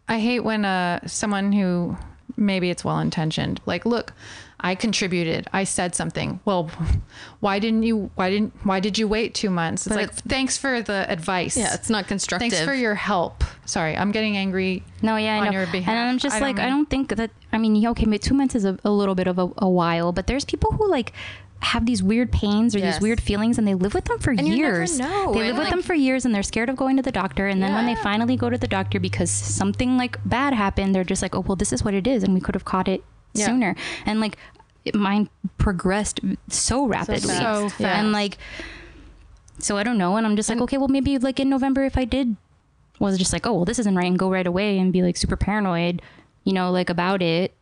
[SPEAKER 2] I hate when uh, someone who maybe it's well intentioned. Like, look, I contributed. I said something. Well, *laughs* why didn't you? Why didn't? Why did you wait two months? It's
[SPEAKER 3] But
[SPEAKER 2] like
[SPEAKER 3] it's-
[SPEAKER 2] thanks for the advice.
[SPEAKER 3] Yeah, it's not constructive.
[SPEAKER 2] Thanks for your help. Sorry, I'm getting angry.
[SPEAKER 1] No, yeah, I
[SPEAKER 2] on
[SPEAKER 1] know.
[SPEAKER 2] your
[SPEAKER 1] And
[SPEAKER 2] behalf.
[SPEAKER 1] I'm just
[SPEAKER 2] I don't
[SPEAKER 1] like, I
[SPEAKER 2] know.
[SPEAKER 1] don't think that. I mean, yeah, okay, ma- two months is a, a little bit of a, a while, but there's people who like have these weird pains or
[SPEAKER 3] Yes.
[SPEAKER 1] these weird feelings, and they live with them for
[SPEAKER 3] And you never
[SPEAKER 1] years.
[SPEAKER 3] know,
[SPEAKER 1] They
[SPEAKER 3] and,
[SPEAKER 1] live with
[SPEAKER 3] like-
[SPEAKER 1] them for years, and they're scared of going to the doctor. And then when they
[SPEAKER 3] Yeah.
[SPEAKER 1] finally go to the doctor because something like bad happened, they're just like, oh well, this is what it is, and we could have caught it
[SPEAKER 3] Yeah.
[SPEAKER 1] sooner. And like, it- mine progressed so rapidly,
[SPEAKER 2] So fast.
[SPEAKER 1] and like, so I don't know. And I'm just like, okay, well, maybe like in November, if I did was just like, oh, well, this isn't right, and go right away and be like super paranoid, you know, like about it.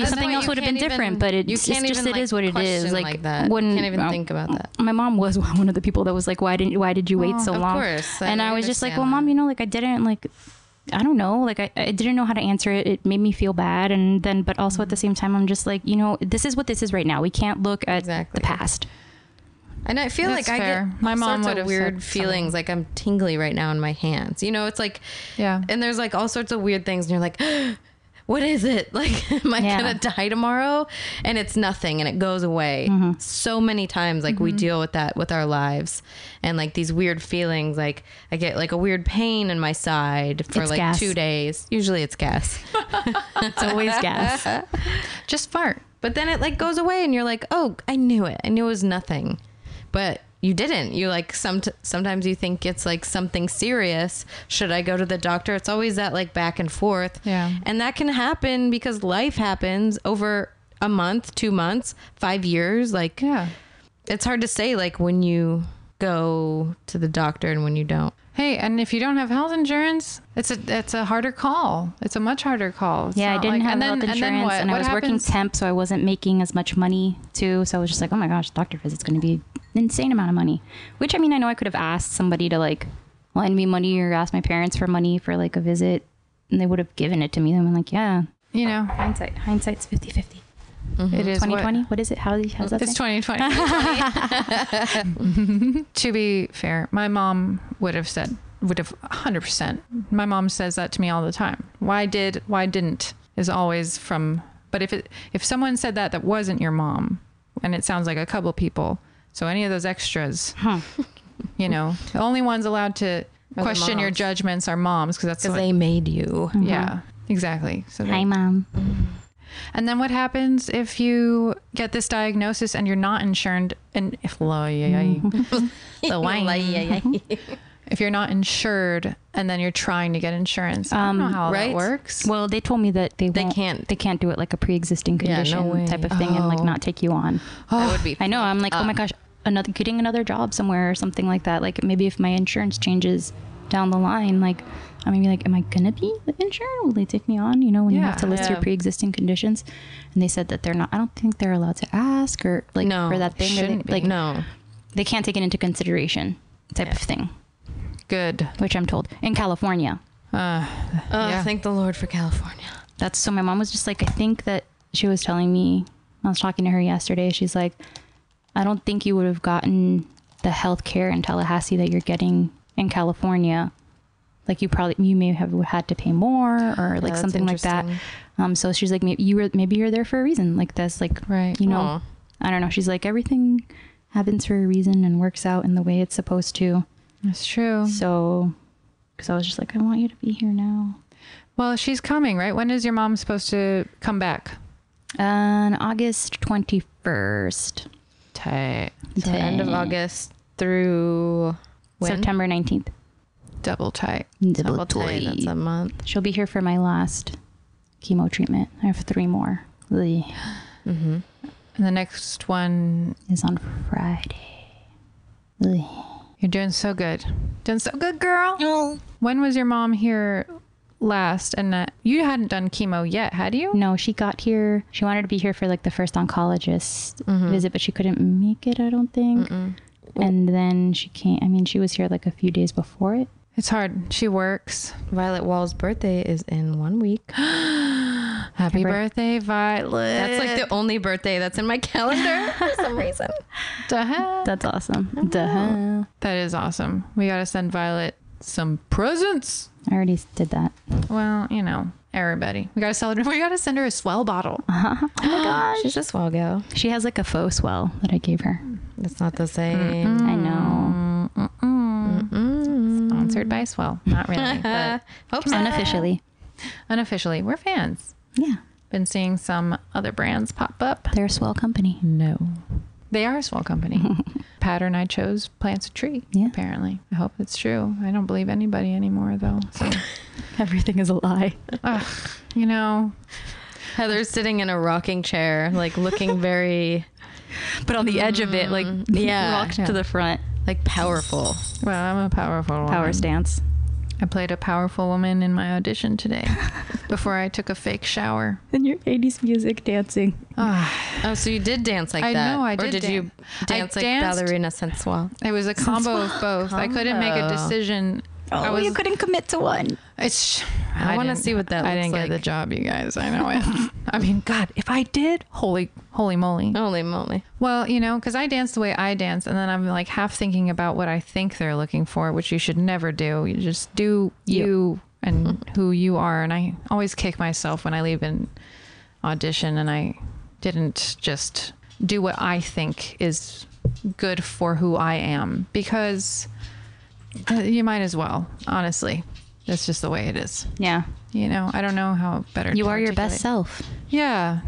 [SPEAKER 3] at that
[SPEAKER 1] something
[SPEAKER 3] point,
[SPEAKER 1] else
[SPEAKER 3] you
[SPEAKER 1] would have been
[SPEAKER 3] can't even-
[SPEAKER 1] different, but it's,
[SPEAKER 3] you
[SPEAKER 1] it's
[SPEAKER 3] can't
[SPEAKER 1] just
[SPEAKER 3] even,
[SPEAKER 1] it is
[SPEAKER 3] like,
[SPEAKER 1] what it is.
[SPEAKER 3] question
[SPEAKER 1] Like,
[SPEAKER 3] like that. You
[SPEAKER 1] wouldn't
[SPEAKER 3] can't even
[SPEAKER 1] um,
[SPEAKER 3] think about that.
[SPEAKER 1] My mom was *laughs* one of the people that was like, why didn't why did you wait so
[SPEAKER 3] of
[SPEAKER 1] long?
[SPEAKER 3] course, I
[SPEAKER 1] and I was just like,
[SPEAKER 3] understand
[SPEAKER 1] well,
[SPEAKER 3] that.
[SPEAKER 1] mom, you know, like I didn't like. I don't know. Like I, I didn't know how to answer it. It made me feel bad, and then, but also at
[SPEAKER 3] Mm-hmm.
[SPEAKER 1] the same time, I'm just like, you know, this is what this is right now. We can't look at
[SPEAKER 3] Exactly.
[SPEAKER 1] the past.
[SPEAKER 3] And I feel
[SPEAKER 2] That's
[SPEAKER 3] like I
[SPEAKER 2] fair.
[SPEAKER 3] get
[SPEAKER 2] My
[SPEAKER 3] all
[SPEAKER 2] mom would
[SPEAKER 3] sorts
[SPEAKER 2] have
[SPEAKER 3] of weird
[SPEAKER 2] said
[SPEAKER 3] feelings. Like I'm tingly right now in my hands. You know, it's like,
[SPEAKER 2] Yeah.
[SPEAKER 3] and there's like all sorts of weird things, and you're like, *gasps* what is it? *laughs* Like, am I
[SPEAKER 1] Yeah.
[SPEAKER 3] gonna die tomorrow? And it's nothing, and it goes away.
[SPEAKER 2] Mm-hmm.
[SPEAKER 3] So many times, like we deal with that with our lives, and like these weird feelings. Like I get like a weird pain in my side for
[SPEAKER 1] It's
[SPEAKER 3] like
[SPEAKER 1] gas.
[SPEAKER 3] two days. Usually it's gas,
[SPEAKER 1] It's
[SPEAKER 3] *laughs*
[SPEAKER 1] always gas.
[SPEAKER 2] Just fart.
[SPEAKER 3] but then it like goes away, and you're like, oh, I knew it. I knew it was nothing, but you didn't. You like some sometimes you think it's like something serious. Should I go to the doctor? It's always that like back and forth.
[SPEAKER 2] Yeah.
[SPEAKER 3] And that can happen because life happens over a month, two months, five years. Like,
[SPEAKER 2] Yeah.
[SPEAKER 3] it's hard to say, like, when you go to the doctor and when you don't.
[SPEAKER 2] Hey, and if you don't have health insurance, it's a it's a harder call. It's a much harder call. It's
[SPEAKER 1] Yeah, I
[SPEAKER 2] not
[SPEAKER 1] didn't
[SPEAKER 2] like-
[SPEAKER 1] have
[SPEAKER 2] and
[SPEAKER 1] health
[SPEAKER 2] then- then
[SPEAKER 1] insurance, and,
[SPEAKER 2] what?
[SPEAKER 1] I
[SPEAKER 2] What
[SPEAKER 1] was working
[SPEAKER 2] happens-
[SPEAKER 1] temp, so I wasn't making as much money too. So I was just like, oh my gosh, doctor visit's going to be an insane amount of money. Which I mean, I know I could have asked somebody to like lend me money or ask my parents for money for like a visit, and they would have given it to me. And I'm like, yeah,
[SPEAKER 2] you know,
[SPEAKER 1] hindsight, hindsight's 50 50. Mm-hmm.
[SPEAKER 2] it is what-
[SPEAKER 1] 2020? What is it? How, how's that?
[SPEAKER 2] It's
[SPEAKER 1] say?
[SPEAKER 2] 2020.
[SPEAKER 3] *laughs*
[SPEAKER 2] *laughs* to be fair, my mom would have said, would have 100%. My mom says that to me all the time. Why did, why didn't is always from, but if it, if someone said that that wasn't your mom, and it sounds like a couple people, so any of those extras, you know, the only ones allowed to
[SPEAKER 3] the
[SPEAKER 2] question your
[SPEAKER 3] moms.
[SPEAKER 2] judgments are moms because that's
[SPEAKER 3] Because
[SPEAKER 2] what,
[SPEAKER 3] they Mm-hmm. made
[SPEAKER 1] *laughs*
[SPEAKER 3] you.
[SPEAKER 2] yeah, exactly. So they-
[SPEAKER 1] Mm-hmm. Hi, mom.
[SPEAKER 2] and then what happens if you get this diagnosis and you're not insured? And if la- yeah, yeah, yeah.
[SPEAKER 3] *laughs*
[SPEAKER 2] the wine, if you're not insured, and then you're trying to get insurance, I don't know how
[SPEAKER 3] right?
[SPEAKER 2] that works.
[SPEAKER 1] Well, they told me that they
[SPEAKER 3] They
[SPEAKER 1] won't-
[SPEAKER 3] can't.
[SPEAKER 1] they can't do it like a pre-existing
[SPEAKER 3] Yeah, no
[SPEAKER 1] condition
[SPEAKER 3] way.
[SPEAKER 1] type of thing and like
[SPEAKER 2] Oh.
[SPEAKER 1] not take you on.
[SPEAKER 3] that would be.
[SPEAKER 1] Oh, I know. I'm like,
[SPEAKER 3] um,
[SPEAKER 1] oh my gosh, another getting another job somewhere or something like that. Like maybe if my insurance changes down the line, like I'm gonna be like, am I gonna be insured? Will they take me on? You know, when you
[SPEAKER 2] Yeah.
[SPEAKER 1] have to list your
[SPEAKER 3] Yeah.
[SPEAKER 1] pre-existing conditions, and they said that they're not. I don't think they're allowed to ask or like
[SPEAKER 3] No,
[SPEAKER 1] for that thing. or
[SPEAKER 2] shouldn't
[SPEAKER 1] they, like
[SPEAKER 3] No.
[SPEAKER 1] they can't take it into consideration type of thing,
[SPEAKER 2] Good.
[SPEAKER 1] which I'm told in California.
[SPEAKER 2] Uh,
[SPEAKER 3] Oh,
[SPEAKER 2] Yeah.
[SPEAKER 3] thank the Lord for California.
[SPEAKER 1] That's so my mom was just like, I think that she was telling me, I was talking to her yesterday. She's like, I don't think you would have gotten the health care in Tallahassee that you're getting in California. Like you probably, you may have had to pay more or like
[SPEAKER 3] that's
[SPEAKER 1] something like that.
[SPEAKER 3] interesting.
[SPEAKER 1] Um, so she's like, maybe you were, maybe you're there for a reason. Like that's like,
[SPEAKER 2] Right.
[SPEAKER 1] you know,
[SPEAKER 3] Aw.
[SPEAKER 1] I don't know. She's like, everything happens for a reason and works out in the way it's supposed to.
[SPEAKER 2] that's true.
[SPEAKER 1] So, cause I was just like, I want you to be here now.
[SPEAKER 2] Well, she's coming, right? When is your mom supposed to come back?
[SPEAKER 1] On August 21st.
[SPEAKER 2] Tight.
[SPEAKER 3] So end of
[SPEAKER 1] Dang.
[SPEAKER 3] August through when?
[SPEAKER 1] September 19th.
[SPEAKER 2] Double tight.
[SPEAKER 3] Double time, That's a month.
[SPEAKER 1] She'll be here for my last chemo treatment. I have three more. The
[SPEAKER 3] Mm-hmm.
[SPEAKER 2] And the next one,
[SPEAKER 1] is on Friday. The-
[SPEAKER 2] you're doing so good. Doing so good, girl. When was your mom here last? And uh, you hadn't done chemo yet, had you?
[SPEAKER 1] No, she got here. She wanted to be here for like the first oncologist
[SPEAKER 3] Mm. Mm-hmm.
[SPEAKER 1] visit, but she couldn't make it, I don't think. And then she came. I mean, she was here like a few days before it.
[SPEAKER 2] It's hard. She works.
[SPEAKER 3] Violet Wall's birthday is in one week.
[SPEAKER 2] Happy
[SPEAKER 1] Right.
[SPEAKER 2] birthday, Violet.
[SPEAKER 3] That's like the only birthday that's in my
[SPEAKER 1] *laughs*
[SPEAKER 3] calendar for some reason.
[SPEAKER 2] the heck?
[SPEAKER 1] That's awesome. Duh.
[SPEAKER 2] That is awesome. We got to send Violet some presents.
[SPEAKER 1] I already did that. *laughs*
[SPEAKER 2] Well, you know, Everybody, we gotta sell it. *laughs* We gotta send her a swell bottle.
[SPEAKER 1] Oh
[SPEAKER 3] *gasps* She's just swell go.
[SPEAKER 1] She has like a faux swell that I gave her.
[SPEAKER 3] That's not the same.
[SPEAKER 1] I
[SPEAKER 3] Mm.
[SPEAKER 1] know.
[SPEAKER 2] Sponsored by Swell, not really, but
[SPEAKER 3] Hope so.
[SPEAKER 1] Unofficially.
[SPEAKER 2] unofficially, we're fans.
[SPEAKER 1] Yeah.
[SPEAKER 2] Been seeing some other brands pop up.
[SPEAKER 1] They're a swell company.
[SPEAKER 2] No, they are a swell company. Pattern I chose plants a tree.
[SPEAKER 1] Yeah.
[SPEAKER 2] apparently. I hope it's true. I don't believe anybody anymore, though. So,
[SPEAKER 1] *laughs* Everything is a lie.
[SPEAKER 2] ugh, you know,
[SPEAKER 3] Heather's sitting in a rocking chair, like looking very
[SPEAKER 1] But on the edge of it, like
[SPEAKER 3] yeah.
[SPEAKER 1] *laughs* rocked to the front. Mm-hmm.
[SPEAKER 3] like powerful.
[SPEAKER 2] well, I'm a powerful woman.
[SPEAKER 1] Power stance.
[SPEAKER 2] I played a powerful woman in my audition
[SPEAKER 3] *laughs*
[SPEAKER 2] today. before I took a fake shower.
[SPEAKER 3] *sighs*
[SPEAKER 2] Ah,
[SPEAKER 1] And your 80s music dancing.
[SPEAKER 3] Oh, so you did dance like
[SPEAKER 2] I
[SPEAKER 3] that?
[SPEAKER 2] know, I
[SPEAKER 3] Or
[SPEAKER 2] did
[SPEAKER 3] did you
[SPEAKER 2] dan- I
[SPEAKER 3] dance like
[SPEAKER 2] danced-
[SPEAKER 3] ballerina sensual?
[SPEAKER 2] It
[SPEAKER 3] *laughs*
[SPEAKER 2] was a combo of both. I couldn't make a
[SPEAKER 3] Combo.
[SPEAKER 2] decision. I
[SPEAKER 1] Oh,
[SPEAKER 2] was,
[SPEAKER 1] you couldn't commit to one.
[SPEAKER 2] It's,
[SPEAKER 3] I wanna
[SPEAKER 2] didn't-
[SPEAKER 3] see what that
[SPEAKER 2] I
[SPEAKER 3] looks
[SPEAKER 2] didn't
[SPEAKER 3] like.
[SPEAKER 2] get the job, you guys. I know it. *laughs* I
[SPEAKER 3] *laughs*
[SPEAKER 2] mean, God, if I did, holy, holy moly.
[SPEAKER 3] Holy moly!
[SPEAKER 2] Well, you know, because I dance the way I dance, and then I'm like half thinking about what I think they're looking for, which you should never do. You just do you and who you are. And I always kick myself when I leave an audition and I didn't just do what I think is good for who I am because uh, you might as well, honestly. That's just the way it is.
[SPEAKER 1] Yeah.
[SPEAKER 2] You know, I don't know how better.
[SPEAKER 1] You
[SPEAKER 2] to
[SPEAKER 1] are your best
[SPEAKER 2] articulate.
[SPEAKER 1] self.
[SPEAKER 2] Yeah.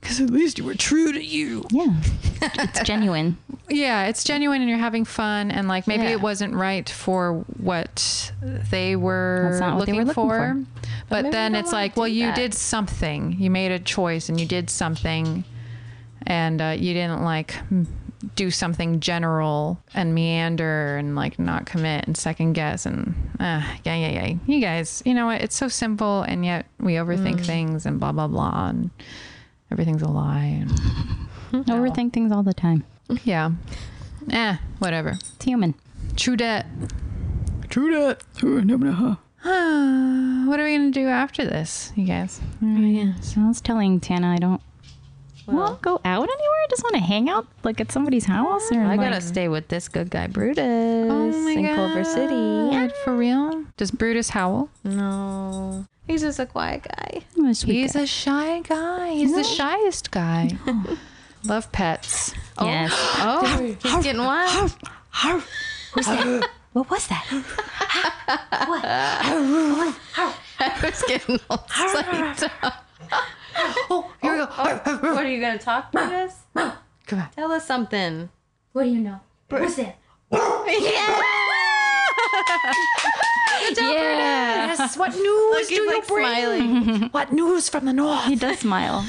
[SPEAKER 2] Because at least you were true to you.
[SPEAKER 1] Yeah. *laughs* it's genuine.
[SPEAKER 2] Yeah, it's genuine and you're having fun and like maybe
[SPEAKER 3] Yeah.
[SPEAKER 2] it wasn't right for what they were,
[SPEAKER 1] That's not what they
[SPEAKER 2] looking,
[SPEAKER 1] were looking
[SPEAKER 2] for. But,
[SPEAKER 3] maybe
[SPEAKER 2] then
[SPEAKER 3] you don't
[SPEAKER 2] it's
[SPEAKER 3] wanna
[SPEAKER 2] like,
[SPEAKER 3] do
[SPEAKER 2] well, you
[SPEAKER 3] that.
[SPEAKER 2] did something. You made a choice and you did something and uh, you didn't like m- do something general and meander and like not commit and second guess and uh, yeah, yeah, yeah. You guys, you know what? It's so simple and yet we overthink things and blah, blah, blah. And everything's a lie.
[SPEAKER 1] Mm-hmm. Overthink things all the time.
[SPEAKER 2] And, yeah. Eh, whatever.
[SPEAKER 1] It's human.
[SPEAKER 2] True debt. *sighs* True debt. what are we gonna do after this, you guys?
[SPEAKER 1] So I was telling Tana I don't Mm-hmm. well, go out anywhere. I just want to hang out like at somebody's house or
[SPEAKER 3] I
[SPEAKER 1] like,
[SPEAKER 3] gotta stay with this good guy Brutus
[SPEAKER 1] Oh
[SPEAKER 3] in Culver City.
[SPEAKER 2] Oh God, For real? Does Brutus howl?
[SPEAKER 3] No, Oh. he's just a quiet guy.
[SPEAKER 1] I'm a sweet
[SPEAKER 2] He's
[SPEAKER 1] guy.
[SPEAKER 2] a shy guy. He's the shyest
[SPEAKER 3] *laughs*
[SPEAKER 2] guy. Love pets.
[SPEAKER 1] yes.
[SPEAKER 2] Oh,
[SPEAKER 3] He's getting wild. *laughs*
[SPEAKER 1] What was that?
[SPEAKER 3] *laughs* I was getting all psyched up. Oh,
[SPEAKER 2] here we go.
[SPEAKER 3] What are you gonna talk, Brutus?
[SPEAKER 2] Come on.
[SPEAKER 3] Tell us something.
[SPEAKER 4] What do you know? What's that?
[SPEAKER 2] Yes. What news do
[SPEAKER 3] He's
[SPEAKER 2] you
[SPEAKER 3] like
[SPEAKER 2] bring?
[SPEAKER 3] *laughs* smiling.
[SPEAKER 2] What news from the north?
[SPEAKER 1] *gasps* He does smile.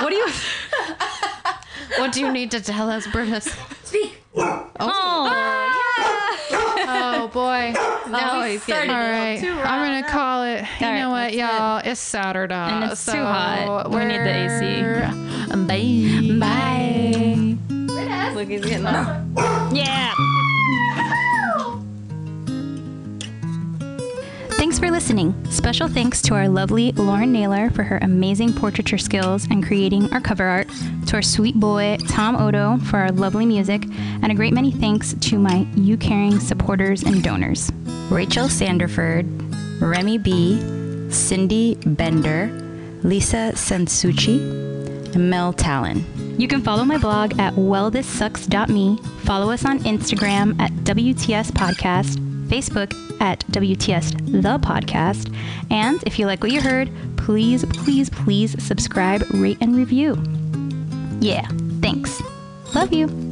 [SPEAKER 3] What do you? what do you need to tell us, Brutus?
[SPEAKER 4] Speak.
[SPEAKER 1] oh,
[SPEAKER 2] Oh *laughs* boy.
[SPEAKER 3] No, he's getting
[SPEAKER 2] All right. I'm gonna call it. You
[SPEAKER 1] All right,
[SPEAKER 2] know what, y'all? It's Saturday, and
[SPEAKER 1] it's too hot. We need the
[SPEAKER 2] Bye.
[SPEAKER 1] AC.
[SPEAKER 2] Bye.
[SPEAKER 3] Look, he's getting all.
[SPEAKER 1] yeah. Thanks for listening. Special thanks to our lovely Lauren Naylor for her amazing portraiture skills and creating our cover art, to our sweet boy Tom Odo for our lovely music, and a great many thanks to my You Caring supporters and donors Rachel Sanderford, Remy B., Cindy Bender, Lisa Sensucci, and Mel Talon. You can follow my blog at wellthissucks.me, follow us on Instagram at WTS Podcast, Facebook at WTS The Podcast, and if you like what you heard, please, please, please subscribe, rate, and review. Yeah, thanks. Love you.